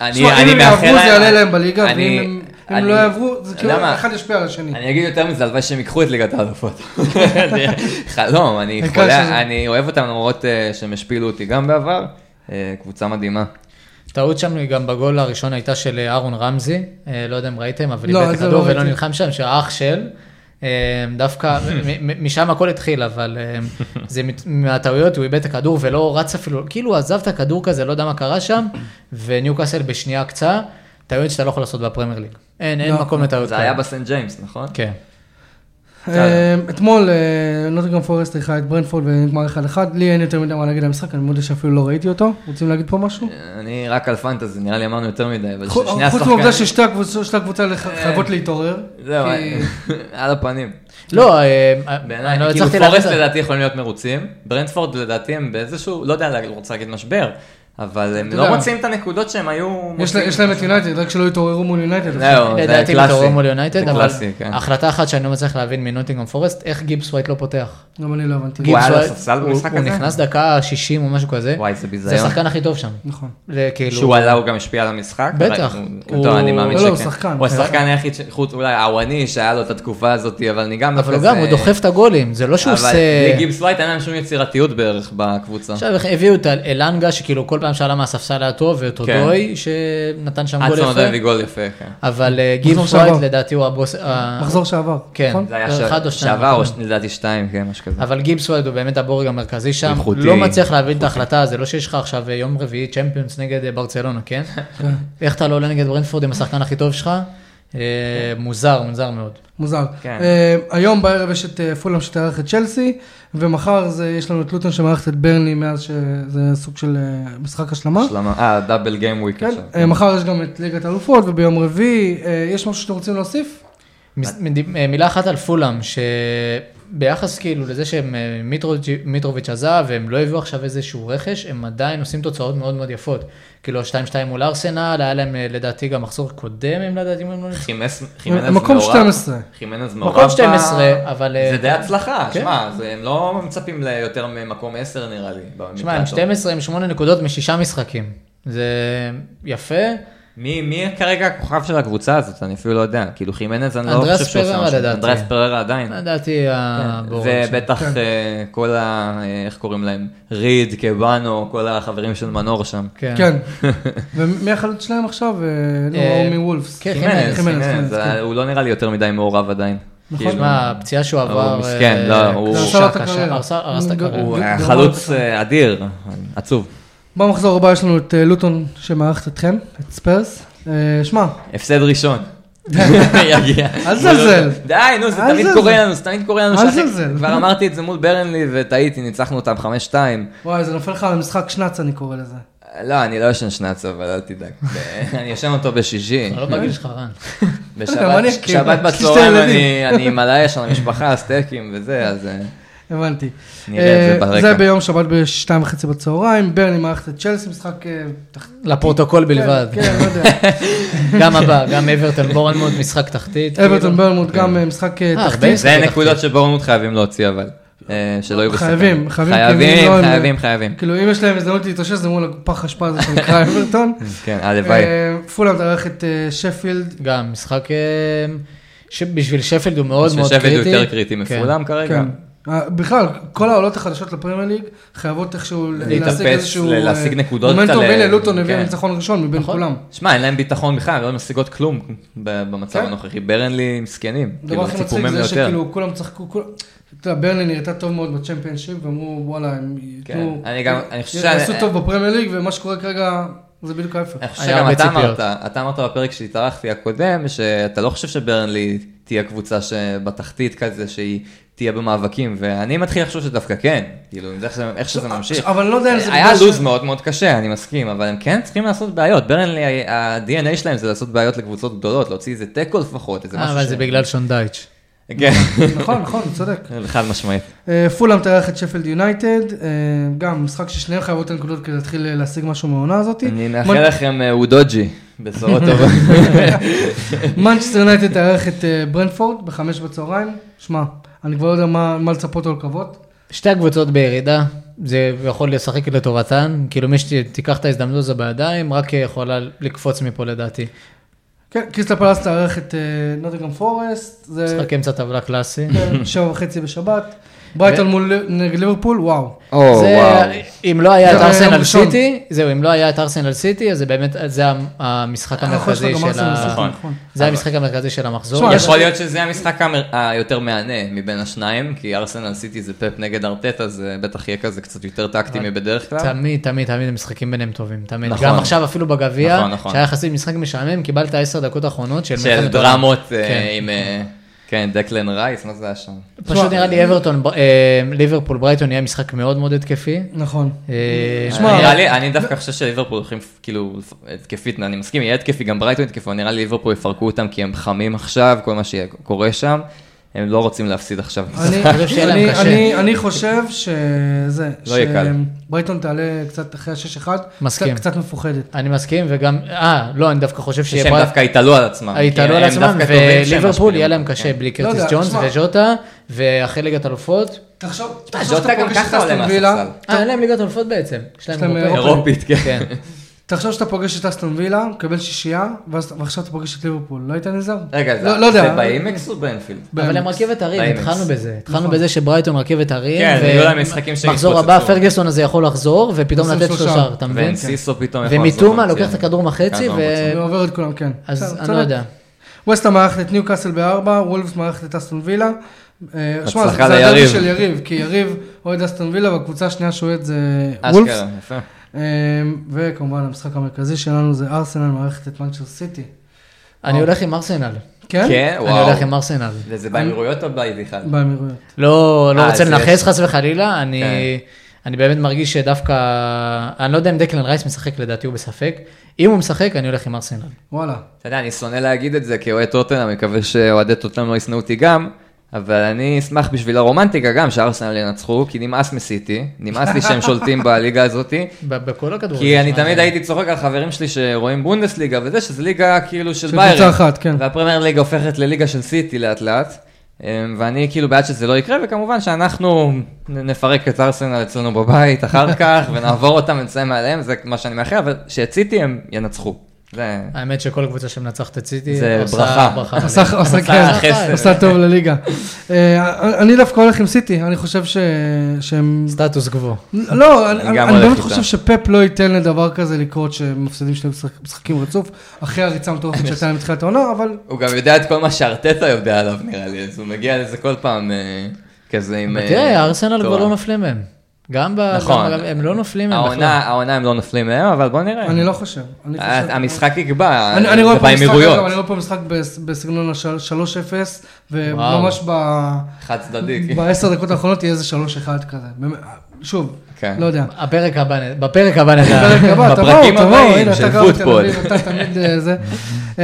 [SPEAKER 3] אני-
[SPEAKER 1] תשמע, אם
[SPEAKER 3] אני
[SPEAKER 1] הם
[SPEAKER 3] מאחל
[SPEAKER 1] יעברו זה יעלה
[SPEAKER 3] להם-
[SPEAKER 1] להם בליגה,
[SPEAKER 3] אני-
[SPEAKER 1] ואם הם-
[SPEAKER 3] אני-
[SPEAKER 1] הם לא יעברו, זה כאילו
[SPEAKER 3] למה?
[SPEAKER 1] אחד ישפיע על השני.
[SPEAKER 3] אני אגיד יותר מזה, הלוואי שהם ייקחו את ליגת האלופות. זה חלום, אני
[SPEAKER 1] העיקר שזה-
[SPEAKER 3] חולה, אני אוהב אותם למרות אה, שהם השפילו אותי גם בעבר. אה, קבוצה מדהימה.
[SPEAKER 2] אוקיי. טעות שם היא גם בגול הראשון הייתה של אה, אהרון רמזי, אה, לא יודע אם ראיתם, אבל
[SPEAKER 1] לא,
[SPEAKER 2] איבד את
[SPEAKER 1] זה לא
[SPEAKER 2] הכדור ולא
[SPEAKER 1] ראיתי.
[SPEAKER 2] נלחם שם, שהאח של, אה, דווקא, מ- מ- משם הכל התחיל, אבל אה, זה מת- מהטעויות, הוא איבד את הכדור ולא רץ אפילו, כאילו הוא עזב את הכדור כזה, לא יודע מה קרה שם, וניוקאסל בשנייה הקצה, טעויות שאתה לא יכול לעשות בפרמייר ליג. אין, אין
[SPEAKER 1] לא.
[SPEAKER 2] מקום לטעויות.
[SPEAKER 3] זה
[SPEAKER 2] כאלה.
[SPEAKER 3] היה בסנט ג'יימס, נכון?
[SPEAKER 2] כן.
[SPEAKER 1] אה, אתמול נוטגרם פורסט ריחה את ברנפורד ונגמר 1-1, לי אין יותר מדי מה להגיד על המשחק, אני מודה שאפילו לא ראיתי אותו. רוצים להגיד פה משהו?
[SPEAKER 3] אני רק על פנטזי, נראה לי אמרנו יותר מדי, אבל
[SPEAKER 1] חוץ
[SPEAKER 3] ששני השחקנים... אה.
[SPEAKER 1] מהעובדה ששתי הקבוצות- שתי הקבוצות האלה ח- חייבות להתעורר.
[SPEAKER 3] זהו, אה.
[SPEAKER 1] כי-
[SPEAKER 3] על הפנים.
[SPEAKER 2] לא, אה, אה, אני לא
[SPEAKER 3] בעיניי, כאילו
[SPEAKER 2] הצלחתי
[SPEAKER 3] פורסט
[SPEAKER 2] להבין את זה.
[SPEAKER 3] לדעתי יכולים להיות מרוצים, ברנדפורד לדעתי הם באיזשהו, לא יודע, לא רוצה להגיד משבר, אבל הם
[SPEAKER 1] אתה
[SPEAKER 3] לא
[SPEAKER 1] יודע.
[SPEAKER 3] מוצאים את הנקודות שהם היו...
[SPEAKER 1] יש לה-
[SPEAKER 3] מוצאים.
[SPEAKER 1] יש להם את יונייטד, רק שלא יתעוררו מול יונייטד.
[SPEAKER 3] זהו, זה
[SPEAKER 2] לדעתי
[SPEAKER 3] קלאסי.
[SPEAKER 2] מתעורר מול יונייטד,
[SPEAKER 3] זה
[SPEAKER 2] אבל
[SPEAKER 3] קלאסי, כן.
[SPEAKER 2] החלטה אחת שאני לא מצליח להבין מנוטינגרם פורסט, איך גיבס ווייט לא פותח.
[SPEAKER 1] גם אני לא הבנתי.
[SPEAKER 3] הוא היה על
[SPEAKER 2] גיבס
[SPEAKER 3] הספסל
[SPEAKER 2] הוא-
[SPEAKER 3] במשחק הזה?
[SPEAKER 2] הוא נכנס דקה 60 או משהו כזה.
[SPEAKER 3] וואי, זה
[SPEAKER 2] זה
[SPEAKER 3] ביזיון.
[SPEAKER 2] השחקן הכי טוב שם.
[SPEAKER 1] נכון.
[SPEAKER 2] זה כאילו...
[SPEAKER 3] שהוא עלה, הוא גם השפיע על המשחק?
[SPEAKER 2] בטח.
[SPEAKER 3] ראינו-
[SPEAKER 2] הוא-
[SPEAKER 3] טוב, אני מאמין
[SPEAKER 1] לא,
[SPEAKER 3] שכן.
[SPEAKER 1] לא, הוא שחקן.
[SPEAKER 3] הוא
[SPEAKER 2] כן.
[SPEAKER 3] השחקן היחיד, ש- חוץ אולי עוואני, שהיה לו את התקופה הזאת, אבל אני גם...
[SPEAKER 2] אבל
[SPEAKER 3] דווקא
[SPEAKER 2] הוא גם,
[SPEAKER 3] זה-
[SPEAKER 2] הוא דוחף את הגולים, זה לא שהוא
[SPEAKER 3] אבל
[SPEAKER 2] עושה...
[SPEAKER 3] בלי גיבס ווייט אין להם שום יצירתיות בערך בקבוצה.
[SPEAKER 2] עכשיו הביאו את אלנגה, שכאילו כל פעם שעלה מהספסל היה טוב, ואת
[SPEAKER 3] כן.
[SPEAKER 2] אודוי, שנתן שם גול
[SPEAKER 3] אצלון עוד הביא
[SPEAKER 2] יפה.
[SPEAKER 3] גול יפה, כן.
[SPEAKER 2] אבל אה, גיבס
[SPEAKER 1] מחזור
[SPEAKER 2] ווייט
[SPEAKER 1] שעבר.
[SPEAKER 2] לדעתי הוא הבוס... ה-
[SPEAKER 1] מחזור שעבר,
[SPEAKER 2] כן.
[SPEAKER 1] נכון?
[SPEAKER 3] זה היה
[SPEAKER 2] לא,
[SPEAKER 3] ש-
[SPEAKER 2] אחד או שניים,
[SPEAKER 3] שעבר, או
[SPEAKER 2] נכון.
[SPEAKER 3] ש- לדעתי שתיים, כן, משהו כזה.
[SPEAKER 2] אבל גיבסוולד הוא באמת הבורג המרכזי שם,
[SPEAKER 3] איכותי.
[SPEAKER 2] לא מצליח להבין את ההחלטה, זה לא שיש לך עכשיו אה, יום רביעי צ'מפיונס נגד אה, ברצלונה, כן? איך אתה לא עולה נגד ברנפורד עם השחקן הכי טוב שלך? אה, מוזר, מוזר מאוד.
[SPEAKER 1] מוזר.
[SPEAKER 3] כן.
[SPEAKER 1] אה, היום בערב יש את אה, פולאם שתארח את צ'לסי, ומחר זה- יש לנו את לוטון שמארחת את ברני מאז שזה סוג של אה, משחק השלמה.
[SPEAKER 3] השלמה. אה, דאבל גיים וויק
[SPEAKER 1] כן,
[SPEAKER 3] עכשיו.
[SPEAKER 1] אה, מחר יש גם את ליגת האלופות, וביום רביעי, אה, יש משהו שאתם רוצים להוסיף?
[SPEAKER 2] מס- מד- אה, מילה אחת על פולאם, שביחס כאילו לזה שמיטרוביץ' עזב והם לא הביאו עכשיו איזשהו רכש, הם עדיין עושים תוצאות מאוד מאוד יפות. כאילו, 2-2 מול ארסנל, היה להם אה, לדעתי גם מחזור קודם, אם לדעתי, אם הם לא ניצחו.
[SPEAKER 3] חימנז חימנז
[SPEAKER 1] מקום
[SPEAKER 3] מעורב-
[SPEAKER 1] 12.
[SPEAKER 3] חימנז מעורב.
[SPEAKER 2] מקום
[SPEAKER 3] ב-
[SPEAKER 2] 12, אבל... אה,
[SPEAKER 3] זה די הצלחה,
[SPEAKER 2] כן.
[SPEAKER 3] שמע, זה- הם לא מצפים ליותר ממקום 10 נראה לי.
[SPEAKER 2] שמע, הם 12 עם 8 נקודות משישה משחקים. זה יפה.
[SPEAKER 3] מי, מי כרגע הכוכב של הקבוצה הזאת? אני אפילו לא יודע. כאילו חימנז, אני לא
[SPEAKER 2] אנדרס
[SPEAKER 3] חושב שהוא עושה
[SPEAKER 2] פררה
[SPEAKER 3] משהו.
[SPEAKER 2] לדעתי. אה,
[SPEAKER 3] אנדרס פררה עדיין. כן.
[SPEAKER 2] לדעתי הבורג. שם.
[SPEAKER 3] ובטח אה, כל ה... אה, איך קוראים להם? ריד, קבאנו, כל החברים של מנור שם.
[SPEAKER 1] כן. ומי החלוץ שלהם עכשיו? אה, נו,
[SPEAKER 2] אה,
[SPEAKER 1] ההוא מוולפס.
[SPEAKER 2] כן,
[SPEAKER 3] חימנז,
[SPEAKER 1] חימנז,
[SPEAKER 3] חימנז,
[SPEAKER 1] כן.
[SPEAKER 3] אה, הוא לא נראה לי יותר מדי מעורב עדיין. כאילו,
[SPEAKER 2] תשמע, הפציעה שהוא עבר...
[SPEAKER 3] מסכן,
[SPEAKER 2] אה,
[SPEAKER 3] לא, הוא-
[SPEAKER 1] זה
[SPEAKER 2] קשה,
[SPEAKER 1] הרס לו את
[SPEAKER 2] קשה,
[SPEAKER 1] הקריירה.
[SPEAKER 2] הרס- הרס את
[SPEAKER 1] הוא-
[SPEAKER 2] הקריירה.
[SPEAKER 3] הוא
[SPEAKER 1] גרוע.
[SPEAKER 3] חלוץ אה, אדיר, עצוב.
[SPEAKER 1] במחזור הבא יש לנו את אה, לוטון שמארחת אתכם, את ספרס. אה, שמע,
[SPEAKER 3] הפסד ראשון.
[SPEAKER 1] אל זלזל.
[SPEAKER 3] די, נו, זה
[SPEAKER 1] אל
[SPEAKER 3] תמיד
[SPEAKER 1] זלזל.
[SPEAKER 3] קורה לנו, זה תמיד קורה לנו.
[SPEAKER 1] אל
[SPEAKER 3] שאחרי-
[SPEAKER 1] זלזל.
[SPEAKER 3] כבר אמרתי את זה מול ברנלי וטעיתי, ניצחנו אותם 5-2.
[SPEAKER 1] וואי, זה נופל לך על משחק שנץ, אני קורא לזה.
[SPEAKER 3] לא, אני לא ישן שנץ, אבל אל תדאג. אני ישן אותו בשישי.
[SPEAKER 2] אתה לא בגיל שלך, רן.
[SPEAKER 1] אתה יודע, מה אני-
[SPEAKER 3] בשבת שבת
[SPEAKER 1] כאילו,
[SPEAKER 3] בצהריים
[SPEAKER 1] שתי
[SPEAKER 3] אני-
[SPEAKER 1] ילדים.
[SPEAKER 3] אני עם הלאש על המשפחה, סטייקים וזה, אז... אה,
[SPEAKER 1] הבנתי.
[SPEAKER 3] נראה את זה
[SPEAKER 1] אה,
[SPEAKER 3] ברקע.
[SPEAKER 1] זה ביום שבת בשתיים וחצי בצהריים, ברני מארחת את צ'לסי, משחק... אה, תח-
[SPEAKER 2] לפרוטוקול בלבד.
[SPEAKER 1] כן, לא יודע.
[SPEAKER 2] גם הבא, גם אברטון בורנמוט, משחק תחתית.
[SPEAKER 1] אברטון ברנמוט גם אה, משחק אה,
[SPEAKER 2] כאילו. אה, הרבה
[SPEAKER 1] תחתית.
[SPEAKER 3] זה נקודות שבורנות חייבים להוציא, אבל. אה, שלא יהיו בסכנה.
[SPEAKER 1] חייבים, חייבים, כי הם
[SPEAKER 3] חייבים,
[SPEAKER 1] לא- הם-
[SPEAKER 3] חייבים, חייבים.
[SPEAKER 1] כאילו, אם יש להם הזדמנות להתאושש, זה מול הפח אשפה הזה שנקרא אברטון.
[SPEAKER 3] כן, הלוואי.
[SPEAKER 1] אה, פולאם תארח את אה, שפילד.
[SPEAKER 2] גם משחק אה, שבשביל שפלד הוא מאוד מאוד
[SPEAKER 3] ששפט
[SPEAKER 2] קריטי.
[SPEAKER 3] הוא יותר קריטי מפולם כרגע.
[SPEAKER 1] כן. אה, בכלל, כל העולות החדשות לפרמייר ליג חייבות איכשהו להשיג
[SPEAKER 3] להתאפס,
[SPEAKER 1] איזשהו...
[SPEAKER 3] ל-
[SPEAKER 1] אה,
[SPEAKER 3] להשיג נקודות
[SPEAKER 1] מומנטום,
[SPEAKER 3] כאלה.
[SPEAKER 1] הנה, לוטון הביא
[SPEAKER 3] כן.
[SPEAKER 1] ניצחון ראשון מבין
[SPEAKER 2] נכון.
[SPEAKER 1] כולם.
[SPEAKER 3] שמע, אין להם ביטחון בכלל, הם לא משיגות כלום ב- במצב
[SPEAKER 1] כן.
[SPEAKER 3] הנוכחי. ברנלי מסכנים.
[SPEAKER 1] הדבר
[SPEAKER 3] כאילו,
[SPEAKER 1] הכי
[SPEAKER 3] ציפו
[SPEAKER 1] מצחיק
[SPEAKER 3] מהם
[SPEAKER 1] זה
[SPEAKER 3] ליותר.
[SPEAKER 1] שכאילו כולם צחקו, כולם... אתה יודע, ברלין נראתה טוב מאוד בצ'מפיונשיפ, ואמרו וואלה, הם ייתנו...
[SPEAKER 3] כן, אני גם- אני חושב שאני-
[SPEAKER 1] יעשו טוב בפרמייר ליג, ומה שקורה כרגע זה בדיוק ההפך.
[SPEAKER 3] אני חושב
[SPEAKER 2] היה
[SPEAKER 3] שגם
[SPEAKER 2] הרבה
[SPEAKER 3] אתה אמרת,
[SPEAKER 2] ציפיות.
[SPEAKER 3] אתה אמרת בפרק שהתארחתי הקודם, שאתה לא חושב שברנלי תהיה קבוצה שבתחתית כזה, שהיא תהיה במאבקים, ואני מתחיל לחשוב שדווקא כן, כאילו, עם זה איך שזה- איך שזה ממשיך.
[SPEAKER 1] אבל אני לא יודע אם זה...
[SPEAKER 3] היה
[SPEAKER 1] בגלל ש-
[SPEAKER 3] לוז מאוד מאוד קשה, אני מסכים, אבל הם כן צריכים לעשות בעיות. ברנלי, ה-DNA שלהם זה לעשות בעיות לקבוצות גדולות, להוציא איזה תיקו לפחות, איזה
[SPEAKER 2] אה,
[SPEAKER 3] משהו
[SPEAKER 2] אבל זה
[SPEAKER 3] ש-
[SPEAKER 2] בגלל שון דייץ'.
[SPEAKER 3] כן,
[SPEAKER 1] נכון, נכון, צודק.
[SPEAKER 3] חד משמעית.
[SPEAKER 1] אה, פולאם תארח את שפלד יונייטד, אה, גם משחק ששניהם חייבות את הנקודות כדי להתחיל אה, להשיג משהו מהעונה הזאת.
[SPEAKER 3] אני מאחל לכם אה, וודוג'י, בשורות טובות.
[SPEAKER 1] מנצ'סטר יונייטד תארח את אה, ברנפורד בחמש בצהריים. שמע, אני כבר לא יודע מה מה לצפות או לקוות.
[SPEAKER 2] שתי הקבוצות בירידה, זה יכול לשחק לטובתן, כאילו מי שתיקח את ההזדמנות הזו בידיים, רק יכולה לקפוץ מפה לדעתי.
[SPEAKER 1] כן, קריסטל פלאס תארח את נוטגרם פורסט. זה-
[SPEAKER 2] משחק אמצע טבלה קלאסי.
[SPEAKER 1] כן, שבע וחצי בשבת, ברייטון מול נגד ליברפול, וואו.
[SPEAKER 3] או,
[SPEAKER 2] זה, אם לא היה
[SPEAKER 1] זה
[SPEAKER 2] את
[SPEAKER 1] היה יום
[SPEAKER 2] ארסנל
[SPEAKER 1] ראשון.
[SPEAKER 2] סיטי, זהו, אם לא היה את ארסנל סיטי, אז זה באמת, זה המ- המשחק
[SPEAKER 1] נכון, יש
[SPEAKER 2] המרכזי
[SPEAKER 1] לו גם
[SPEAKER 2] של
[SPEAKER 1] ארסנל
[SPEAKER 2] ה...
[SPEAKER 1] סיטי,
[SPEAKER 3] נכון.
[SPEAKER 1] נכון.
[SPEAKER 2] זה המשחק המרכזי של המחזור.
[SPEAKER 1] שמע,
[SPEAKER 3] יכול להיות שזה המשחק המר- היותר מהנה מבין השניים, כי ארסנל סיטי זה פאפ נגד ארטטה, זה בטח יהיה כזה קצת יותר טקטי מבדרך כלל.
[SPEAKER 2] תמיד, תמיד, תמיד המשחקים ביניהם טובים, תמיד.
[SPEAKER 3] נכון.
[SPEAKER 2] גם עכשיו אפילו בגביע,
[SPEAKER 3] נכון, נכון.
[SPEAKER 2] שהיה יחסית משחק משעמם, קיבלת 10 דקות האחרונות של
[SPEAKER 3] של
[SPEAKER 2] כן, מלחמת
[SPEAKER 3] דרמות אה,
[SPEAKER 2] כן.
[SPEAKER 3] עם, אה, כן, דקלן רייס, מה זה היה שם?
[SPEAKER 2] פשוט נראה לי אברטון, ב- אה, ליברפול ברייטון יהיה משחק מאוד מאוד התקפי.
[SPEAKER 1] נכון.
[SPEAKER 2] אה,
[SPEAKER 1] שמע,
[SPEAKER 3] נראה לי, אני דווקא חושב שליברפול הולכים כאילו התקפית, אני מסכים, יהיה התקפי, גם ברייטון התקפי, אבל נראה לי ליברפול יפרקו אותם כי הם חמים עכשיו, כל מה שקורה שם, הם לא רוצים להפסיד עכשיו.
[SPEAKER 1] אני-
[SPEAKER 2] אני חושב שיהיה להם
[SPEAKER 1] אני-
[SPEAKER 2] קשה.
[SPEAKER 1] אני- אני חושב שזה,
[SPEAKER 3] לא יהיה קל.
[SPEAKER 1] ברייטון תעלה קצת אחרי ה-6-1,
[SPEAKER 2] מסכים.
[SPEAKER 1] קצת מפוחדת.
[SPEAKER 2] אני מסכים, וגם, אה, לא, אני דווקא חושב שיהיה...
[SPEAKER 3] שהם
[SPEAKER 2] ברייט-
[SPEAKER 3] דווקא יתעלו על עצמם.
[SPEAKER 2] התעלו
[SPEAKER 3] כי הם
[SPEAKER 2] על עצמם,
[SPEAKER 3] דווקא טובים כן. שהם
[SPEAKER 2] וליברפול
[SPEAKER 3] משפילים
[SPEAKER 2] יהיה להם
[SPEAKER 3] אותם,
[SPEAKER 2] קשה בלי
[SPEAKER 1] לא
[SPEAKER 2] קרטיס
[SPEAKER 1] יודע,
[SPEAKER 2] ג'ונס
[SPEAKER 1] שמע.
[SPEAKER 2] וז'וטה, ואחרי ליגת אלופות.
[SPEAKER 1] תחשוב,
[SPEAKER 3] כן.
[SPEAKER 1] תחשוב
[SPEAKER 3] ז'וטה
[SPEAKER 1] שאתה
[SPEAKER 3] גם
[SPEAKER 1] פוגש את
[SPEAKER 3] ככה עולה
[SPEAKER 1] אסטון וילה,
[SPEAKER 3] מהספסל.
[SPEAKER 2] אה, אין להם ליגת אלופות בעצם. יש להם
[SPEAKER 1] יש להם
[SPEAKER 2] אירופה.
[SPEAKER 3] אירופית, כן.
[SPEAKER 2] כן.
[SPEAKER 1] תחשוב שאתה פוגש את אסטון וילה, מקבל שישייה, ואז- ועכשיו אתה פוגש את ליברפול, לא היית נזהר?
[SPEAKER 3] רגע, זה
[SPEAKER 1] לא- לא יודע.
[SPEAKER 3] זה באימקס או באנפילד?
[SPEAKER 2] אבל הם
[SPEAKER 1] באמת.
[SPEAKER 2] רכבת הרים,
[SPEAKER 3] באימץ.
[SPEAKER 2] התחלנו בזה.
[SPEAKER 4] נכון.
[SPEAKER 2] התחלנו בזה שברייטון רכבת הרים.
[SPEAKER 3] כן,
[SPEAKER 2] ו-
[SPEAKER 3] היו להם משחקים
[SPEAKER 2] מחזור
[SPEAKER 3] שהתפוצצו.
[SPEAKER 2] הבא, פרגוסון הזה יכול לחזור, ופתאום
[SPEAKER 1] עושים
[SPEAKER 2] לתת
[SPEAKER 1] שלושה.
[SPEAKER 2] שלושה, אתה מבין? כן.
[SPEAKER 3] ואנסיסו פתאום יכול לעשות כן,
[SPEAKER 2] ומיטומה
[SPEAKER 3] חצי.
[SPEAKER 2] לוקח את הכדור מחצי,
[SPEAKER 3] כמה
[SPEAKER 2] ו...
[SPEAKER 1] זה עובר את כולם, כן.
[SPEAKER 2] אז
[SPEAKER 1] בסדר,
[SPEAKER 2] אני לא
[SPEAKER 1] צודק.
[SPEAKER 2] יודע.
[SPEAKER 1] ווסטה מארחת את ניוקאסל בארבע, וולפס מארחת את אסטון וילה. אה, שמע, זה
[SPEAKER 3] הצלחה
[SPEAKER 1] זה הדרבי
[SPEAKER 3] ליריב.
[SPEAKER 1] של יריב, כי יריב אוהד אסטון וילה, והקבוצה השנייה שהוא אוהד זה וולפס.
[SPEAKER 3] כן. אשכרה, יפה.
[SPEAKER 1] אה, וכמובן המשחק המרכזי שלנו זה ארסנל מארחת את מנצ'סטר סיטי.
[SPEAKER 2] אני הולך עם ארסנל.
[SPEAKER 1] כן?
[SPEAKER 3] כן,
[SPEAKER 2] אני
[SPEAKER 3] וואו.
[SPEAKER 2] הולך עם ארסנל.
[SPEAKER 3] וזה באמירויות או באי בכלל?
[SPEAKER 1] באמירויות.
[SPEAKER 2] לא, לא
[SPEAKER 3] אה,
[SPEAKER 2] רוצה
[SPEAKER 3] אז
[SPEAKER 2] לנכס
[SPEAKER 3] יש- כן.
[SPEAKER 2] חס וחלילה, אני...
[SPEAKER 4] אני באמת מרגיש שדווקא, אני לא יודע אם דקלן רייס משחק, לדעתי הוא בספק. אם הוא משחק, אני הולך עם ארסנל.
[SPEAKER 1] וואלה.
[SPEAKER 3] אתה יודע, אני שונא להגיד את זה כאוהד טוטנאם, אני מקווה שאוהדי טוטנאם לא ישנאו אותי גם, אבל אני אשמח בשביל הרומנטיקה גם שארסנל ינצחו, כי נמאס מסיטי, נמאס לי שהם שולטים בליגה הזאתי.
[SPEAKER 4] ב- בכל הכדורגל.
[SPEAKER 3] כי אני
[SPEAKER 4] שמע,
[SPEAKER 3] תמיד
[SPEAKER 4] זה-
[SPEAKER 3] הייתי צוחק על חברים שלי שרואים בונדסליגה וזה, שזה ליגה כאילו של
[SPEAKER 1] של
[SPEAKER 3] ביירן.
[SPEAKER 1] קבוצה אחת, כן.
[SPEAKER 3] והפרמייר ליגה הופכת לליגה של סיטי לאט לאט. אמ, ואני כאילו בעד שזה לא יקרה, וכמובן שאנחנו נ- נפרק את ארסנל אצלנו בבית אחר כך, ונעבור אותם ונצא מעליהם, זה מה שאני מאחל, אבל שאת סיטי הם ינצחו. זה...
[SPEAKER 4] האמת שכל קבוצה שמנצחת את סיטי,
[SPEAKER 3] זה
[SPEAKER 4] עושה
[SPEAKER 3] ברכה.
[SPEAKER 1] עושה עושה
[SPEAKER 3] עושה
[SPEAKER 1] כן,
[SPEAKER 3] חסד.
[SPEAKER 1] עושה טוב לליגה. אה, אני דווקא הולך עם סיטי, אני חושב ש- שהם...
[SPEAKER 4] סטטוס גבוה.
[SPEAKER 1] לא, אני,
[SPEAKER 3] גם
[SPEAKER 1] אני,
[SPEAKER 3] הולך
[SPEAKER 1] אני באמת
[SPEAKER 3] איתה.
[SPEAKER 1] חושב שפפ לא ייתן לדבר כזה לקרות שהם מפסידים שני משחק- משחקים רצוף, אחרי הריצה המטורפת שהייתה להם מתחילת העונה, אבל
[SPEAKER 3] הוא גם יודע את כל מה שארטטה יודע עליו נראה לי, אז הוא מגיע לזה כל פעם אה, כזה עם... אה,
[SPEAKER 4] תראה, ארסנל כבר
[SPEAKER 3] תורה.
[SPEAKER 4] לא נופלים מהם. גם ב...
[SPEAKER 3] נכון.
[SPEAKER 4] גם- הם לא נופלים מהם
[SPEAKER 3] העונה-
[SPEAKER 4] בכלל.
[SPEAKER 3] העונה הם לא נופלים מהם, אבל בוא נראה.
[SPEAKER 1] אני לא חושב. אני חושב-
[SPEAKER 3] ה- אה. המשחק יקבע,
[SPEAKER 1] אני, אני, רואה
[SPEAKER 3] זה
[SPEAKER 1] פה משחק,
[SPEAKER 3] באמירויות.
[SPEAKER 1] אגב, אני לא- רואה פה משחק בס- בסגנון ה-3-0, וממש ב...
[SPEAKER 3] חד צדדי, כן.
[SPEAKER 1] בעשר דקות האחרונות יהיה איזה 3-1 כזה. באמת, שוב,
[SPEAKER 3] כן.
[SPEAKER 1] לא יודע.
[SPEAKER 4] הפרק הבא, נ- בפרק הבא נדע.
[SPEAKER 1] בפרק הבא, תבואו,
[SPEAKER 3] בפרקים
[SPEAKER 1] תבואו,
[SPEAKER 3] הבאים
[SPEAKER 1] הנה,
[SPEAKER 3] של
[SPEAKER 1] אתה גר בתל
[SPEAKER 3] פוטבול.
[SPEAKER 1] אביב, אתה תמיד אה, זה. אמ,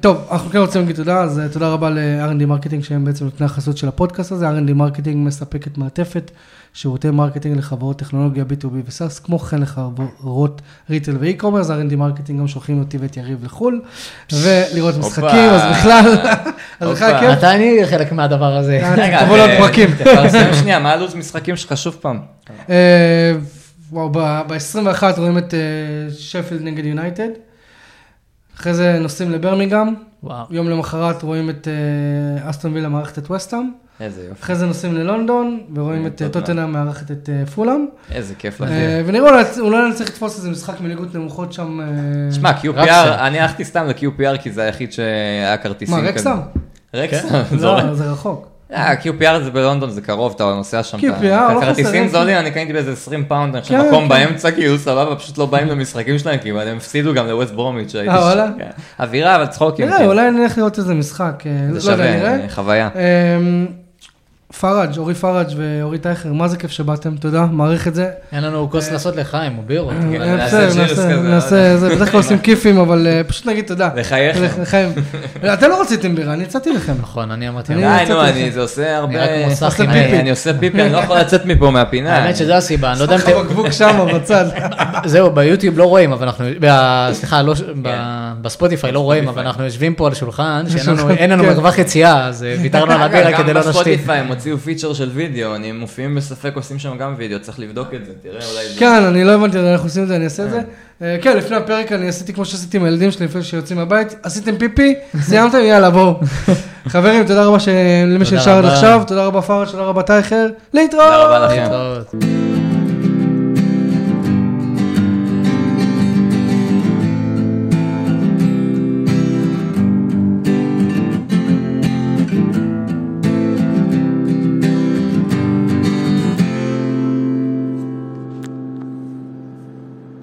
[SPEAKER 1] טוב, אנחנו כן רוצים להגיד תודה, אז אה, תודה רבה ל-R&D מרקטינג, שהם בעצם נותני החסות של הפודקאסט הזה. R&D מרקטינג מספקת מעטפת, שירותי מרקטינג לחברות טכנולוגיה B2B וסאס, כמו כן לחברות ריטל ואי-קומרס, R&D מרקטינג גם שולחים אותי ואת יריב לחו"ל, ולראות משחקים, אז בכלל, אז בכלל
[SPEAKER 3] הופה.
[SPEAKER 1] כיף.
[SPEAKER 4] אתה אני חלק מהדבר הזה.
[SPEAKER 3] רגע,
[SPEAKER 1] תבוא לעוד
[SPEAKER 3] אה,
[SPEAKER 1] פרקים.
[SPEAKER 3] תפרסם שנייה, מה הלו"ז משחקים שלך שוב פעם?
[SPEAKER 1] אה, וואו, ב-21 רואים את אה, שפילד נגד יונייטד. אחרי זה נוסעים לברמיגהם.
[SPEAKER 4] וואו.
[SPEAKER 1] יום למחרת רואים את אה, אסטון וילה מארחת את וסטאם.
[SPEAKER 3] איזה יופי,
[SPEAKER 1] אחרי זה נוסעים ללונדון, ורואים את אה,
[SPEAKER 3] טוטנהאם.
[SPEAKER 1] טוטנאם מארחת את אה, פולאם.
[SPEAKER 3] איזה כיף לך.
[SPEAKER 1] אה, ונראה, אולי- אולי נצליח לתפוס איזה משחק מליגות נמוכות שם. אה,
[SPEAKER 3] שמע, QPR,
[SPEAKER 4] רקסם.
[SPEAKER 3] אני הלכתי סתם ל-QPR כי זה היחיד שהיה כרטיסים
[SPEAKER 1] מה,
[SPEAKER 3] כזה.
[SPEAKER 1] רקסם?
[SPEAKER 3] רקסם, זורק.
[SPEAKER 1] לא, זה רחוק.
[SPEAKER 3] אה, QPR זה בלונדון, זה קרוב, אתה נוסע שם.
[SPEAKER 1] QPR,
[SPEAKER 3] אתה-
[SPEAKER 1] לא חסר,
[SPEAKER 3] כרטיסים
[SPEAKER 1] כן.
[SPEAKER 3] זולים, אני קניתי באיזה 20 פאונד, אני חושב,
[SPEAKER 1] כן,
[SPEAKER 3] מקום
[SPEAKER 1] כן.
[SPEAKER 3] באמצע, כאילו, סבבה, פשוט לא באים למשחקים שלהם, כי הם הפסידו גם לווסט ברומיץ', שהייתי
[SPEAKER 1] אה, וואלה?
[SPEAKER 3] כן. אווירה, אבל צחוקים.
[SPEAKER 1] נראה,
[SPEAKER 3] כן.
[SPEAKER 1] אולי נלך לראות איזה משחק. אה,
[SPEAKER 3] זה
[SPEAKER 1] לא יודע, נראה.
[SPEAKER 3] שווה, אה, חוויה.
[SPEAKER 1] אמ, פראג', אורי פראג' ואורי טייכר, מה זה כיף שבאתם, תודה, מעריך את זה.
[SPEAKER 4] אין לנו כוס לעשות לחיים או בירות. אבל-
[SPEAKER 1] אה,
[SPEAKER 3] כן,
[SPEAKER 1] בסדר,
[SPEAKER 3] נעשה cheers
[SPEAKER 1] נעשה,
[SPEAKER 3] כזה, לא
[SPEAKER 1] נעשה, זה, בדרך כלל עושים כיפים, אבל אה, פשוט נגיד תודה.
[SPEAKER 3] לחייך.
[SPEAKER 1] לחייכם. אתם לא רציתם בירה, אני הצעתי לכם.
[SPEAKER 4] נכון, אני אמרתי.
[SPEAKER 1] אני-
[SPEAKER 3] די, נו,
[SPEAKER 1] יצאתי
[SPEAKER 3] אני,
[SPEAKER 1] לכם.
[SPEAKER 3] זה עושה הרבה...
[SPEAKER 4] נראה כמו סאחי.
[SPEAKER 3] אני-
[SPEAKER 1] פיפי.
[SPEAKER 3] אני עושה פיפי, אני לא יכול לצאת מפה מהפינה.
[SPEAKER 4] האמת שזו הסיבה, אני לא יודע אם...
[SPEAKER 1] לך
[SPEAKER 4] אתם-
[SPEAKER 1] בקבוק שם בצד.
[SPEAKER 4] זהו, ביוטיוב לא רואים, אבל אנחנו... ב- סליחה, לא ש-
[SPEAKER 3] כן.
[SPEAKER 4] ב- בספוטיפיי לא רואים, אבל אנחנו יושבים פה על שולחן, שאין לנו- אין לנו
[SPEAKER 1] כן.
[SPEAKER 4] מרווח יציאה, אז אה, ויתרנו על הבירה כדי לא
[SPEAKER 3] גם
[SPEAKER 4] נשתיק.
[SPEAKER 3] בספוטיפיי הם הוציאו פיצ'ר של וידאו, אני הם מופיעים בספק, עושים שם גם וידאו, צריך לבדוק את זה, תראה אולי... זה-
[SPEAKER 1] כן, אני לא הבנתי, אנחנו עושים את זה, אני אעשה את זה. אה, כן, לפני הפרק אני עשיתי כמו שעשיתי עם הילדים שלי לפני שיוצאים מהבית, עשיתם פיפי, סיימתם, יאללה, בואו. חברים, תודה רבה ש- למי
[SPEAKER 4] תודה
[SPEAKER 1] שנשאר עד
[SPEAKER 4] רבה.
[SPEAKER 1] עכשיו, תודה רבה פראג', תודה רבה טייכר, להתראות.
[SPEAKER 3] תודה רבה לכם.
[SPEAKER 4] להתראות.